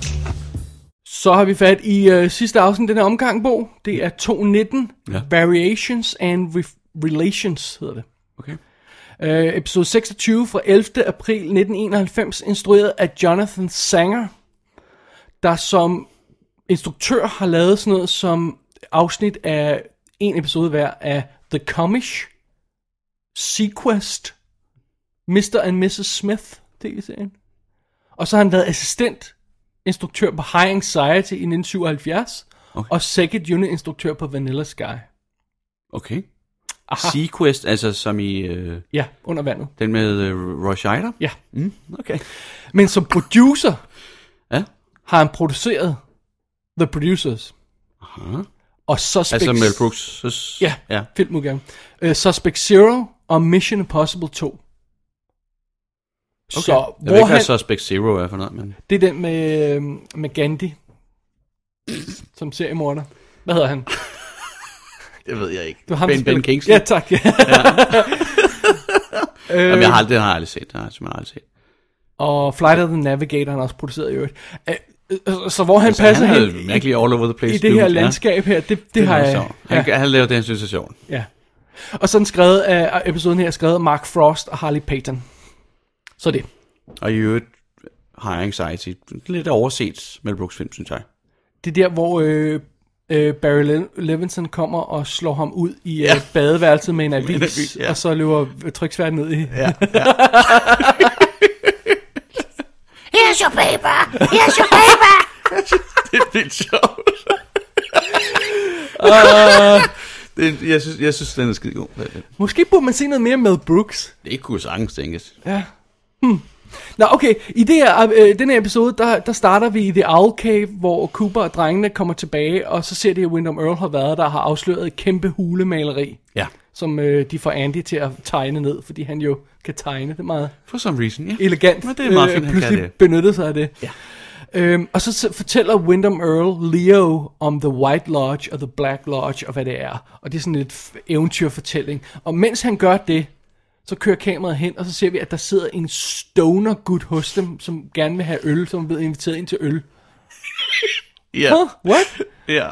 Speaker 3: Så har vi fat i øh, sidste afsnit i den her omgang, Bo. Det er 219, ja.
Speaker 4: Ja.
Speaker 3: Variations and Re- Relations hedder det.
Speaker 4: Okay.
Speaker 3: Øh, episode 26 fra 11. april 1991, instrueret af Jonathan Sanger, der som instruktør har lavet sådan noget som afsnit af en episode hver af The Comish, Sequest, Mr. and Mrs. Smith, tv-serien. Og så har han været assistent instruktør på High Anxiety i 1977, okay.
Speaker 4: Okay.
Speaker 3: og second unit instruktør på Vanilla Sky.
Speaker 4: Okay. Sequest, altså som i øh,
Speaker 3: Ja, under vandet.
Speaker 4: den med øh, Roy Scheider?
Speaker 3: Ja.
Speaker 4: Mm, okay.
Speaker 3: Men som producer
Speaker 4: Ja.
Speaker 3: har han produceret The Producers
Speaker 4: Aha.
Speaker 3: og Suspect...
Speaker 4: Altså Mel Brooks'
Speaker 3: Ja,
Speaker 4: ja.
Speaker 3: ja. filmudgaven. Uh, Suspect Zero og Mission Impossible 2. Okay.
Speaker 4: Okay.
Speaker 3: Så
Speaker 4: jeg ved
Speaker 3: hvor
Speaker 4: ikke, hvad
Speaker 3: han,
Speaker 4: Suspect Zero er for noget, men...
Speaker 3: det er den med, øh, med Gandhi, som seriemorder. Hvad hedder han?
Speaker 4: Det ved jeg ikke.
Speaker 3: Det var ham,
Speaker 4: ben,
Speaker 3: der
Speaker 4: ben
Speaker 3: spiller-
Speaker 4: Kingsley?
Speaker 3: Ja, tak. Ja.
Speaker 4: Jamen,
Speaker 3: øh,
Speaker 4: jeg har aldrig, det har jeg aldrig set. Det har jeg simpelthen aldrig set.
Speaker 3: og Flight of the Navigator har han også produceret i øvrigt. Øh, øh, Så hvor han
Speaker 4: Altså,
Speaker 3: passer
Speaker 4: han er
Speaker 3: hen i,
Speaker 4: mærkelig all over the place.
Speaker 3: i det her
Speaker 4: dude. Ja,
Speaker 3: landskab her, det, det,
Speaker 4: det
Speaker 3: har
Speaker 4: er
Speaker 3: jeg...
Speaker 4: sjovt. Han, ja. han laver det, han synes er sjovt.
Speaker 3: Ja. Og sådan skrevet af episoden her, er skrevet af Mark Frost og Harley Payton. Så det.
Speaker 4: Og i øvrigt har jeg anxiety. Lidt overset Mel Brooks film, synes jeg.
Speaker 3: Det er der, hvor øh, øh, Barry Le- Levinson kommer og slår ham ud i ja. øh, badeværelset med en avis,
Speaker 4: avis, ja.
Speaker 3: og så løber øh, tryksværden ned i. Ja.
Speaker 10: Here's your paper. Here's your paper.
Speaker 4: Det er vildt sjovt.
Speaker 3: Øh.
Speaker 4: det, jeg, synes, jeg synes, den er skide god.
Speaker 3: Måske burde man se noget mere med Brooks.
Speaker 4: Det kunne sagtens tænkes.
Speaker 3: Nå, okay. I det her, øh, den her episode, der, der starter vi i The Owl Cave, hvor Cooper og drengene kommer tilbage, og så ser de, at Wyndham Earl har været der og har afsløret et kæmpe hulemaleri,
Speaker 4: Ja.
Speaker 3: som øh, de får Andy til at tegne ned, fordi han jo kan tegne det er meget.
Speaker 4: For some reason, ja.
Speaker 3: elegant øh,
Speaker 4: Men det er meget fint, han
Speaker 3: pludselig
Speaker 4: kan det.
Speaker 3: benyttede sig af det. Ja. Øhm, og så s- fortæller Wyndham Earl Leo om The White Lodge og The Black Lodge og hvad det er. Og det er sådan et f- eventyrfortælling. Og mens han gør det, så kører kameraet hen, og så ser vi, at der sidder en stoner gut hos dem, som gerne vil have øl, som er blevet inviteret ind til øl.
Speaker 4: Ja.
Speaker 3: Huh? What?
Speaker 4: ja.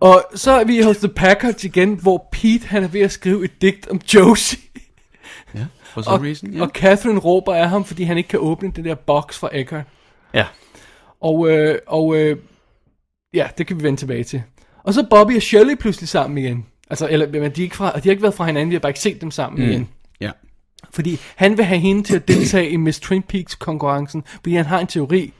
Speaker 3: Og så er vi hos The Packards igen, hvor Pete han er ved at skrive et digt om Josie.
Speaker 4: For some
Speaker 3: Og,
Speaker 4: reason, ja.
Speaker 3: og Catherine råber af ham, fordi han ikke kan åbne den der boks fra Eckhart.
Speaker 4: ja.
Speaker 3: Og, øh, og øh, ja, det kan vi vende tilbage til. Og så er Bobby og Shirley pludselig sammen igen. Altså, eller, men de, er ikke fra, de har ikke været fra hinanden, vi har bare ikke set dem sammen mm. igen.
Speaker 4: Ja.
Speaker 3: Fordi han vil have hende til at deltage i Miss Twin Peaks konkurrencen, fordi han har en teori.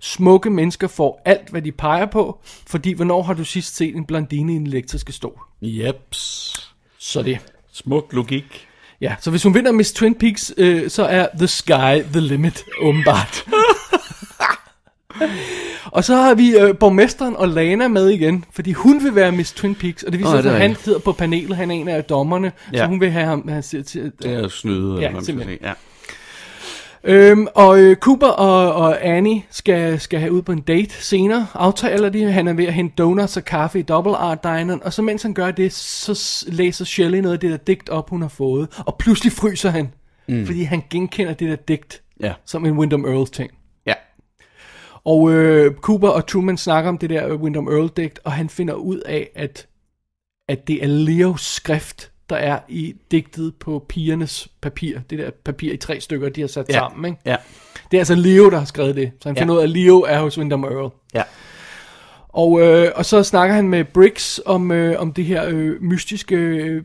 Speaker 3: Smukke mennesker får alt, hvad de peger på, fordi hvornår har du sidst set en blondine i en elektriske stol?
Speaker 4: Jeps.
Speaker 3: Så det.
Speaker 4: Smuk logik.
Speaker 3: Ja, så hvis hun vinder Miss Twin Peaks, øh, så er the sky the limit, åbenbart. og så har vi øh, borgmesteren og Lana med igen, fordi hun vil være Miss Twin Peaks, og det viser
Speaker 4: Åh,
Speaker 3: sig,
Speaker 4: ja, det er
Speaker 3: at han
Speaker 4: rigtigt.
Speaker 3: hedder på panelet, han er en af dommerne, ja. så
Speaker 4: Ja.
Speaker 3: hun vil have ham, han siger til,
Speaker 4: Det er jo snyde. eller hvad man skal
Speaker 3: simpelthen.
Speaker 4: sige. Ja.
Speaker 3: Øhm, og øh, Cooper og, og Annie skal, skal have ud på en date senere, aftaler de, han er ved at hente donuts og kaffe i Double Art Dineren, og så mens han gør det, så s- læser Shelley noget af det der digt op, hun har fået, og pludselig fryser han, mm. fordi han genkender det der digt
Speaker 4: Ja.
Speaker 3: som en Wyndham Earl ting.
Speaker 4: ja.
Speaker 3: Og øh, Cooper og Truman snakker om det der øh, Wyndham Earl digt, og han finder ud af, at, at det er Leos skrift, der er i digtet på pigernes papir, det der papir i tre stykker, de har sat
Speaker 4: Ja.
Speaker 3: sammen, ikke?
Speaker 4: Ja.
Speaker 3: Det er altså Leo, der har skrevet det. Så han
Speaker 4: Ja.
Speaker 3: finder ud af, at Leo er hos Wyndham Earl.
Speaker 4: Ja.
Speaker 3: Og, øh, og så snakker han med Briggs om, øh, om det her øh, mystiske øh,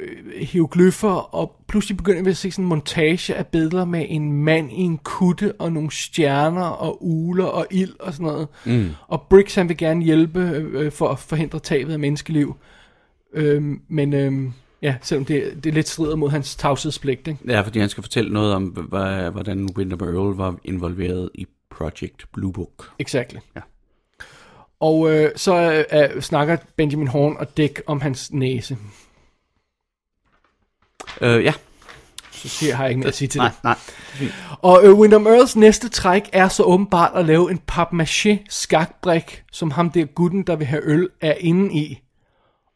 Speaker 3: øh, hieroglyffer, og pludselig begynder vi at se sådan en montage af billeder med en mand i en kutte, og nogle stjerner, og uler, og ild, og sådan noget. Mm. Og Briggs, han vil gerne hjælpe øh, øh, for at forhindre tabet af menneskeliv. Øhm, men øhm, ja, selvom det, det er lidt strider mod hans tavshedspligt, ikke?
Speaker 4: Ja, fordi han skal fortælle noget om, h- h- hvordan Wyndham Earl var involveret i Project Blue Book.
Speaker 3: Exactly.
Speaker 4: Ja.
Speaker 3: Og øh, så øh, øh, snakker Benjamin Horn og Dick om hans næse.
Speaker 4: Øh, ja.
Speaker 3: Så siger har jeg ikke mere at sige til
Speaker 4: Nej,
Speaker 3: det.
Speaker 4: nej.
Speaker 3: Og øh, Wyndham Earls næste træk er så åbenbart at lave en papmaché skakbrik, som ham der gutten, der vil have øl, er inde i.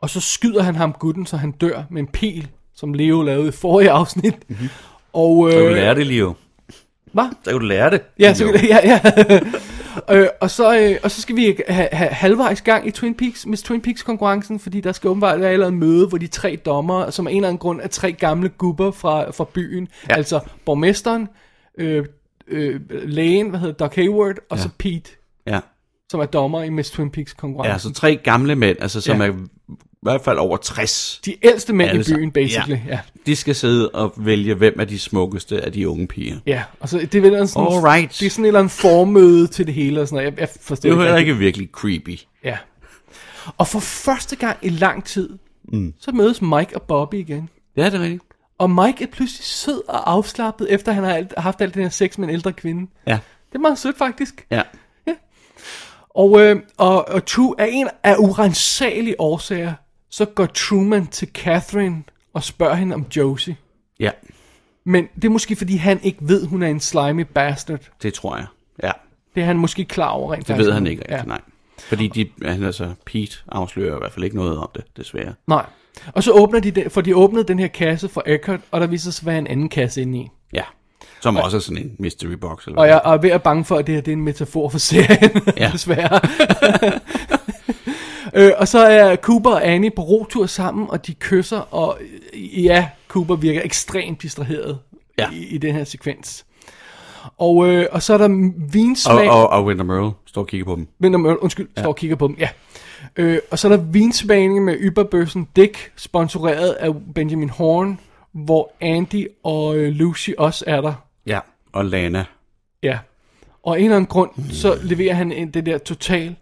Speaker 3: Og så skyder han ham gutten, så han dør med en pil, som Leo lavede i forrige afsnit. Mm-hmm. Og,
Speaker 4: Så kan du
Speaker 3: øh,
Speaker 4: lære Mhm. det, Leo.
Speaker 3: Hvad?
Speaker 4: Så kan du lære det.
Speaker 3: Ja, så,
Speaker 4: Leo.
Speaker 3: ja, ja. øh, og, så, øh, og så skal vi have, have halvvejs gang i Twin Peaks, Miss Twin Peaks konkurrencen, fordi der skal åbenbart være et eller andet møde, hvor de tre dommere, som af en eller anden grund er tre gamle gubber fra, fra byen, ja. altså borgmesteren, øh, øh, lægen, hvad hedder Doc Hayward, og ja. så Pete,
Speaker 4: Ja.
Speaker 3: som er dommer i Miss Twin Peaks konkurrencen.
Speaker 4: ja, så tre gamle mænd, altså, som
Speaker 3: Ja.
Speaker 4: ja. er i hvert fald over 60.
Speaker 3: De ældste mænd
Speaker 4: Alle
Speaker 3: i byen,
Speaker 4: sammen.
Speaker 3: basically. Ja. ja.
Speaker 4: De skal sidde og vælge, hvem er de smukkeste af de unge piger.
Speaker 3: Ja, og så det er vel en sådan,
Speaker 4: Alright.
Speaker 3: det er sådan et eller andet formøde til det hele og sådan noget. Jeg, jeg forstår
Speaker 4: Det er jo
Speaker 3: ikke
Speaker 4: heller
Speaker 3: rigtig.
Speaker 4: ikke virkelig creepy.
Speaker 3: Ja. Og for første gang i lang tid, mm. så mødes Mike og Bobby igen.
Speaker 4: Ja, det er rigtigt.
Speaker 3: Og Mike er pludselig sød og afslappet, efter han har alt, haft alt den her sex med en ældre kvinde.
Speaker 4: Ja.
Speaker 3: Det er meget sødt faktisk.
Speaker 4: Ja.
Speaker 3: Og, øh, og, og Tru er en af urensagelige årsager, så går Truman til Catherine og spørger hende om Josie.
Speaker 4: Ja,
Speaker 3: Men det er måske fordi han ikke ved, hun er en slimy bastard.
Speaker 4: det tror jeg. Ja,
Speaker 3: Det er han måske klar over rent
Speaker 4: det ved han ikke rigtigt,
Speaker 3: Ja.
Speaker 4: ja. nej. Fordi de, han altså, Pete afslører i hvert fald ikke noget om det, desværre.
Speaker 3: Nej. Og så åbner de den, for de åbnede den her kasse fra Eckhart, og der viser sig at være en anden kasse inde i.
Speaker 4: Ja. Som også er sådan en mystery box. Eller
Speaker 3: Og
Speaker 4: hvad
Speaker 3: jeg er ved at være bange for, at det her det er en metafor for serien, ja.
Speaker 4: Ja.
Speaker 3: desværre. øh, og så er Cooper og Annie på rotur sammen, og de kysser, og øh, ja, Cooper virker ekstremt distraheret ja.
Speaker 4: Ja.
Speaker 3: i, i den her sekvens. Og, øh, og så er der m- vinsmag...
Speaker 4: Og, og, og Winter Merle står og kigger på dem.
Speaker 3: Vent om, undskyld, ja. står og kigger på dem, ja. Øh, og så er der vinsmagning med yberbøssen Dick, sponsoreret af Benjamin Horn, hvor Andy og øh, Lucy også er der.
Speaker 4: Ja. Og Lana.
Speaker 3: Ja. Og af en eller anden grund, så leverer han en, det der total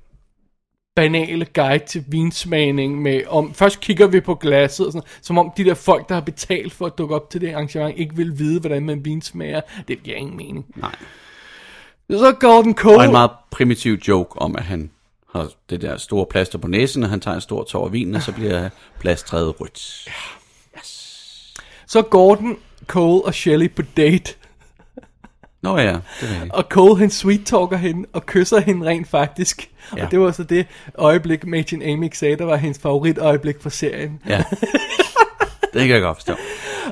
Speaker 3: banale guide til vinsmagning med, om først kigger vi på glasset, og sådan, som om de der folk, der har betalt for at dukke op til det arrangement, ikke vil vide, hvordan man vinsmager. Det giver ingen mening.
Speaker 4: Nej.
Speaker 3: Så Gordon Cole...
Speaker 4: Og en meget primitiv joke om, at han har det der store plaster på næsen, og han tager en stor tår af vinen, og så bliver plastret rødt.
Speaker 3: Så Gordon, Cole og Shelley på date.
Speaker 4: Nå ja, det er rigtigt.
Speaker 3: Og Cole han sweet talker hende og kysser hende rent faktisk. Ja.
Speaker 4: Ja.
Speaker 3: Og det var så det øjeblik, Majin Amy sagde, der var hendes favoritøjeblik fra serien.
Speaker 4: Ja. Det kan jeg godt forstå.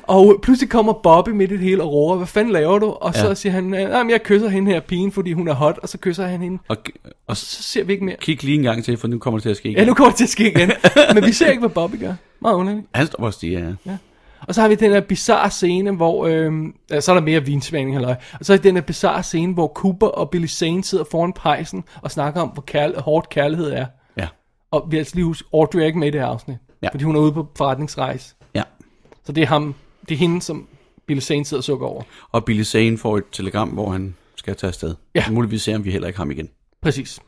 Speaker 3: Og pludselig kommer Bobby midt i det hele og råber, hvad fanden laver du? Og så
Speaker 4: Ja.
Speaker 3: siger han, at jeg kysser hende her pigen, fordi hun er hot, og så kysser han hende.
Speaker 4: Og, og s-
Speaker 3: Så ser vi ikke mere.
Speaker 4: kig lige en gang til, for nu kommer det til at ske igen.
Speaker 3: Ja, nu kommer det til at ske igen. Men vi ser ikke, hvad Bobby gør. Meget underligt.
Speaker 4: Han står bare og stiger, ja.
Speaker 3: Og så har vi den her bizarre scene, hvor... Øhm, ja, så er der mere vinsmagning, halløj. Og så er den her bizarre scene, hvor Cooper og Billy Zane sidder foran pejsen og snakker om, hvor kærl- hårdt kærlighed er.
Speaker 4: Ja.
Speaker 3: Og vi har altså lige huske, Audrey er ikke med i det her afsnit.
Speaker 4: Ja.
Speaker 3: Fordi hun er ude på forretningsrejse.
Speaker 4: Ja.
Speaker 3: Så det er ham, det er hende, som Billy Zane sidder og sukker over.
Speaker 4: Og Billy Zane får et telegram, hvor han skal tage afsted.
Speaker 3: Ja.
Speaker 4: Muligvis ser vi heller ikke ham igen.
Speaker 3: Præcis.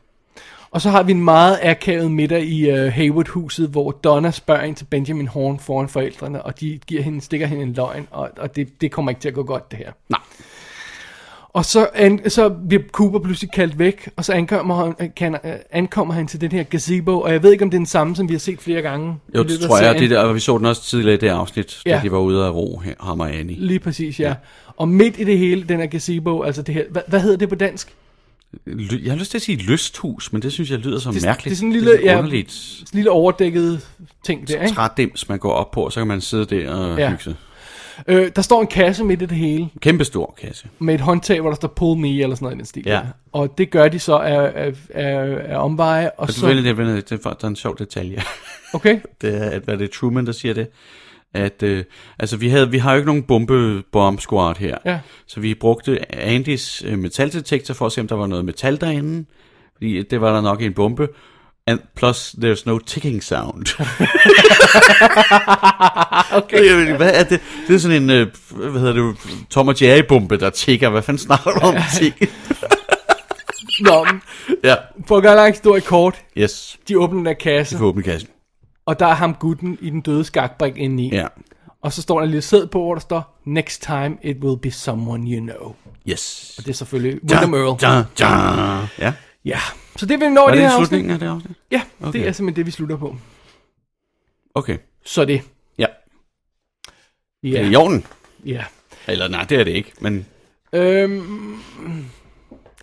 Speaker 3: Og så har vi en meget akavet middag i uh, Haywood-huset, hvor Donna spørger ind til Benjamin Horn foran forældrene, og de giver hende, stikker hende en løgn, og, og det, det kommer ikke til at gå godt, det her.
Speaker 4: Nej.
Speaker 3: Og så, an, så bliver Cooper pludselig kaldt væk, og så ankommer han, kan, øh, ankommer han til den her gazebo, og jeg ved ikke, om det er den samme, som vi har set flere gange. i
Speaker 4: Jo,
Speaker 3: løbet
Speaker 4: det
Speaker 3: af
Speaker 4: tror jeg,
Speaker 3: serien.
Speaker 4: det der, og vi så den også tidligere i det afsnit, ja.
Speaker 3: Ja.
Speaker 4: da de var ude at ro, her, ham og Annie.
Speaker 3: Lige præcis, ja. Og midt i det hele, den her gazebo, altså det her, hvad, hvad hedder det på dansk?
Speaker 4: Ly- Jeg har lyst til at sige lysthus, men det synes jeg lyder så
Speaker 3: Det er-
Speaker 4: mærkeligt.
Speaker 3: det er sådan en lille-
Speaker 4: det er
Speaker 3: ja,
Speaker 4: underligt
Speaker 3: Sådan en lille overdækket ting der, ikke?
Speaker 4: trædims, man går op på, og så kan man sidde der og ja.
Speaker 3: Ja.
Speaker 4: hygge sig.
Speaker 3: Øh, der står en kasse midt i det hele,
Speaker 4: Kæmpestor kasse.
Speaker 3: med et håndtag, hvor der står pull me, eller sådan noget i den stil.
Speaker 4: Ja.
Speaker 3: der. Og det gør de så af, af, af, af omveje, og
Speaker 4: Og
Speaker 3: så...
Speaker 4: så... Altså, det, det, det, det, er- der er en sjov detalje.
Speaker 3: Okay,
Speaker 4: det er, at hvad er det Truman, der siger det? At, øh, altså, vi, havde, vi har jo ikke nogen bombe bomb squad her.
Speaker 3: Ja.
Speaker 4: Så vi brugte Andys øh, metaldetektor for at se, om der var noget metal derinde. Fordi det var der nok i en bombe. And plus, there's no ticking sound. okay. Det, er- hvad er det? Det er sådan en, øh, hvad hedder det, Tom og Jerry-bombe, der tikker. Hvad fanden snakker du om tikke?
Speaker 3: nå, men
Speaker 4: ja,
Speaker 3: for at gøre en lang historie kort,
Speaker 4: yes.
Speaker 3: de åbner den der kasse,
Speaker 4: Vi får åbnet kassen.
Speaker 3: og der er ham gutten i den døde skakbrik indeni.
Speaker 4: Ja,
Speaker 3: Og så står der en lille sæd på, hvor der står, Next time it will be someone you know.
Speaker 4: yes.
Speaker 3: Det er selvfølgelig William Earl.
Speaker 4: Ja, ja, ja.
Speaker 3: Ja, så det vil vi nå
Speaker 4: Var
Speaker 3: i det
Speaker 4: det
Speaker 3: her
Speaker 4: i
Speaker 3: afsnit.
Speaker 4: slutningen af det afsnit?
Speaker 3: Ja,
Speaker 4: Okay.
Speaker 3: det er simpelthen det, vi slutter på.
Speaker 4: Okay.
Speaker 3: Så det.
Speaker 4: Ja. Det er
Speaker 3: Ja,
Speaker 4: i orden.
Speaker 3: ja.
Speaker 4: Eller nej, det er det ikke. Men
Speaker 3: Øhm,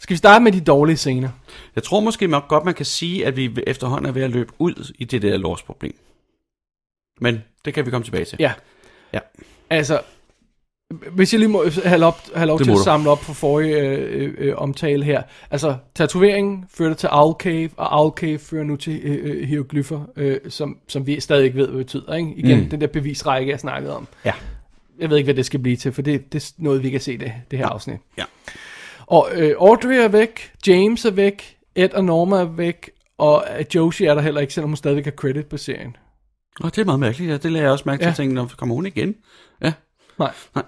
Speaker 3: skal vi starte med de dårlige scener?
Speaker 4: jeg tror måske nok godt, man kan sige, at vi efterhånden er ved at løbe ud i det der lårsproblem. Men det kan vi komme tilbage til.
Speaker 3: Ja.
Speaker 4: Ja.
Speaker 3: Altså, hvis jeg lige må have lov, have lov
Speaker 4: Det
Speaker 3: til at
Speaker 4: må du.
Speaker 3: samle op for forrige øh, øh, øh, omtale her. Altså, tatoveringen førte til Owl Cave, og Owl Cave fører nu til øh, øh, hieroglyffer, øh, som, som vi stadig ikke ved, hvad betyder. Ikke? Igen,
Speaker 4: Mm.
Speaker 3: mm. den der bevisrække, jeg snakkede om.
Speaker 4: Ja.
Speaker 3: Jeg ved ikke, hvad det skal blive til, for det, det er noget, vi kan se det, det her afsnit.
Speaker 4: Ja.
Speaker 3: Og øh, Audrey er væk, James er væk, Ed og Norma er væk, og øh, Josie er der heller ikke, selvom hun stadigvæk har credit på serien.
Speaker 4: Og det er meget mærkeligt. Ja. Det lader jeg også mærke til.
Speaker 3: Ja.
Speaker 4: Ja. Tænkte, når kommer hun igen? Ja.
Speaker 3: Nej.
Speaker 4: Nej.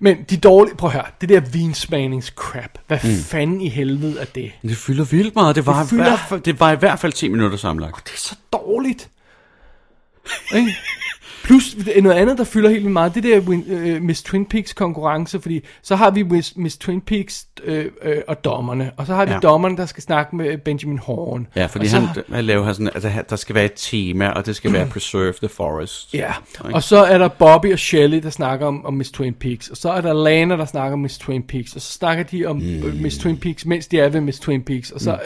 Speaker 3: Men de dårlige, prøv at høre, det der vinsmagnings crap, hvad mm. fanden i helvede er det?
Speaker 4: Men Det fylder vildt meget. Det var, det,
Speaker 3: Det fylder-
Speaker 4: i, hvert fald, det var i hvert fald 10 minutter sammenlagt.
Speaker 3: Det er så dårligt. Ikke? Plus det er noget andet, der fylder helt vildt meget, det der Win, øh, Miss Twin Peaks konkurrence, fordi så har vi Miss, Miss Twin Peaks øh, øh, og dommerne, og så har vi
Speaker 4: Ja.
Speaker 3: ja. dommerne, der skal snakke med Benjamin Horn.
Speaker 4: Ja, fordi
Speaker 3: og så
Speaker 4: han,
Speaker 3: har-
Speaker 4: han laver her sådan, at der- der skal være et tema, og det skal være Preserve the Forest.
Speaker 3: Ja,
Speaker 4: Ikke?
Speaker 3: og så er der Bobby og Shelley, der snakker om, om Miss Twin Peaks, og så er der Lana, der snakker om Miss Twin Peaks, og så snakker de om mm. Miss Twin Peaks, mens de er ved Miss Twin Peaks, og så... Mm.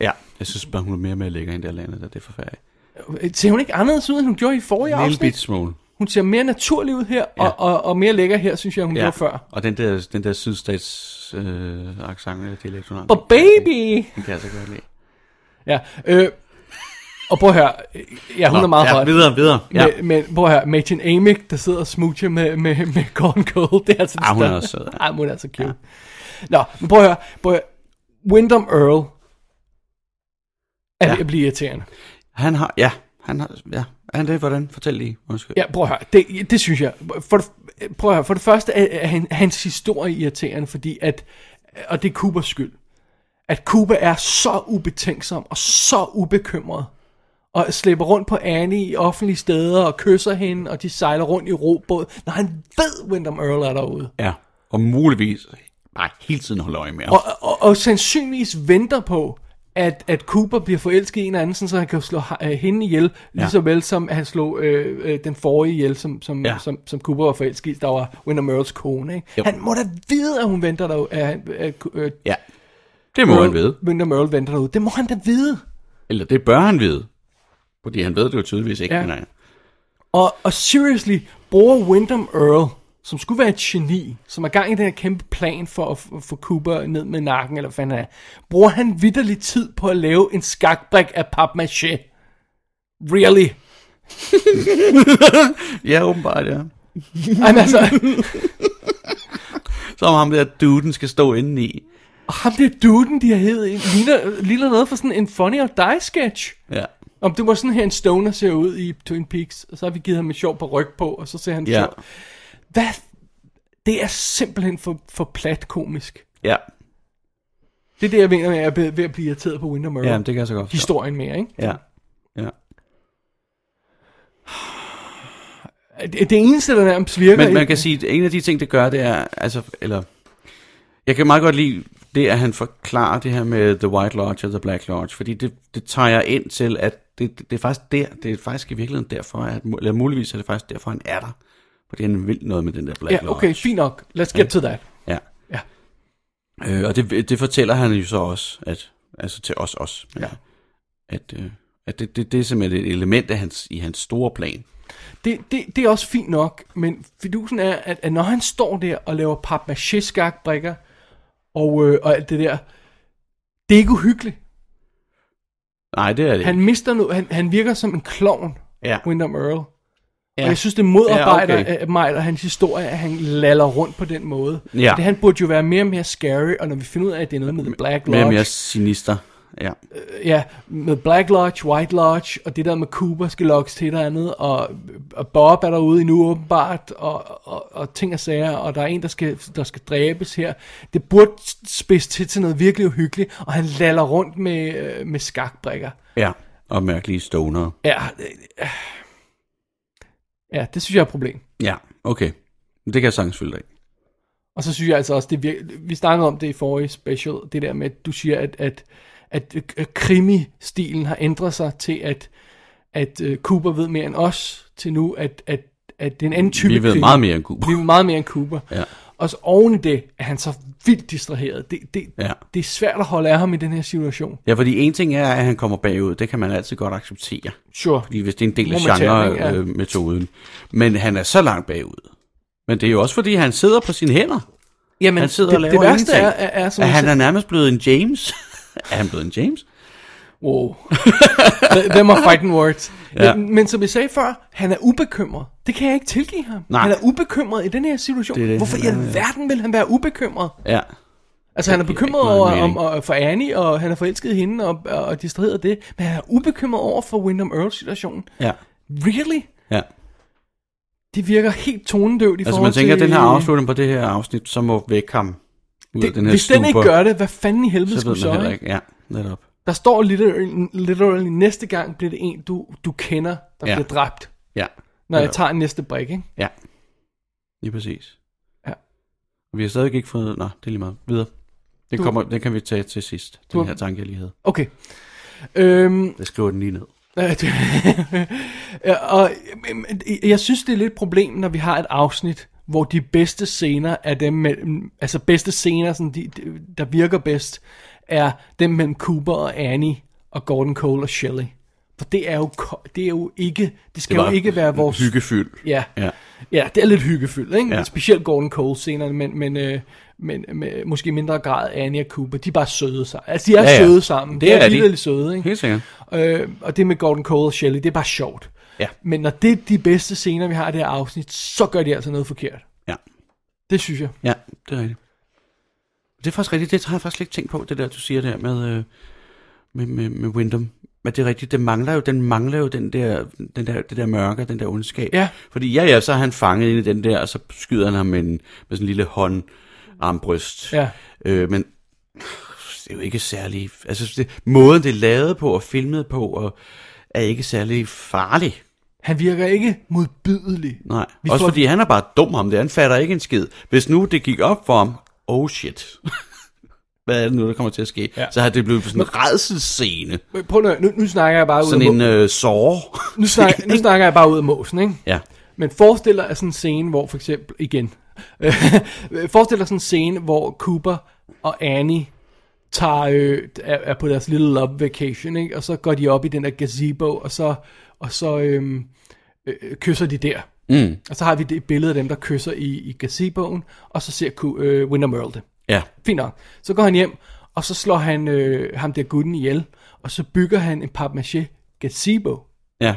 Speaker 4: ja. Jeg synes bare, hun er mere og mere lækker end der lande, der det er forfærdeligt.
Speaker 3: Ser hun ikke anderledes ud, end hun gjorde i forrige
Speaker 4: En lille
Speaker 3: afsnit?
Speaker 4: bit smule.
Speaker 3: Hun ser mere naturlig ud her, ja.
Speaker 4: Ja.
Speaker 3: og, og, og mere lækker her, synes jeg, hun ja. gjorde før.
Speaker 4: Og den der, den der sydstats øh, accent eller dialekt, hun har.
Speaker 3: Og baby!
Speaker 4: Den kan jeg så godt lide.
Speaker 3: Ja, øh, og prøv at høre, øh, ja, hun Nå, er meget
Speaker 4: ja,
Speaker 3: høj.
Speaker 4: videre, videre. Ja.
Speaker 3: Men, men prøv at høre, Machen Amick, der sidder og smoocher med, med, med Gone Cold, det er altså det
Speaker 4: Ah, hun er
Speaker 3: største.
Speaker 4: også sød, ja.
Speaker 3: Ah, hun er så cute. Ja. Nå, men prøv at høre, prøv at høre. Wyndham Earl er
Speaker 4: Ja.
Speaker 3: ja. ved at blive irriterende.
Speaker 4: Han har, ja, han har, ja. Er Han det, hvordan? Fortæl lige. Undskyld.
Speaker 3: Ja, prøv at høre, det, det synes jeg. For det, prøv at høre, for det første er, er han, hans historie irriterende, fordi at, og det er Coopers skyld, at Cooper er så ubetænksom og så ubekymret, og slæber rundt på Annie i offentlige steder og kysser hende, og de sejler rundt i robåd, når han ved, Wyndham Earl er derude.
Speaker 4: ja. Og muligvis bare hele tiden holder øje med ham.
Speaker 3: Og, og, og sandsynligvis venter på, at, at Cooper bliver forelsket i en anden, sådan, så han kan slå ha- øh, hende ihjel, ja. lige så vel som han slog øh, øh, den forrige ihjel, som, som,
Speaker 4: Ja.
Speaker 3: ja. som, som Cooper var forelsket i, der var Winter Earls kone.
Speaker 4: Jo.
Speaker 3: Ikke? Han må da vide, at hun venter derude, at, han- at, at
Speaker 4: Ja. Det må han vide.
Speaker 3: Winter Earl venter derude. Det må han da vide.
Speaker 4: Eller det bør han vide. Fordi han ved det jo tydeligvis ikke.
Speaker 3: Ja.
Speaker 4: Nej.
Speaker 3: Og, og seriously, bruger Wyndham Earl, som skulle være et geni, som er gang i den her kæmpe plan for at f- få Cooper ned med nakken, eller hvad fanden han er, bruger han vidderlig tid på at lave en skakbrik af papmaché. Really?
Speaker 4: ja, åbenbart, ja.
Speaker 3: Ej, men altså,
Speaker 4: Som ham der duden skal stå inde i.
Speaker 3: ham der duden, de har heddet, ligner, ligner noget for sådan en Funny or Die sketch.
Speaker 4: Ja.
Speaker 3: Om det var sådan her en stoner ser ud i Twin Peaks, og så har vi givet ham en sjov på ryg på, og så ser han
Speaker 4: Ja.
Speaker 3: sjov. Hvad? Det er simpelthen for, for plat komisk.
Speaker 4: Ja.
Speaker 3: Det er det, jeg mener med, at jeg er ved- ved at blive irriteret på Winter Murray.
Speaker 4: Ja, men det kan jeg så godt forstå.
Speaker 3: Historien mere, ikke?
Speaker 4: Ja. Ja.
Speaker 3: Det, det eneste, der nærmest virker...
Speaker 4: Men
Speaker 3: i-
Speaker 4: man kan sige, at en af de ting, det gør, det er, altså, eller, jeg kan meget godt lide det, at han forklarer det her med The White Lodge og The Black Lodge, fordi det, det tager jeg ind til, at det, det, det er faktisk der, det er faktisk i virkeligheden derfor, at, mu- eller muligvis er det faktisk derfor, han er der, fordi han vil noget med den der Black
Speaker 3: Ja,
Speaker 4: Lodge.
Speaker 3: okay, fint nok. Let's get to that.
Speaker 4: Ja.
Speaker 3: Ja.
Speaker 4: Øh, og det, det fortæller han jo så også, at, altså til os også,
Speaker 3: Ja.
Speaker 4: at, øh, at det, det, det er simpelthen et element af hans, i hans store plan.
Speaker 3: Det, det, det er også fint nok, men fidusen er, at, at når han står der og laver pap skakbrikker og, øh, og alt det der, det er ikke uhyggeligt.
Speaker 4: Nej, det er det
Speaker 3: Han
Speaker 4: ikke.
Speaker 3: mister nu, han, han virker som en klovn,
Speaker 4: Ja.
Speaker 3: Wyndham Earl. Ja.
Speaker 4: Ja.
Speaker 3: Og jeg synes, det modarbejder
Speaker 4: Ja,
Speaker 3: ja, okay. mig og hans historie, at han laller rundt på den måde.
Speaker 4: Ja.
Speaker 3: Det, han burde jo være mere og mere scary, og når vi finder ud af, at det er noget med The Black Lodge,
Speaker 4: Mere og mere sinister. Ja.
Speaker 3: ja, med Black Lodge, White Lodge, og det der med Cooper skal lokkes til et eller andet, og, og Bob er derude endnu åbenbart, og, og, og ting og sager, og der er en, der skal, der skal dræbes her. Det burde spids til til noget virkelig uhyggeligt, og han laller rundt med, øh, med skakbrikker.
Speaker 4: Ja, og mærkelige stoner.
Speaker 3: Ja, øh, ja, det synes jeg er et problem.
Speaker 4: Ja, okay. Det kan jeg sagtens følge dig i.
Speaker 3: Og så synes jeg altså også, det vir- vi snakkede om det i forrige special, det der med, at du siger, at, at, at, at krimi-stilen har ændret sig til, at, at øh, Cooper ved mere end os, til nu, at, at, at det er en anden type
Speaker 4: Vi ved
Speaker 3: krimi.
Speaker 4: meget mere end Cooper.
Speaker 3: Vi ved meget mere end Cooper.
Speaker 4: Ja.
Speaker 3: Og så oven i det, er han så vildt distraheret. Det, det,
Speaker 4: Ja.
Speaker 3: det er svært at holde af ham i den her situation.
Speaker 4: Ja, fordi en ting er, at han kommer bagud. Det kan man altid godt acceptere.
Speaker 3: Sure.
Speaker 4: Fordi hvis det er en del af
Speaker 3: Momentært, ikke? Ja.
Speaker 4: genre-metoden. Men han er så langt bagud. Men det er jo også, fordi han sidder på sine hænder.
Speaker 3: Jamen,
Speaker 4: Han sidder
Speaker 3: det,
Speaker 4: og laver
Speaker 3: det værste er,
Speaker 4: ingenting.
Speaker 3: er, er, som
Speaker 4: er
Speaker 3: jeg
Speaker 4: han
Speaker 3: sagde-
Speaker 4: er nærmest blevet en James. er han blevet en James?
Speaker 3: Wow. Th- Them are fighting words.
Speaker 4: Ja.
Speaker 3: Ja. Men som jeg sagde før, han er ubekymret. Det kan jeg ikke tilgive ham.
Speaker 4: Nej.
Speaker 3: Han er ubekymret i den her situation.
Speaker 4: Det er det,
Speaker 3: Hvorfor i
Speaker 4: han er, ja.
Speaker 3: alverden vil han være ubekymret?
Speaker 4: Ja.
Speaker 3: Altså, han er
Speaker 4: giver
Speaker 3: bekymret
Speaker 4: ikke meget
Speaker 3: over, om,
Speaker 4: mening.
Speaker 3: og, for Annie, og han er forelsket i hende, og, og, og distraheret af det. Men han er ubekymret over for Wyndham Earl-situationen.
Speaker 4: Ja.
Speaker 3: Really?
Speaker 4: Ja.
Speaker 3: Det virker helt tonedøvt i
Speaker 4: Altså man
Speaker 3: forhold
Speaker 4: tænker, at
Speaker 3: til...
Speaker 4: den her afslutning på det her afsnit, så må vække ham ud af
Speaker 3: det,
Speaker 4: den her
Speaker 3: Hvis den ikke
Speaker 4: stupor.
Speaker 3: gør det, hvad fanden i helvede
Speaker 4: så
Speaker 3: skal vi
Speaker 4: ved
Speaker 3: så?
Speaker 4: man heller
Speaker 3: ikke?
Speaker 4: ikke. Ja, netop.
Speaker 3: Der står literally, literally, næste gang bliver det en, du, du kender, der
Speaker 4: Ja.
Speaker 3: bliver dræbt,
Speaker 4: Ja.
Speaker 3: når jeg
Speaker 4: Netop.
Speaker 3: tager næste brik, ikke?
Speaker 4: Ja. Lige præcis.
Speaker 3: Ja.
Speaker 4: Vi har stadig ikke fået... Nej, det er lige meget. Videre. Det
Speaker 3: Du-
Speaker 4: kommer, den kan vi tage til sidst,
Speaker 3: Du-
Speaker 4: den her tanke, jeg lige havde.
Speaker 3: Okay. Øhm,
Speaker 4: Jeg skriver den lige ned.
Speaker 3: øh, det- Ja, og øhm, jeg synes, det er lidt et problem, når vi har et afsnit, hvor de bedste scener er dem mellem, altså bedste scener, sådan de, de- der virker bedst, er dem mellem Cooper og Annie og Gordon Cole og Shelley. For det er jo, ko- det er jo ikke, det skal det jo ikke være vores...
Speaker 4: Hyggefyld.
Speaker 3: Ja.
Speaker 4: Ja.
Speaker 3: Ja, det er lidt hyggefyldt, ikke? Ja.
Speaker 4: Ja.
Speaker 3: Specielt Gordon Cole scenerne, men, men, øh, men med, måske i mindre grad Annie og Cooper, de er bare søde sammen. Altså, de er ja,
Speaker 4: Ja,
Speaker 3: ja.
Speaker 4: ja.
Speaker 3: søde sammen.
Speaker 4: Det
Speaker 3: de
Speaker 4: er
Speaker 3: er
Speaker 4: de.
Speaker 3: lidt søde, ikke?
Speaker 4: Helt sikkert.
Speaker 3: Øh, og det med Gordon Cole og Shelley, det er bare sjovt.
Speaker 4: Ja.
Speaker 3: Men når det er de bedste scener, vi har i det her afsnit, så gør de altså noget forkert.
Speaker 4: Ja.
Speaker 3: Det synes jeg.
Speaker 4: Ja, det er rigtigt. Det er faktisk rigtigt. Det har jeg faktisk slet ikke tænkt på, det der, du siger der med, øh, med, med, med Wyndham. Men det er rigtigt, det mangler jo, den mangler jo den der, den der, det der mørke, den der ondskab.
Speaker 3: Ja.
Speaker 4: Fordi ja, ja, så er han fanget ind i den der, og så skyder han ham med, en, med sådan en lille hånd, armbryst.
Speaker 3: Ja.
Speaker 4: Øh, men det er jo ikke særlig... Altså, det, måden det er lavet på og filmet på, og, er ikke særlig farlig.
Speaker 3: Han virker ikke modbydelig.
Speaker 4: Nej.
Speaker 3: Vi
Speaker 4: Også
Speaker 3: får-
Speaker 4: fordi han er bare dum ham det. Han fatter ikke en skid. Hvis nu det gik op for ham, oh shit. Hvad er det nu, der kommer til at ske?
Speaker 3: Ja.
Speaker 4: Ja. Så har det blevet sådan en redselsscene.
Speaker 3: Men Prøv nu, nu, nu snakker jeg bare ud
Speaker 4: Sådan
Speaker 3: af
Speaker 4: en øh, såre.
Speaker 3: nu, snakker, nu snakker jeg bare ud af måsen, ikke?
Speaker 4: ja.
Speaker 3: Men forestil dig sådan en scene, hvor for eksempel, igen, øh, forestil dig sådan en scene, hvor Cooper og Annie tager, øh, er, er på deres lille love vacation, ikke? og så går de op i den der gazebo, og så, og så øh, øh, kysser de der.
Speaker 4: Mm.
Speaker 3: Og så har vi det billede af dem, der kysser i, i gazeboen, og så ser Ku- øh, Winter Merle det.
Speaker 4: Ja.
Speaker 3: Fint nok. Så går han hjem, og så slår han øh, ham der gutten ihjel, og så bygger han en papmaché gazebo
Speaker 4: Ja.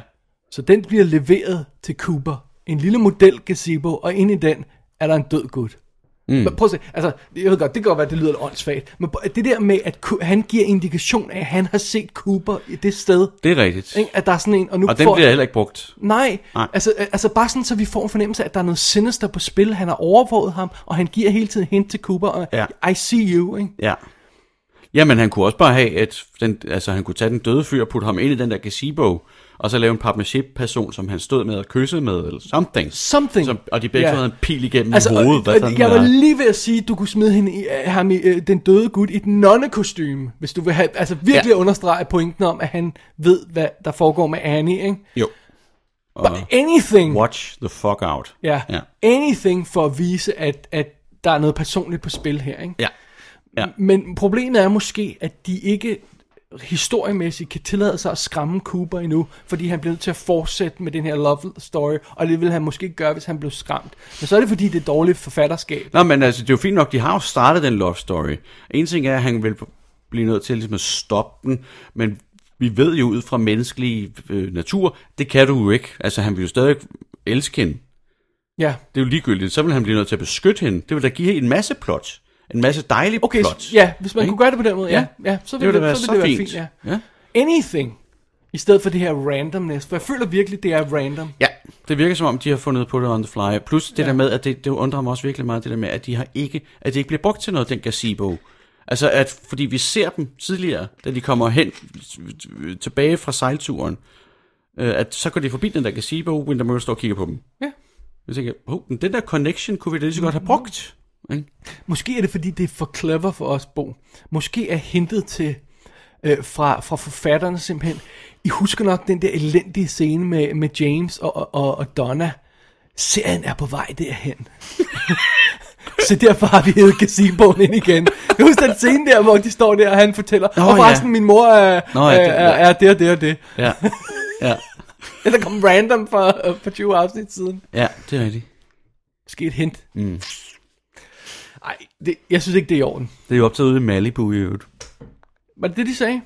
Speaker 3: Så den bliver leveret til Cooper. En lille model gazebo, og inde i den er der en død gut. Mm. Men prøv at se, altså, jeg ved godt, det kan godt være, det lyder lidt åndssvagt, men prøv- det der med, at Coo- han giver indikation af, at han har set Cooper i det sted,
Speaker 4: Det er rigtigt.
Speaker 3: ikke? at der er sådan en, og nu
Speaker 4: Og den
Speaker 3: får...
Speaker 4: bliver heller ikke brugt.
Speaker 3: Nej,
Speaker 4: Nej.
Speaker 3: Altså, altså bare sådan, så vi får en fornemmelse af, at der er noget sinister på spil. Han har overvåget ham, og han giver hele tiden hint til Cooper, og
Speaker 4: Ja.
Speaker 3: I see you, ikke?
Speaker 4: Ja. Jamen, han kunne også bare have, at den, altså, han kunne tage den døde fyr og putte ham ind i den der gazebo, og så lave en papmaché-person, som han stod med og kyssede med, eller something.
Speaker 3: Something.
Speaker 4: Som, og de begge
Speaker 3: Ja.
Speaker 4: yeah. havde en pil igennem
Speaker 3: Altså,
Speaker 4: altså,
Speaker 3: og,
Speaker 4: hovedet. Hvad
Speaker 3: og,
Speaker 4: fanden
Speaker 3: jeg
Speaker 4: ved
Speaker 3: var lige ved at sige, at du kunne smide hende i, øh, ham i, øh, den døde gut i et nonnekostyme, hvis du vil have, altså virkelig ja.
Speaker 4: Ja.
Speaker 3: understrege pointen om, at han ved, hvad der foregår med Annie, ikke?
Speaker 4: Jo.
Speaker 3: Og But anything,
Speaker 4: Watch the fuck out.
Speaker 3: ja,
Speaker 4: Ja.
Speaker 3: anything for at vise, at, at der er noget personligt på spil her, ikke?
Speaker 4: ja.
Speaker 3: Men problemet er måske, at de ikke historiemæssigt kan tillade sig at skræmme Cooper endnu, fordi han bliver nødt til at fortsætte med den her love story, og det ville han måske ikke gøre, hvis han blev skræmt. Men så er det fordi, det er dårligt forfatterskab.
Speaker 4: Nå, men altså, det er jo fint nok, de har jo startet den love story. En ting er, at han vil blive nødt til ligesom at stoppe den, men vi ved jo ud fra menneskelig øh, natur, det kan du jo ikke. Altså, han vil jo stadig elske hende.
Speaker 3: Ja.
Speaker 4: Det er jo ligegyldigt. Så vil han blive nødt til at beskytte hende. Det vil da give hende en masse plot. En masse dejlig
Speaker 3: Okay,
Speaker 4: plot.
Speaker 3: så, ja, hvis man
Speaker 4: Ikke?
Speaker 3: kunne gøre det på den måde, ja, ja, så
Speaker 4: det
Speaker 3: ville
Speaker 4: ville
Speaker 3: det,
Speaker 4: da være
Speaker 3: så
Speaker 4: så,
Speaker 3: ville det
Speaker 4: fint.
Speaker 3: være fint. Ja.
Speaker 4: ja.
Speaker 3: Anything, i stedet for det her randomness, for jeg føler virkelig, det er random.
Speaker 4: Ja, det virker som om, de har fundet på det on the fly. Plus det der med, at det, det undrer mig også virkelig meget, det der med, at de har ikke, at det ikke bliver brugt til noget, den gazebo. Altså, at, fordi vi ser dem tidligere, da de kommer hen øh, tilbage fra sejlturen, øh, at så går de forbi den der gazebo, Winter Murray står og kigger på dem.
Speaker 3: Ja.
Speaker 4: Jeg tænker, oh, men den der connection kunne vi da lige så godt have brugt. Ikke?
Speaker 3: Måske er det, fordi det er for clever for os, Bo. Måske er hentet til øh, fra, fra forfatterne simpelthen. I husker nok den der elendige scene med, med James og, og- og, og Donna. Serien er på vej derhen. Så derfor har vi hævet gazeboen ind igen. Jeg husker den scene der, hvor de står der, og han fortæller,
Speaker 4: Nå,
Speaker 3: og forresten,
Speaker 4: ja.
Speaker 3: min mor er,
Speaker 4: Nå, ja,
Speaker 3: er,
Speaker 4: det-
Speaker 3: er, er det og det og det.
Speaker 4: Ja. ja.
Speaker 3: Eller kom random for, øh, for 20 afsnit siden.
Speaker 4: ja, det er rigtigt.
Speaker 3: Måske et hint. Mm. Ej, det, jeg synes ikke, det er i orden.
Speaker 4: Det er jo optaget ude i Malibu i øvrigt.
Speaker 3: Var det det, de sagde?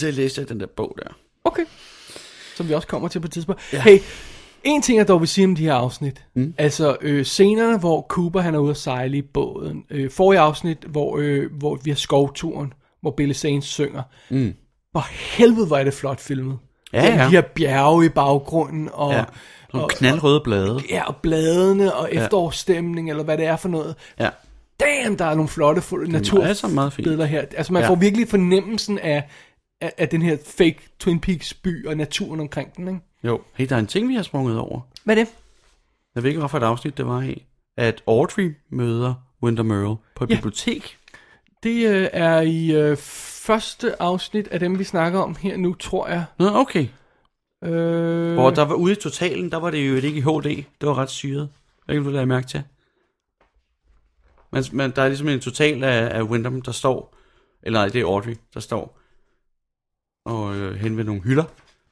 Speaker 4: Det læste jeg den der bog der.
Speaker 3: Okay. Som vi også kommer til på et tidspunkt. Ja. Hey, en ting jeg dog vil sige om de her afsnit. Mm. Altså øh, scenerne, hvor Cooper han er ude at sejle i båden. Øh, forrige afsnit, hvor, øh, hvor vi har skovturen, hvor Billy Zane synger. Mm. Hvor helvede var det flot filmet.
Speaker 4: Ja,
Speaker 3: Den-
Speaker 4: ja.
Speaker 3: De her bjerge i baggrunden, og,
Speaker 4: Ja.
Speaker 3: ja.
Speaker 4: Nogle knaldrøde blade.
Speaker 3: Ja, og bladene, og efterårsstemning, eller hvad det er for noget.
Speaker 4: Ja.
Speaker 3: Damn, der er nogle flotte fu-
Speaker 4: alt sammen meget fint.
Speaker 3: naturbilleder her. Altså man ja.
Speaker 4: Ja.
Speaker 3: får virkelig fornemmelsen af, af, af den her fake Twin Peaks by og naturen omkring den, ikke?
Speaker 4: Jo. Hey, der er en ting, vi har sprunget over.
Speaker 3: Hvad er det?
Speaker 4: Jeg ved ikke, hvorfor et afsnit det var i, at Audrey møder Winter Merle på et
Speaker 3: Ja.
Speaker 4: ja. bibliotek.
Speaker 3: Det øh, er i øh, første afsnit af dem, vi snakker om her nu, tror jeg.
Speaker 4: Nå, okay.
Speaker 3: Øh,
Speaker 4: Hvor der var ude i totalen, der var det jo ikke i HD. Det var ret syret. Jeg kan du lade mærke til. Men, men der er ligesom en total af, af Windham, der står, eller nej, det er Audrey, der står og øh, hen ved nogle hylder,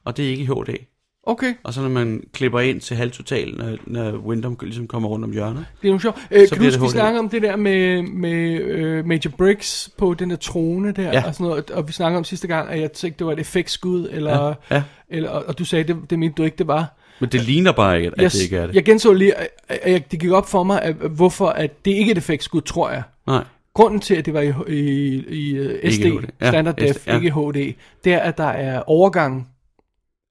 Speaker 4: og det er ikke i HD.
Speaker 3: Okay,
Speaker 4: Og så når man klipper ind til halvtotalen, når, når Windham ligesom kommer rundt om hjørnet.
Speaker 3: det er jo sjovt. Øh, kan
Speaker 4: Så
Speaker 3: du
Speaker 4: bliver det
Speaker 3: huske, vi
Speaker 4: HD.
Speaker 3: snakker om det der med, med øh, Major Briggs på den der trone der,
Speaker 4: Ja.
Speaker 3: og sådan noget, og vi snakker om sidste gang, at jeg tænkte, det var et effektskud, eller,
Speaker 4: Ja, ja.
Speaker 3: eller, og og du sagde, det, det mente du ikke, det var.
Speaker 4: Men det ligner bare ikke, at
Speaker 3: jeg,
Speaker 4: yes, det ikke er det.
Speaker 3: Jeg genså lige, at- at jeg, det gik op for mig, at, hvorfor at det ikke er et effektskud, tror jeg.
Speaker 4: Nej.
Speaker 3: Grunden til, at det var i, i, i øh, SD,
Speaker 4: Ikke HD. Ja,
Speaker 3: Standard
Speaker 4: SD,
Speaker 3: Def,
Speaker 4: ja.
Speaker 3: ikke HD, det er, at der er overgang,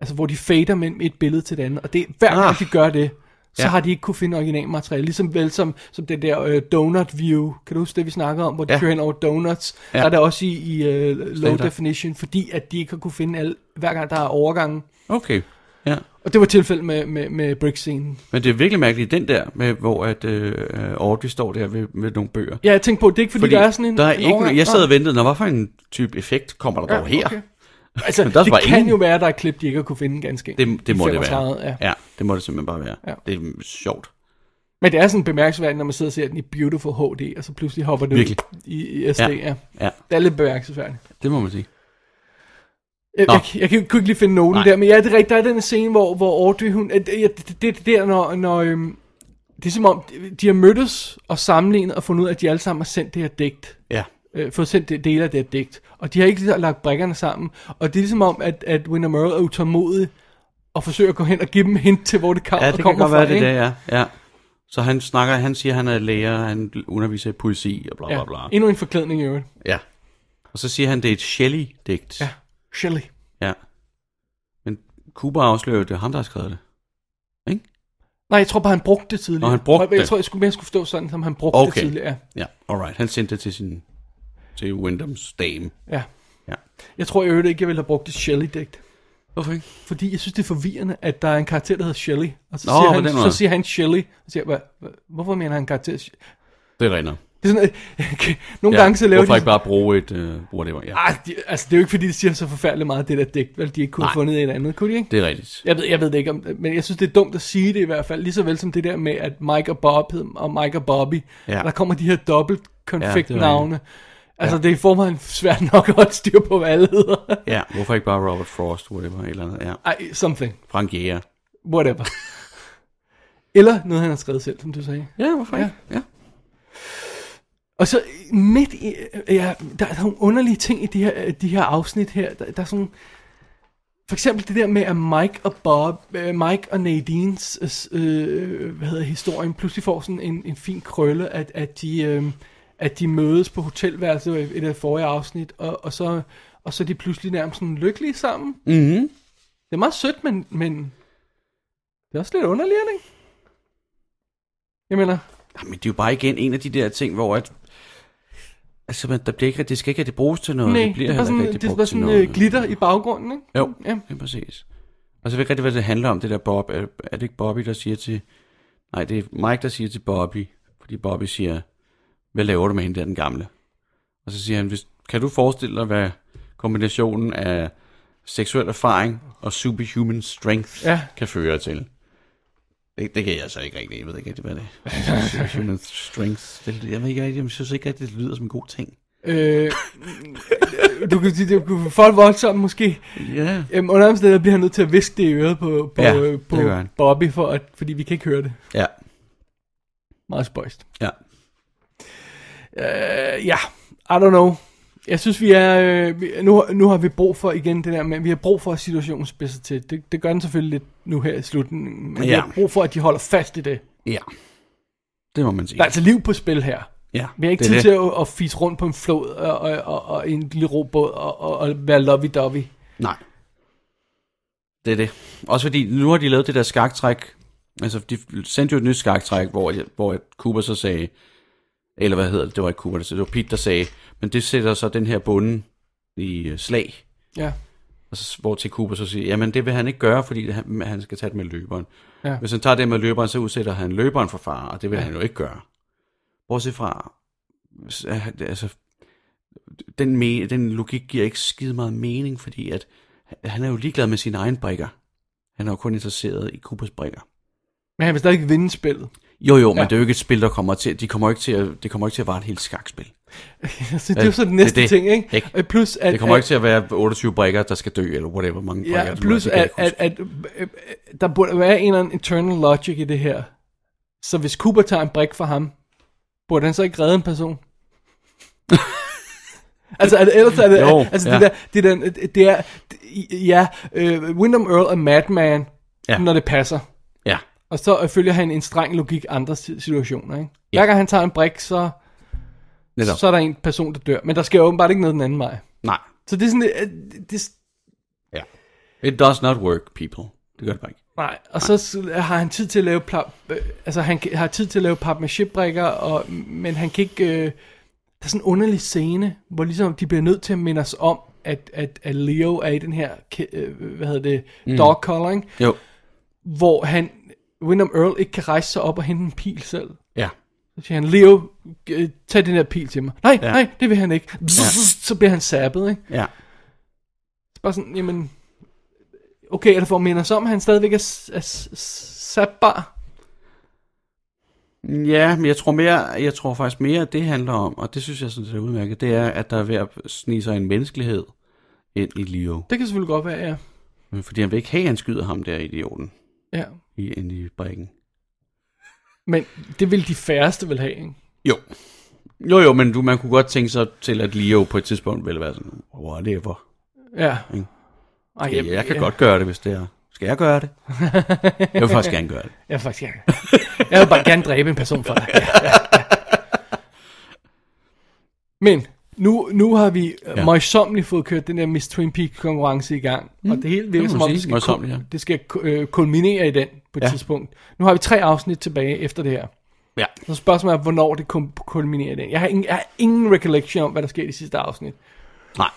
Speaker 3: altså hvor de fader mellem et billede til det andet, og det, hver gang
Speaker 4: Ah.
Speaker 3: de gør det, så
Speaker 4: Ja.
Speaker 3: har de ikke kunne finde originalmateriale, ligesom vel som, som det der øh, donut view, kan du huske det, vi snakkede om, hvor de ja.
Speaker 4: Ja.
Speaker 3: kører hen over donuts, ja.
Speaker 4: Ja.
Speaker 3: der er det også i, i øh, low
Speaker 4: Standard.
Speaker 3: definition, fordi at de ikke har kunne finde alle, hver gang der er overgangen,
Speaker 4: Okay. Ja.
Speaker 3: og det var tilfældet med, med, med Brick-scenen.
Speaker 4: Men det er virkelig mærkeligt, den der, med, hvor at, øh, øh, Audrey står der ved, ved nogle bøger.
Speaker 3: Ja, jeg tænkte på, det er ikke fordi, fordi der er sådan en...
Speaker 4: der er
Speaker 3: en
Speaker 4: ikke,
Speaker 3: overgang.
Speaker 4: overgang. Jeg sad og ventede, når hvad for en type effekt kommer
Speaker 3: Ja,
Speaker 4: der ja, dog her?
Speaker 3: okay. Altså,
Speaker 4: Men der
Speaker 3: det
Speaker 4: var
Speaker 3: kan
Speaker 4: ingen-
Speaker 3: jo være, at der er klip, de ikke har kunne finde ganske
Speaker 4: Det, det
Speaker 3: i
Speaker 4: må det
Speaker 3: 35,
Speaker 4: være.
Speaker 3: Ja.
Speaker 4: ja, det må det simpelthen bare være.
Speaker 3: Ja.
Speaker 4: Ja. Det er sjovt.
Speaker 3: Men det er sådan bemærkelsesværdigt, når man sidder og ser den i Beautiful HD, og så pludselig hopper det
Speaker 4: Virkelig.
Speaker 3: ud i, i SD. Ja.
Speaker 4: Ja.
Speaker 3: ja.
Speaker 4: Ja,
Speaker 3: Det er lidt bemærkelsesværdigt.
Speaker 4: det må man sige.
Speaker 3: Jeg,
Speaker 4: Nå.
Speaker 3: jeg, jeg, kan- kunne ikke lige finde noten Nej.
Speaker 4: Nej.
Speaker 3: der, men ja, det er rigtigt. Der er den scene, hvor, hvor Audrey, hun... at- ja, Det, det, det, det der, når... når øhm, det er som om, de har mødtes og sammenlignet og fundet ud af, at de alle sammen har sendt det her digt.
Speaker 4: Ja.
Speaker 3: øh, fået sendt de- dele af det her digt. Og de har ikke lige lagt brækkerne sammen. Og det er ligesom om, at, at Winner Murrow er utålmodig og forsøger at gå hen og give dem hint til, hvor det, kom,
Speaker 4: Ja, det kan
Speaker 3: kommer
Speaker 4: godt
Speaker 3: fra.
Speaker 4: være, det er
Speaker 3: ikke?
Speaker 4: det, ja. ja. Så han snakker, han siger, han er lærer, han underviser i poesi og bla bla bla.
Speaker 3: Ja. Endnu en forklædning i øvrigt.
Speaker 4: Ja. Og så siger han, det er et Shelley-digt.
Speaker 3: Ja. Shelley.
Speaker 4: ja. Men Cooper afslører jo, det er ham, der har skrevet det. Ikke?
Speaker 3: Nej, jeg tror bare, han brugte det tidligere.
Speaker 4: Nå, han brugte
Speaker 3: jeg, jeg
Speaker 4: det.
Speaker 3: tror, jeg skulle mere skulle forstå sådan, som han brugte det
Speaker 4: Okay.
Speaker 3: tidligere. Ja.
Speaker 4: Ja, alright. Han sendte det til sin til Wyndhams dame.
Speaker 3: ja.
Speaker 4: Ja.
Speaker 3: Jeg tror i øvrigt ikke, jeg ville have brugt et Shelley-digt.
Speaker 4: Hvorfor ikke?
Speaker 3: Fordi jeg synes, det er forvirrende, at der er en karakter, der hedder Shelley. Og så,
Speaker 4: Nå,
Speaker 3: siger,
Speaker 4: på
Speaker 3: han,
Speaker 4: den
Speaker 3: så
Speaker 4: måde.
Speaker 3: siger han Shelley. Og siger, hvad, hvad, hvorfor mener han en karakter?
Speaker 4: Det er rigtigt.
Speaker 3: Det er sådan, at, nogle ja, gange så laver
Speaker 4: Hvorfor
Speaker 3: de...
Speaker 4: ikke bare bruge et uh, whatever? Ja,
Speaker 3: Ej, de, altså, det er jo ikke, fordi de siger så forfærdeligt meget, det der digt, vel? De ikke kunne have
Speaker 4: Nej.
Speaker 3: fundet en anden, kunne de ikke?
Speaker 4: det er rigtigt.
Speaker 3: Jeg ved, jeg ved det ikke, om, men jeg synes, det er dumt at sige det i hvert fald, lige så vel som det der med, at Mike og Bob hed, og Mike og Bobby,
Speaker 4: Ja.
Speaker 3: ja. der kommer de her dobbelt konfektnavne.
Speaker 4: rigtigt.
Speaker 3: altså, det er i forvejen svært nok at holde styr på, hvad alle hedder.
Speaker 4: Ja, hvorfor ikke bare Robert Frost, whatever, et eller andet. Ja.
Speaker 3: Ej, something.
Speaker 4: Frank Jæger.
Speaker 3: Whatever. Eller noget, han har skrevet selv, som du sagde.
Speaker 4: Ja, hvorfor ikke? Ja.
Speaker 3: Og så midt i, ja, der er nogle underlige ting i de her, øh, de her afsnit her. Der, der er sådan, for eksempel det der med, at Mike og Bob, øh, Mike og Nadines, øh, hvad hedder historien, pludselig får sådan en, en fin krølle, at, at de... Øh, at de mødes på hotelværelset øh, i et af de forrige afsnit, og, og, så, og så er de pludselig nærmest sådan lykkelige sammen.
Speaker 4: Mm-hmm.
Speaker 3: Det er meget sødt, men, men det er også lidt underligt, ikke? Jeg mener,
Speaker 4: Jamen, Ah, det er jo bare igen en af de der ting, hvor at, altså, man, der bliver ikke, det skal ikke rigtig bruges til noget.
Speaker 3: nej,
Speaker 4: det bliver
Speaker 3: det er bare
Speaker 4: heller
Speaker 3: sådan,
Speaker 4: ikke
Speaker 3: det
Speaker 4: rigtig
Speaker 3: er
Speaker 4: brugt
Speaker 3: bare
Speaker 4: til
Speaker 3: sådan
Speaker 4: noget.
Speaker 3: øh, glitter i baggrunden, ikke?
Speaker 4: Jo,
Speaker 3: Ja.
Speaker 4: ja. det er præcis. Og så ved jeg ikke rigtig, hvad det handler om, det der Bob. Er, er det ikke Bobby, der siger til... Nej, det er Mike, der siger til Bobby, fordi Bobby siger, hvad laver du med hende der, den gamle? Og så siger han, Hvis, kan du forestille dig, hvad kombinationen af seksuel erfaring og superhuman strength
Speaker 3: Ja.
Speaker 4: ja. kan føre til? Det, det kan jeg så ikke rigtig, jeg ved ikke rigtig, hvad det er. Superhuman strength. Det, jeg ved ikke rigtig, jeg synes ikke rigtig, det lyder som en god ting.
Speaker 3: Øh, du kan sige, det kunne folk voldsomt måske.
Speaker 4: Ja.
Speaker 3: Øhm, under andre steder bliver han nødt til at viske det i øret på, på,
Speaker 4: Ja,
Speaker 3: ja,
Speaker 4: det
Speaker 3: på
Speaker 4: gør han.
Speaker 3: Bobby, for at, fordi vi kan ikke høre det.
Speaker 4: Ja.
Speaker 3: Meget spøjst.
Speaker 4: Ja.
Speaker 3: Øh, ja, I don't know. Jeg synes, vi er... Øh, vi- nu, nu har vi brug for igen det der med, vi har brug for, at situationen spidser til. Det, det gør den selvfølgelig lidt nu her i slutningen. Men ja. vi
Speaker 4: Ja.
Speaker 3: har brug for, at de holder fast i det.
Speaker 4: Ja. Det må man sige.
Speaker 3: Der er altså liv på spil her.
Speaker 4: ja,
Speaker 3: Vi har ikke
Speaker 4: det er
Speaker 3: tid
Speaker 4: det.
Speaker 3: til at, at fise rundt på en flod og, og, og, og en lille robåd og, og, og være lovey-dovey.
Speaker 4: Nej. Det er det. Også fordi, nu har de lavet det der skaktræk. Altså, de sendte jo et nyt skaktræk, hvor, jeg, hvor Cooper så sagde, eller hvad hedder det, det var ikke Cooper, der sagde, det var Pete, der sagde, men det sætter så den her bunde i øh, slag.
Speaker 3: Ja.
Speaker 4: Og så, hvor til Cooper så siger, jamen det vil han ikke gøre, fordi han, han skal tage det med løberen.
Speaker 3: Ja.
Speaker 4: Hvis han tager det med løberen, så udsætter han løberen for fare, og det vil han jo ikke gøre. Bortset fra, s- at- altså, den, me, den logik giver ikke skide meget mening, fordi at han er jo ligeglad med sine egne brikker. Han er jo kun interesseret i Coopers brikker.
Speaker 3: Men han vil stadig ikke vinde spillet.
Speaker 4: Jo, jo, men
Speaker 3: Ja.
Speaker 4: ja. det er jo ikke et spil, der kommer til, de kommer ikke til at, det kommer ikke til at være et helt skakspil.
Speaker 3: Så Altså, det er jo så den
Speaker 4: Det er
Speaker 3: næste det,
Speaker 4: det.
Speaker 3: ting, ikke?
Speaker 4: Ikke?
Speaker 3: Øh, Plus at,
Speaker 4: Det kommer
Speaker 3: at,
Speaker 4: ikke til at være 28 brikker, der skal dø, eller whatever, hvor mange brikker.
Speaker 3: Ja,
Speaker 4: der
Speaker 3: plus
Speaker 4: skal dø, det
Speaker 3: at,
Speaker 4: kan jeg
Speaker 3: at,
Speaker 4: ikke huske.
Speaker 3: at, øh, øh, der burde være en eller anden internal logic i det her. Så hvis Cooper tager en brik for ham, burde han så ikke redde en person? altså, at, ellers er det...
Speaker 4: Jo,
Speaker 3: altså,
Speaker 4: ja.
Speaker 3: det, der, det, der, det er... Ja, øh, Wyndham Earl er madman, ja.
Speaker 4: Ja.
Speaker 3: når det passer.
Speaker 4: Ja,
Speaker 3: Og så øh, følger han en streng logik andre si- situationer, ikke?
Speaker 4: Ja.
Speaker 3: Hver gang han tager en brik, så,
Speaker 4: netop.
Speaker 3: så er der en person, der dør. Men der sker åbenbart ikke noget den anden vej.
Speaker 4: Nej.
Speaker 3: Så det er sådan... lidt, øh, Det, det,
Speaker 4: Ja. It does not work, people. Det gør det bare ikke.
Speaker 3: Nej, og så s- har han tid til at lave plap, øh, altså han kan- har tid til at lave pap med shipbrikker, og, men han kan ikke, øh, der er sådan en underlig scene, hvor ligesom de bliver nødt til at minde os om, at, at, at Leo er i den her, ke- øh, hvad hedder det, mm. dog collar, ikke?
Speaker 4: Jo.
Speaker 3: hvor han, Wyndham Earl ikke kan rejse sig op og hente en pil selv.
Speaker 4: Ja.
Speaker 3: Så siger han, Leo, øh, tag den her pil til mig. Nej, ja.
Speaker 4: Ja.
Speaker 3: nej, det vil han ikke. Bzzz, ja. Så bliver han sappet, ikke?
Speaker 4: Ja.
Speaker 3: Bare sådan, jamen, okay, er det for at minde os om, at han stadigvæk er, s- er, s- sapbar?
Speaker 4: Ja, men jeg tror, mere, jeg tror faktisk mere, at det handler om, og det synes jeg sådan set er udmærket, det er, at der er ved at snige sig en menneskelighed ind i Leo.
Speaker 3: Det kan selvfølgelig godt være, ja.
Speaker 4: Men Fordi han vil ikke have, at han skyder ham der idioten
Speaker 3: ja.
Speaker 4: i, ind i brækken.
Speaker 3: Men det vil de færreste vil have, ikke?
Speaker 4: Jo. Jo, jo, men du, man kunne godt tænke sig til, at Leo på et tidspunkt ville være sådan, whatever.
Speaker 3: Ja.
Speaker 4: Ikke?
Speaker 3: Ej,
Speaker 4: Ja, jeg kan godt gøre det, hvis det er. Skal jeg gøre det? Jeg vil faktisk gerne gøre det.
Speaker 3: Jeg vil faktisk gerne. Jeg vil bare gerne dræbe en person for dig. Ja, ja, ja. Men nu, nu har vi ja.
Speaker 4: Ja.
Speaker 3: møjsommeligt fået kørt den der Miss Twin Peaks konkurrence i gang. Mm. Og det hele virker
Speaker 4: Det må
Speaker 3: som
Speaker 4: man
Speaker 3: om, det
Speaker 4: sige.
Speaker 3: skal,
Speaker 4: Møjsommeligt,
Speaker 3: kul-
Speaker 4: ja.
Speaker 3: det skal øh, kulminere i den på et ja.
Speaker 4: Ja.
Speaker 3: tidspunkt. Nu har vi tre afsnit tilbage efter det her.
Speaker 4: Ja.
Speaker 3: Så spørgsmålet er, hvornår det kom- kulminerer i den. Jeg har, ingen, jeg har ingen recollection om, hvad der sker i det sidste afsnit.
Speaker 4: Nej.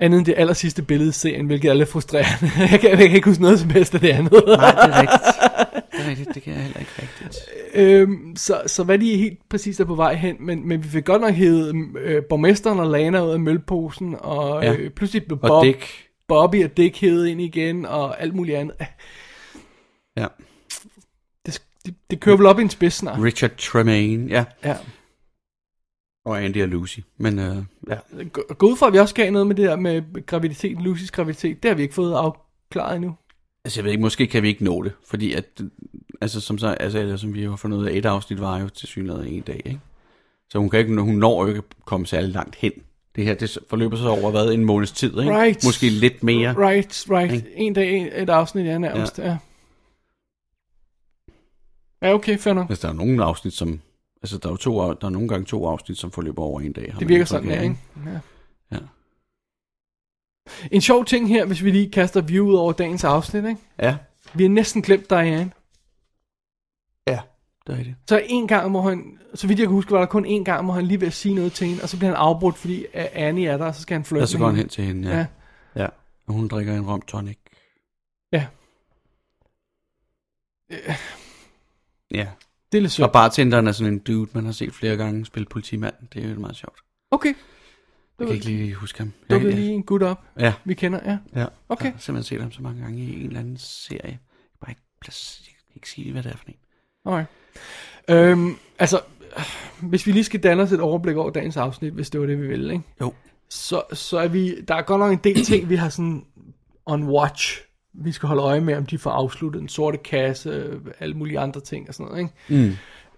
Speaker 3: Andet end det aller sidste billede i serien, hvilket er lidt frustrerende. jeg, kan, jeg kan ikke huske noget som helst af det andet.
Speaker 4: Nej, det er rigtigt. Det er rigtigt, det kan jeg heller ikke rigtigt.
Speaker 3: Øhm, så, så hvad de helt præcis er på vej hen, men, men vi fik godt nok hævet øh, borgmesteren og Lana ud af mølposen, og ja.
Speaker 4: Ja.
Speaker 3: øh, pludselig blev
Speaker 4: Og
Speaker 3: Bob,
Speaker 4: Dick.
Speaker 3: Bobby og Dick hævet ind igen, og alt muligt andet.
Speaker 4: Ja.
Speaker 3: Det, det, det kører vel op i en spids snart.
Speaker 4: Richard Tremaine, ja.
Speaker 3: Ja.
Speaker 4: Og Andy og Lucy. Men øh, ja.
Speaker 3: Gå gå ud fra, at vi også skal have noget med det der med graviditeten, Lucys graviditet. Det har vi ikke fået afklaret endnu.
Speaker 4: Altså, jeg ved ikke, måske kan vi ikke nå det, fordi at, altså, som, så, altså, eller, som vi har fundet ud af, et afsnit var jo til synligheden en dag, ikke? Så hun, kan ikke, hun når jo ikke at komme særlig langt hen. Det her, det forløber sig over, hvad, en måneds tid, ikke?
Speaker 3: Right.
Speaker 4: Måske lidt mere.
Speaker 3: Right, right.
Speaker 4: Ikke?
Speaker 3: En dag, en, et afsnit, ja, nærmest. Ja, ja. ja okay, fair nok.
Speaker 4: Altså, der er nogle afsnit, som... Altså, der er jo to, af- der er nogle gange to afsit, som forløber over en dag. har
Speaker 3: Det
Speaker 4: man
Speaker 3: virker
Speaker 4: indtryk
Speaker 3: sådan,
Speaker 4: af,
Speaker 3: ja, ikke? Ja.
Speaker 4: Ja.
Speaker 3: En sjov ting her, hvis vi lige kaster view ud over dagens afsnit, ikke?
Speaker 4: Ja,
Speaker 3: Vi har næsten glemt Diane.
Speaker 4: det er det.
Speaker 3: Så en gang, hvor han, så vidt jeg kan huske, var der kun en gang, hvor han lige ved at sige noget til hende, og så bliver han afbrudt, fordi øh, Annie er der, og så skal han flytte
Speaker 4: Og så går han hen til hende, ja.
Speaker 3: Ja.
Speaker 4: ja. ja. Og hun drikker en rom tonic.
Speaker 3: Ja.
Speaker 4: Ja.
Speaker 3: Det er lidt
Speaker 4: Og
Speaker 3: sødt.
Speaker 4: bartenderen er sådan en dude, man har set flere gange spille politimand. Det er jo meget sjovt.
Speaker 3: Okay,
Speaker 4: Jeg kan ikke lige huske ham. Jeg,
Speaker 3: dukkede
Speaker 4: jeg,
Speaker 3: lige en gut op,
Speaker 4: ja,
Speaker 3: vi kender, ja.
Speaker 4: ja.
Speaker 3: Okay.
Speaker 4: Jeg har simpelthen set ham så mange gange i en eller anden serie. Jeg kan bare ikke, plads- jeg kan ikke sige, hvad det er for en.
Speaker 3: Alright. Øhm, altså, øh, hvis vi lige skal danne os et overblik over dagens afsnit, hvis det var det, vi ville, ikke?
Speaker 4: Jo.
Speaker 3: Så, så er vi, der er godt nok en del ting, vi har sådan on watch. Vi skal holde øje med, om de får afsluttet den sorte kasse, øh, alle mulige andre ting og sådan noget, ikke? Mm.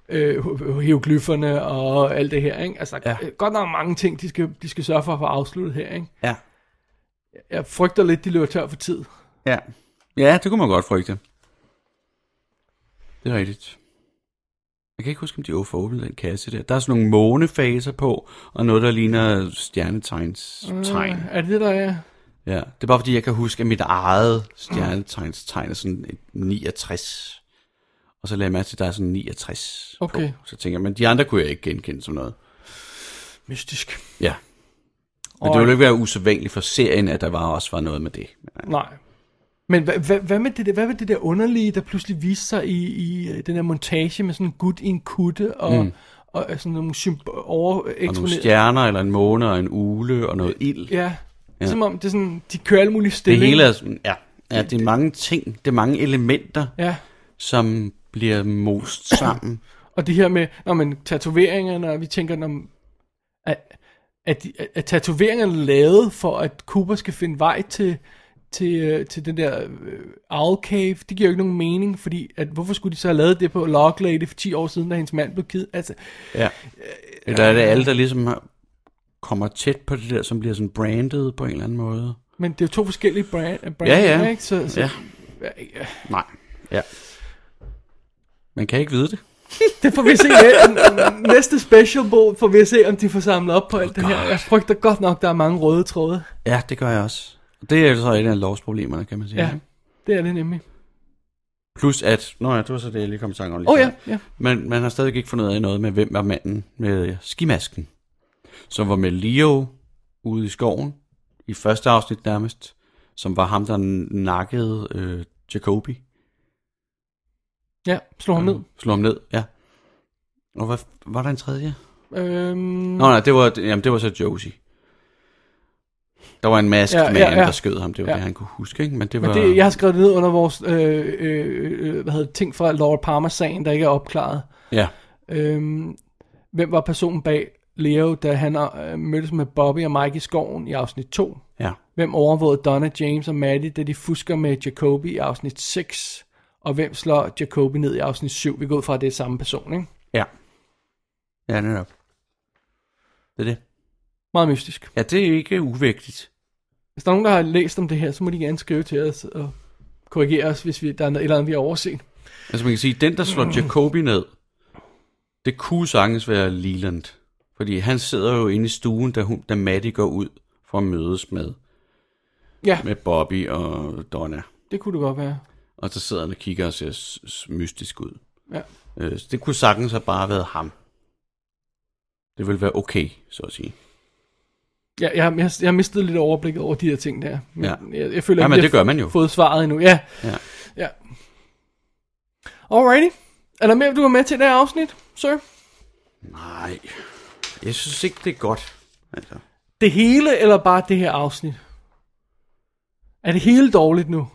Speaker 3: Øh, he- hieroglyfferne og alt det her, ikke? Altså, ja.
Speaker 4: Ja.
Speaker 3: godt nok mange ting, de skal, de skal sørge for at få afsluttet her, ikke?
Speaker 4: Ja.
Speaker 3: Jeg frygter lidt, de løber tør for tid.
Speaker 4: Ja. Ja, det kunne man godt frygte. Det er rigtigt. Jeg kan ikke huske, om de overforbede den kasse der. Der er sådan nogle månefaser på, og noget, der ligner stjernetegns tegn.
Speaker 3: Er det det, der er?
Speaker 4: Ja. Det er bare fordi, jeg kan huske, at mit eget stjernetegns tegn er sådan et 69. Og så lagde jeg mærke til, at der er sådan 69
Speaker 3: Okay.
Speaker 4: på. Så tænker jeg, men de andre kunne jeg ikke genkende som noget.
Speaker 3: Mystisk.
Speaker 4: Ja. Men det
Speaker 3: Og-
Speaker 4: ville ikke være usædvanligt for serien, at der var også var noget med det.
Speaker 3: Nej. Men hvad, hvad, hvad, med det der, hvad med det der underlige, der pludselig viste sig i, i øh, den her montage med sådan en gut i en kutte og, mm. og, og sådan nogle symbo-
Speaker 4: Og nogle
Speaker 3: overeksponerede...
Speaker 4: stjerner, eller en måne, og en ugle, og noget ild.
Speaker 3: Ja. ja.
Speaker 4: Ja.
Speaker 3: Som om det er sådan, de kører alle mulige
Speaker 4: Det
Speaker 3: stillinger.
Speaker 4: hele er sådan, ja, ja det er mange ting, det er mange elementer,
Speaker 3: Ja.
Speaker 4: som bliver most sammen.
Speaker 3: Og det her med, når man tatoveringerne, og vi tænker, når, at, at, de- at tatoveringerne er lavet for, at Cooper skal finde vej til, til, øh, til den der øh, Owl Cave, det giver jo ikke nogen mening, fordi at, hvorfor skulle de så have lavet det på Log Lady for 10 år siden, da hendes mand blev kid? Altså,
Speaker 4: Ja. Eller er det alle, der ligesom har- kommer tæt på det der, som bliver sådan branded på en eller anden måde?
Speaker 3: Men det er jo to forskellige brand, brand
Speaker 4: Ja, ja.
Speaker 3: Ikke? Så, så,
Speaker 4: Ja. Nej. Ja. Man kan ikke vide det.
Speaker 3: Det får vi se næ- næste special bog, får vi at se, om de får samlet op på alt det her. Jeg frygter godt nok, der er mange røde tråde.
Speaker 4: Ja, det gør jeg også. Det er jo så et af lovsproblemerne, kan man sige.
Speaker 3: Ja,
Speaker 4: ikke?
Speaker 3: det er det nemlig.
Speaker 4: Plus at, nå ja, det var så det, jeg lige kom i tanke om lige
Speaker 3: Åh oh,
Speaker 4: før.
Speaker 3: ja, ja.
Speaker 4: Men man har stadig ikke fundet ud af noget med, hvem var manden med skimasken, som var med Leo ude i skoven, i første afsnit nærmest, som var ham, der nakkede øh, Jacobi.
Speaker 3: Ja, slå ham ned.
Speaker 4: Slå Mm. ham ned, ja. Og hvad, var der en tredje?
Speaker 3: Øhm,
Speaker 4: Mm. Nå nej, det var, jamen, det var så Josie. Der var en mask
Speaker 3: Ja,
Speaker 4: ja,
Speaker 3: ja,
Speaker 4: man, ja,
Speaker 3: ja.
Speaker 4: der skød ham, det var
Speaker 3: Ja.
Speaker 4: ja. det, han kunne huske, ikke? Men det var...
Speaker 3: men det, jeg har skrevet det ned under vores øh, øh, øh, hvad hedder, det, ting fra Laura Palmer-sagen, der ikke er opklaret.
Speaker 4: Ja,
Speaker 3: Øhm, hvem var personen bag Leo, da han øh, mødtes med Bobby og Mike i skoven i afsnit 2?
Speaker 4: ja.
Speaker 3: Hvem overvågede Donna, James og Maddie, da de fusker med Jacobi i afsnit 6? Og hvem slår Jacobi ned i afsnit 7? Vi går ud fra, at det er samme person, ikke?
Speaker 4: Ja. Ja, netop. Det er det.
Speaker 3: Meget mystisk.
Speaker 4: Ja, det er ikke uvægtigt.
Speaker 3: Hvis der er nogen, der har læst om det her, så må de gerne skrive til os og korrigere os, hvis vi, der er noget- et eller andet, vi har overset.
Speaker 4: Altså man kan sige, den der
Speaker 3: Mm.
Speaker 4: slår Jacobi ned, det kunne sagtens være Leland. Fordi han sidder jo inde i stuen, da, hun, da Maddie går ud for at mødes med,
Speaker 3: Ja.
Speaker 4: med Bobby og Donna.
Speaker 3: Det kunne det godt være.
Speaker 4: Og så sidder han og kigger og ser s- s- mystisk ud.
Speaker 3: Ja.
Speaker 4: Øh, så det kunne sagtens have bare været ham. Det ville være okay, så at sige.
Speaker 3: Ja, jeg, jeg, jeg har mistet lidt overblikket over de her ting der. Men
Speaker 4: Ja.
Speaker 3: jeg, jeg føler,
Speaker 4: Ja,
Speaker 3: ikke,
Speaker 4: men
Speaker 3: vi
Speaker 4: det
Speaker 3: har
Speaker 4: gør man jo.
Speaker 3: fået svaret endnu. Ja.
Speaker 4: Ja.
Speaker 3: ja. Alrighty. Er der mere, du har med til det her afsnit, sir?
Speaker 4: Nej, jeg synes ikke, det er godt. Altså.
Speaker 3: Det hele, eller bare det her afsnit? Er det hele dårligt nu?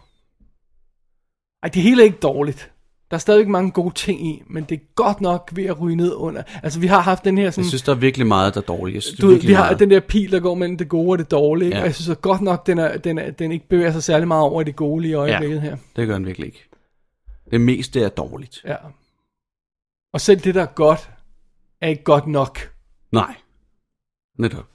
Speaker 3: Ej, det hele er ikke dårligt. Der er stadigvæk mange gode ting i, men det er godt nok ved at ryge ned under. Altså, vi har haft den her sådan...
Speaker 4: Jeg synes, der er virkelig meget, der er dårligt. Jeg synes,
Speaker 3: du,
Speaker 4: det er
Speaker 3: ved,
Speaker 4: virkelig
Speaker 3: vi har
Speaker 4: meget.
Speaker 3: den der pil, der går mellem det gode og det dårlige, ja.
Speaker 4: Ja.
Speaker 3: og jeg synes at godt nok, den, er, den, er, den ikke bevæger sig særlig meget over i det gode lige i øjeblikket ja. her.
Speaker 4: Det gør han virkelig ikke. Det meste er dårligt.
Speaker 3: Ja. Og selv det, der er godt, er ikke godt nok.
Speaker 4: Nej. Netop.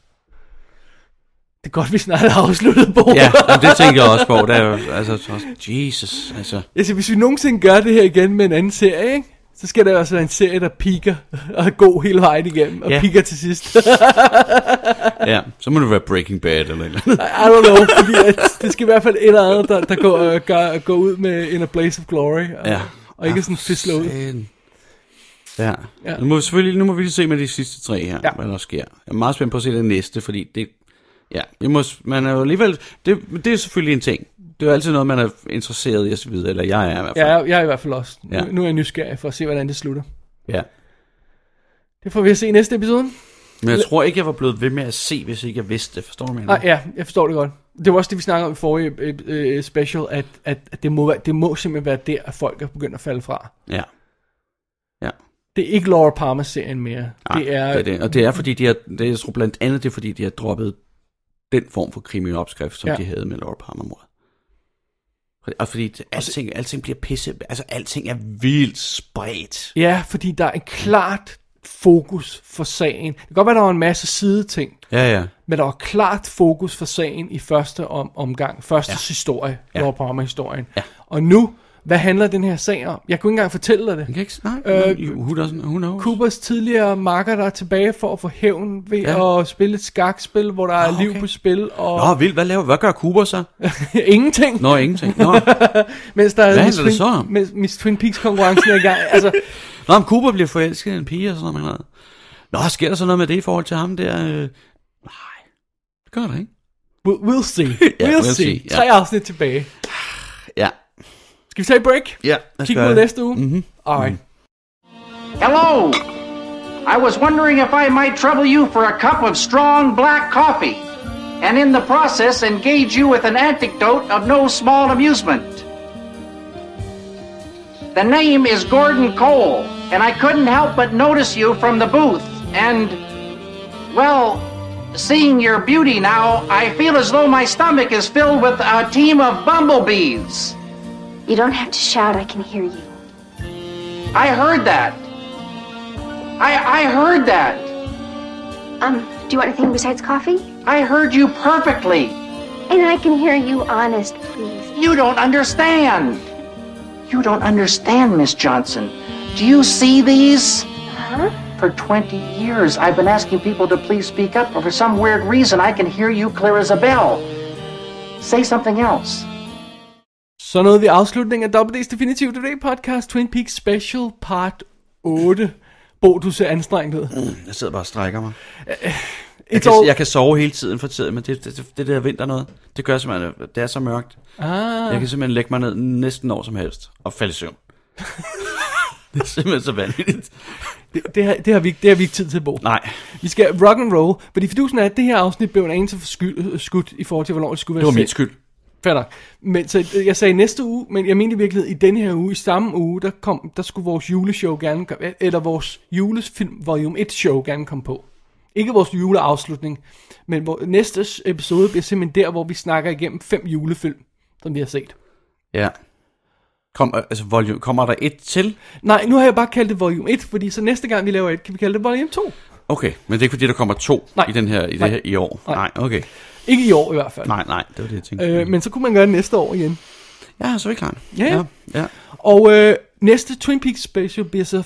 Speaker 3: Det er godt, vi snart har afsluttet på.
Speaker 4: Ja, jamen, det tænker jeg også på. Det er jo, altså, så- Jesus, altså.
Speaker 3: Altså, hvis vi nogensinde gør det her igen med en anden serie, ikke? så skal der også være en serie, der piker og er god hele vejen igennem, og ja.
Speaker 4: Ja.
Speaker 3: piker til sidst.
Speaker 4: Ja, så må det være Breaking Bad eller et eller andet.
Speaker 3: I don't know, fordi at det skal i hvert fald et eller andet, der, der går, øh, gør, går ud med In a Blaze of Glory, og,
Speaker 4: Ja.
Speaker 3: og ikke sådan fisler ud.
Speaker 4: Fan. Ja.
Speaker 3: Ja.
Speaker 4: ja. Nu må vi selvfølgelig nu må vi lige se med de sidste tre her,
Speaker 3: Ja.
Speaker 4: ja. hvad der sker. Jeg er meget spændt på at se det næste, fordi det... Ja, jeg må, s- man er jo alligevel... Det, men det er selvfølgelig en ting. Det er jo altid noget, man er interesseret i osv., eller jeg er i hvert
Speaker 3: Ja,
Speaker 4: fald.
Speaker 3: jeg, jeg er i hvert fald også. Nu,
Speaker 4: Ja.
Speaker 3: nu er jeg nysgerrig for at se, hvordan det slutter.
Speaker 4: ja.
Speaker 3: Det får vi at se i næste episode.
Speaker 4: Men jeg tror ikke, jeg var blevet ved med at se, hvis ikke jeg vidste det. Forstår du, hvad jeg
Speaker 3: Nej,
Speaker 4: mener?
Speaker 3: Ah, ja, jeg forstår det godt. Det var også det, vi snakkede om i forrige øh, øh, special, at, at, at det, må, være- det må simpelthen være der, at folk er begyndt at falde fra.
Speaker 4: Ja. Ja.
Speaker 3: Det er ikke Laura Palmer-serien mere.
Speaker 4: Nej, det er, det er det. Og det er fordi, de har, det, jeg tror blandt andet, det er fordi, de har droppet den form for krimiopskrift, som
Speaker 3: Ja.
Speaker 4: ja. de havde med Laura Palmer mor. Og fordi det- alting, alting bliver pisse, altså alting er vildt spredt.
Speaker 3: Ja, fordi der er en klart fokus for sagen. Det kan godt være, der var en masse sideting,
Speaker 4: Ja, ja.
Speaker 3: men der var klart fokus for sagen i første om, omgang. Første ja. historie,
Speaker 4: Ja.
Speaker 3: Laura Palmer-historien.
Speaker 4: Ja.
Speaker 3: Og nu, hvad handler den her sag om? Jeg kunne ikke engang fortælle dig det.
Speaker 4: Man kan ikke
Speaker 3: Øh,
Speaker 4: snakke, øh, who, doesn't, who knows?
Speaker 3: Coopers tidligere marker, der er tilbage for at få hævn ved ja.
Speaker 4: Ja.
Speaker 3: at spille et skakspil, hvor der er
Speaker 4: Nå,
Speaker 3: liv
Speaker 4: okay.
Speaker 3: på spil og
Speaker 4: Nå, vildt, hvad laver, hvad gør Cooper så?
Speaker 3: ingenting.
Speaker 4: Nå, ingenting. Nå,
Speaker 3: Mens der
Speaker 4: Hvad
Speaker 3: Miss
Speaker 4: handler det så
Speaker 3: Twin,
Speaker 4: om?
Speaker 3: mens Miss Twin Peaks konkurrencen er i gang. Altså,
Speaker 4: Nå om Cooper bliver forelsket i en pige og sådan noget. men, øh, Nå, sker der så noget med det i forhold til ham der? Øh, Nej, det gør der ikke.
Speaker 3: we'll, we'll see. We'll,
Speaker 4: Ja,
Speaker 3: see. see.
Speaker 4: we'll see,
Speaker 3: Ja.
Speaker 4: ja.
Speaker 3: Tre afsnit tilbage.
Speaker 4: Ja,
Speaker 3: Skal vi tage et break?
Speaker 4: ja. lad os
Speaker 3: Kig
Speaker 4: gøre
Speaker 3: mod
Speaker 4: det. Mhm.
Speaker 3: næste uge. Mm-hmm. Alright.
Speaker 8: Hello! I was wondering if I might trouble you for a cup of strong black coffee, and in the process engage you with an anecdote of no small amusement. The name is Gordon Cole, and I couldn't help but notice you from the booth, and, well, seeing your beauty now, I feel as though my stomach is filled with a team of bumblebees.
Speaker 10: You don't have to shout, I can hear you.
Speaker 8: I heard that. I, I heard that.
Speaker 10: Um, do you want anything besides coffee?
Speaker 8: I heard you perfectly.
Speaker 10: And I can hear you honest, please.
Speaker 8: You don't understand. You don't understand, Miss Johnson. Do you see these?
Speaker 10: Huh?
Speaker 8: For 20 years, I've been asking people to please speak up, but for some weird reason, I can hear you clear as a bell. Say something else.
Speaker 3: Så nåede vi afslutningen af WD's Definitive Today podcast Twin Peaks Special Part 8. Bo, du ser anstrengt ud.
Speaker 4: Jeg sidder bare og strækker mig. Jeg
Speaker 3: It's
Speaker 4: kan,
Speaker 3: all...
Speaker 4: jeg kan sove hele tiden for tiden, men det, det, det, det der vinter noget, det gør simpelthen, at det er så mørkt.
Speaker 3: Ah,
Speaker 4: Jeg kan simpelthen lægge mig ned næsten når som helst og falde i søvn. det er simpelthen så vanvittigt.
Speaker 3: det, det, har, det, har vi, ikke- det har vi ikke tid til, Bo.
Speaker 4: Nej,
Speaker 3: Vi skal rock and roll, fordi fidusen er, at det her afsnit blev en anelse for sky- øh, skudt i forhold til, hvornår det skulle være
Speaker 4: det var min
Speaker 3: sendt.
Speaker 4: skyld.
Speaker 3: Fair nok. Men så øh, jeg sagde næste uge, men jeg mente i virkeligheden, i denne her uge, i samme uge, der, kom, der skulle vores juleshow gerne, kom- eller vores julesfilm volume 1 show gerne komme på. Ikke vores juleafslutning, men hvor, næste episode bliver simpelthen der, hvor vi snakker igennem fem julefilm, som vi har set.
Speaker 4: Ja. Kom, altså, volume, kommer der et til?
Speaker 3: Nej, nu har jeg bare kaldt det volume 1, fordi så næste gang vi laver et, kan vi kalde det volume 2.
Speaker 4: Okay, men det er ikke fordi, der kommer to
Speaker 3: Nej.
Speaker 4: i den her i,
Speaker 3: Nej.
Speaker 4: det her, i år.
Speaker 3: Nej.
Speaker 4: Nej, okay.
Speaker 3: Ikke i år i hvert fald.
Speaker 4: Nej, nej, det var det, jeg tænkte.
Speaker 3: Øh, men så kunne man gøre det næste år igen.
Speaker 4: Ja, så er vi klar.
Speaker 3: Ja, ja.
Speaker 4: ja.
Speaker 3: Og øh, næste Twin Peaks special bliver så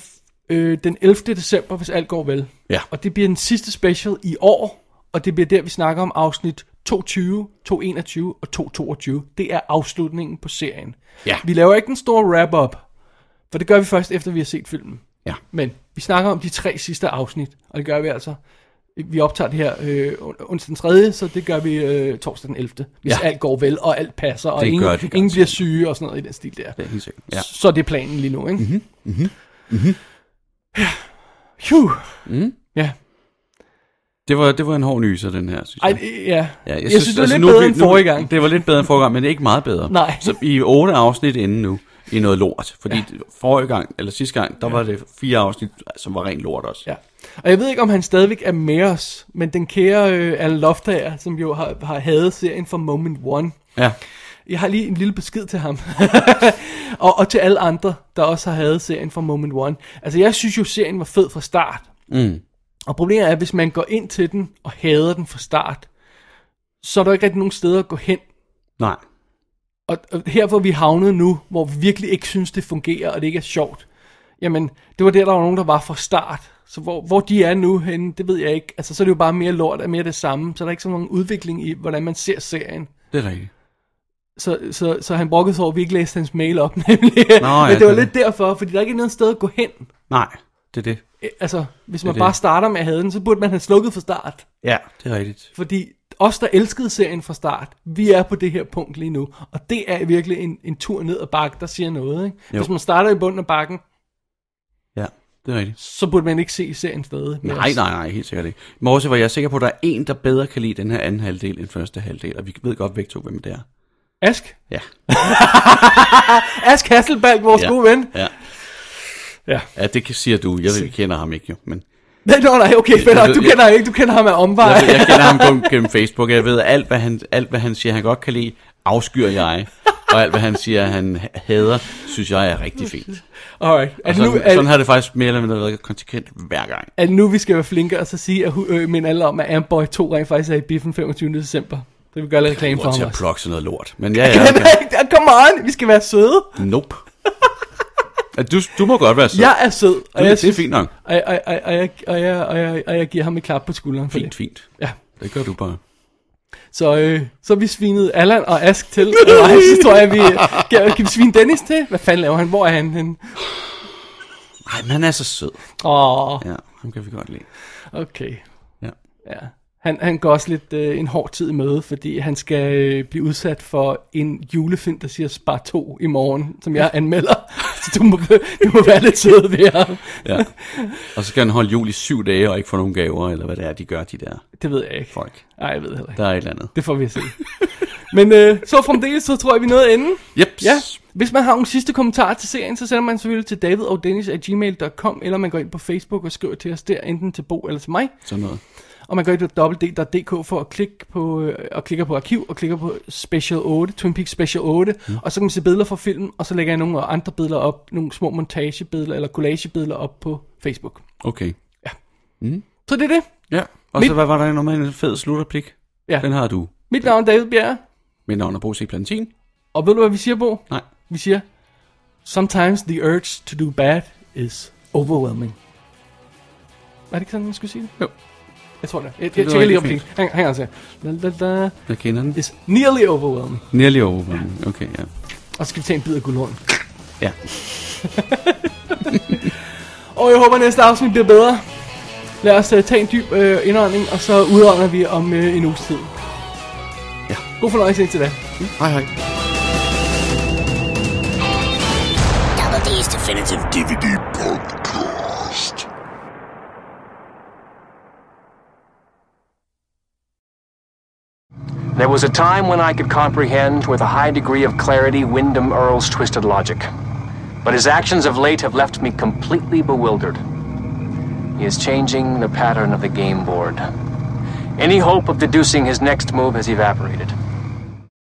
Speaker 3: øh, den 11. december, hvis alt går vel.
Speaker 4: Ja.
Speaker 3: Og det bliver den sidste special i år, og det bliver der, vi snakker om afsnit 22, 221 og 222. Det er afslutningen på serien.
Speaker 4: Ja.
Speaker 3: Vi laver ikke den store wrap-up, for det gør vi først, efter vi har set filmen.
Speaker 4: Ja.
Speaker 3: Men vi snakker om de tre sidste afsnit, og det gør vi altså. Vi optager det her øh, on- onsdag den 3., så det gør vi øh, torsdag den 11., hvis
Speaker 4: Ja.
Speaker 3: ja. alt går vel, og alt passer, og
Speaker 4: Det
Speaker 3: ingen,
Speaker 4: gør det garanteret.
Speaker 3: ingen bliver syge og sådan noget i den stil der.
Speaker 4: Det er helt sikkert. Ja.
Speaker 3: Så det er planen lige nu, ikke? Mhm. Mhm. Mhm. Ja. Phew.
Speaker 4: Mm.
Speaker 3: Ja.
Speaker 4: Det var, det var en hård nyser, den her, synes jeg.
Speaker 3: Ej, det- ja.
Speaker 4: Ja,
Speaker 3: jeg, jeg synes, det er altså, lidt
Speaker 4: nu
Speaker 3: bedre
Speaker 4: vi-
Speaker 3: end
Speaker 4: nu-
Speaker 3: forrige gang.
Speaker 4: Det var lidt bedre end forrige gang, men det er ikke meget bedre.
Speaker 3: Nej.
Speaker 4: Så i otte afsnit inden nu, i noget lort. Fordi ja. forrige gang, eller sidste gang, der ja. var det fire afsnit, som var rent lort også.
Speaker 3: Ja. Og jeg ved ikke, om han stadigvæk er med os, men den kære øh, Alan Loftager, som jo har, har hadet serien fra Moment One,
Speaker 4: ja.
Speaker 3: jeg har lige en lille besked til ham. og, og til alle andre, der også har hadet serien fra Moment One. Altså, jeg synes jo, serien var fed fra start.
Speaker 4: Mm.
Speaker 3: Og problemet er, at hvis man går ind til den og hader den fra start, så er der ikke rigtig nogen steder at gå hen.
Speaker 4: Nej.
Speaker 3: Og, og her hvor vi havnede nu, hvor vi virkelig ikke synes, det fungerer, og det ikke er sjovt, jamen, det var der, der var nogen, der var fra start. Så hvor, hvor de er nu henne, det ved jeg ikke. Altså, så er det jo bare mere lort og mere det samme. Så er der ikke så nogen udvikling i, hvordan man ser serien.
Speaker 4: Det er rigtigt.
Speaker 3: Så, så, så han brokkede sig over, at vi ikke læste hans mail op, nemlig.
Speaker 4: Nå, ja,
Speaker 3: Men det var
Speaker 4: det-
Speaker 3: lidt derfor, fordi der er ikke noget sted at gå hen.
Speaker 4: Nej, det er det.
Speaker 3: Øh, Altså, hvis man
Speaker 4: Det er
Speaker 3: bare
Speaker 4: det.
Speaker 3: starter med at have den, så burde man have slukket fra start.
Speaker 4: Ja, det er rigtigt.
Speaker 3: Fordi os, der elskede serien fra start, vi er på det her punkt lige nu. Og det er virkelig en, en tur ned ad bakken, der siger noget. Ikke?
Speaker 4: Jo.
Speaker 3: Hvis man starter i bunden af bakken,
Speaker 4: Ja, det er rigtigt.
Speaker 3: så burde man ikke se serien stadig. med
Speaker 4: Nej,
Speaker 3: os.
Speaker 4: nej, nej, helt sikkert ikke. Men også var jeg sikker på, at der er en, der bedre kan lide den her anden halvdel end første halvdel, og vi ved godt begge to, hvem det er.
Speaker 3: Ask?
Speaker 4: Ja.
Speaker 3: Ask Hasselbalg, vores
Speaker 4: Ja.
Speaker 3: ja. gode ven.
Speaker 4: Ja.
Speaker 3: Ja.
Speaker 4: Ja, det kan- siger du. Jeg ved, jeg kender ham ikke jo, men
Speaker 3: Nej, nej, nej, okay, fedt nok. Du
Speaker 4: Jeg-
Speaker 3: kender ham ikke, du kender ham af omvej.
Speaker 4: jeg, ved, jeg kender ham kun gennem Facebook. Jeg ved, at alt hvad, han, alt, hvad han siger, han godt kan lide, afskyr jeg. Og alt, hvad han siger, han hader, synes jeg er rigtig fint.
Speaker 3: Alright. Er
Speaker 4: Og
Speaker 3: det nu,
Speaker 4: Altså, sådan,
Speaker 3: er,
Speaker 4: sådan har det faktisk mere eller mindre været konsekvent hver gang.
Speaker 3: er det nu, vi skal være flinkere og så sige, at hu- øh, men alle om, at Amboy 2 rent faktisk er i biffen 25. december. Det vil gøre lidt reklame for
Speaker 4: Hvor til
Speaker 3: ham
Speaker 4: at
Speaker 3: også.
Speaker 4: plukke sådan noget lort. Men ja, ja, okay.
Speaker 3: Okay. Come on, vi skal være søde.
Speaker 4: Nope. Ja, Du, du må godt være sød.
Speaker 3: Jeg er sød. Og
Speaker 4: det
Speaker 3: jeg
Speaker 4: er fint nok.
Speaker 3: Og, og, og, og, jeg, og, jeg, og, jeg, og jeg giver ham et klap på skulderen for
Speaker 4: Fint,
Speaker 3: det.
Speaker 4: fint.
Speaker 3: Ja.
Speaker 4: Det gør du bare.
Speaker 3: Så, øh, så vi svinede Allan og Ask til. Og ej, så tror jeg, vi... Kan, kan vi svine Dennis til? Hvad fanden laver han? Hvor er han henne?
Speaker 4: Nej, men han er så sød.
Speaker 3: Åh,
Speaker 4: Ja, ham kan vi godt lide.
Speaker 3: okay.
Speaker 4: Ja.
Speaker 3: Ja. Han, han går også lidt øh, en hård tid i møde, fordi han skal øh, blive udsat for en julefilm, der siger Spar 2 i morgen, som jeg anmelder. Så du må, du må være lidt sød ved ham.
Speaker 4: ja. Og så skal han holde jul i syv dage og ikke få nogen gaver, eller hvad det er, de gør, de der
Speaker 3: Det ved jeg ikke.
Speaker 4: folk.
Speaker 3: Nej, jeg ved heller ikke.
Speaker 4: Der er et eller andet.
Speaker 3: Det får vi at se. Men øh, så fremdeles, så tror jeg, vi nåede enden.
Speaker 4: Jeps.
Speaker 3: Ja. Hvis man har nogle sidste kommentarer til serien, så sender man selvfølgelig til davidogdennis.gmail.com, eller man går ind på Facebook og skriver til os der, enten til Bo eller til mig.
Speaker 4: Sådan noget.
Speaker 3: Og man går ind på www.dk for at klikke på, øh, og klikker på arkiv, og klikker på Special 8, Twin Peaks Special 8, mm. og så kan man se billeder fra filmen, og så lægger jeg nogle andre billeder op, nogle små montagebilleder eller collagebilleder op på Facebook.
Speaker 4: Okay.
Speaker 3: Så det er det.
Speaker 4: Ja. Og
Speaker 3: Mit-
Speaker 4: så hvad var der noget med en fed slutterplik?
Speaker 3: Ja.
Speaker 4: Den har du.
Speaker 3: Mit navn er David Bjerre,
Speaker 4: Mit navn er Bo C. Plantin.
Speaker 3: og ved du, hvad vi siger, Bo?
Speaker 4: Nej.
Speaker 3: Vi siger, sometimes the urge to do bad is overwhelming. Var det ikke sådan, man skulle sige det?
Speaker 4: Jo.
Speaker 3: Jeg tror det. Jeg, jeg
Speaker 4: lyder
Speaker 3: tjekker lige op
Speaker 4: rigtig
Speaker 3: det. Hang, hang on, så. Da, da, da.
Speaker 4: Jeg kender den.
Speaker 3: Is nearly overwhelming.
Speaker 4: Nearly over. Okay, ja.
Speaker 3: Og så skal vi tage en bid af guldhånden.
Speaker 4: Ja.
Speaker 3: Og jeg håber, næste afsnit bliver bedre. Lad os uh, tage en dyb uh, indånding, og så udånder vi om uh, en uges tid.
Speaker 4: Ja.
Speaker 3: God fornøjelse indtil da.
Speaker 4: Hej hej.
Speaker 10: Double D's Definitive
Speaker 2: DVD Podcast.
Speaker 5: There was a time when I could comprehend with a high degree of clarity Wyndham Earl's twisted logic. But his actions of late have left me completely bewildered. He is changing the pattern of the game board. Any hope of deducing his next move has evaporated.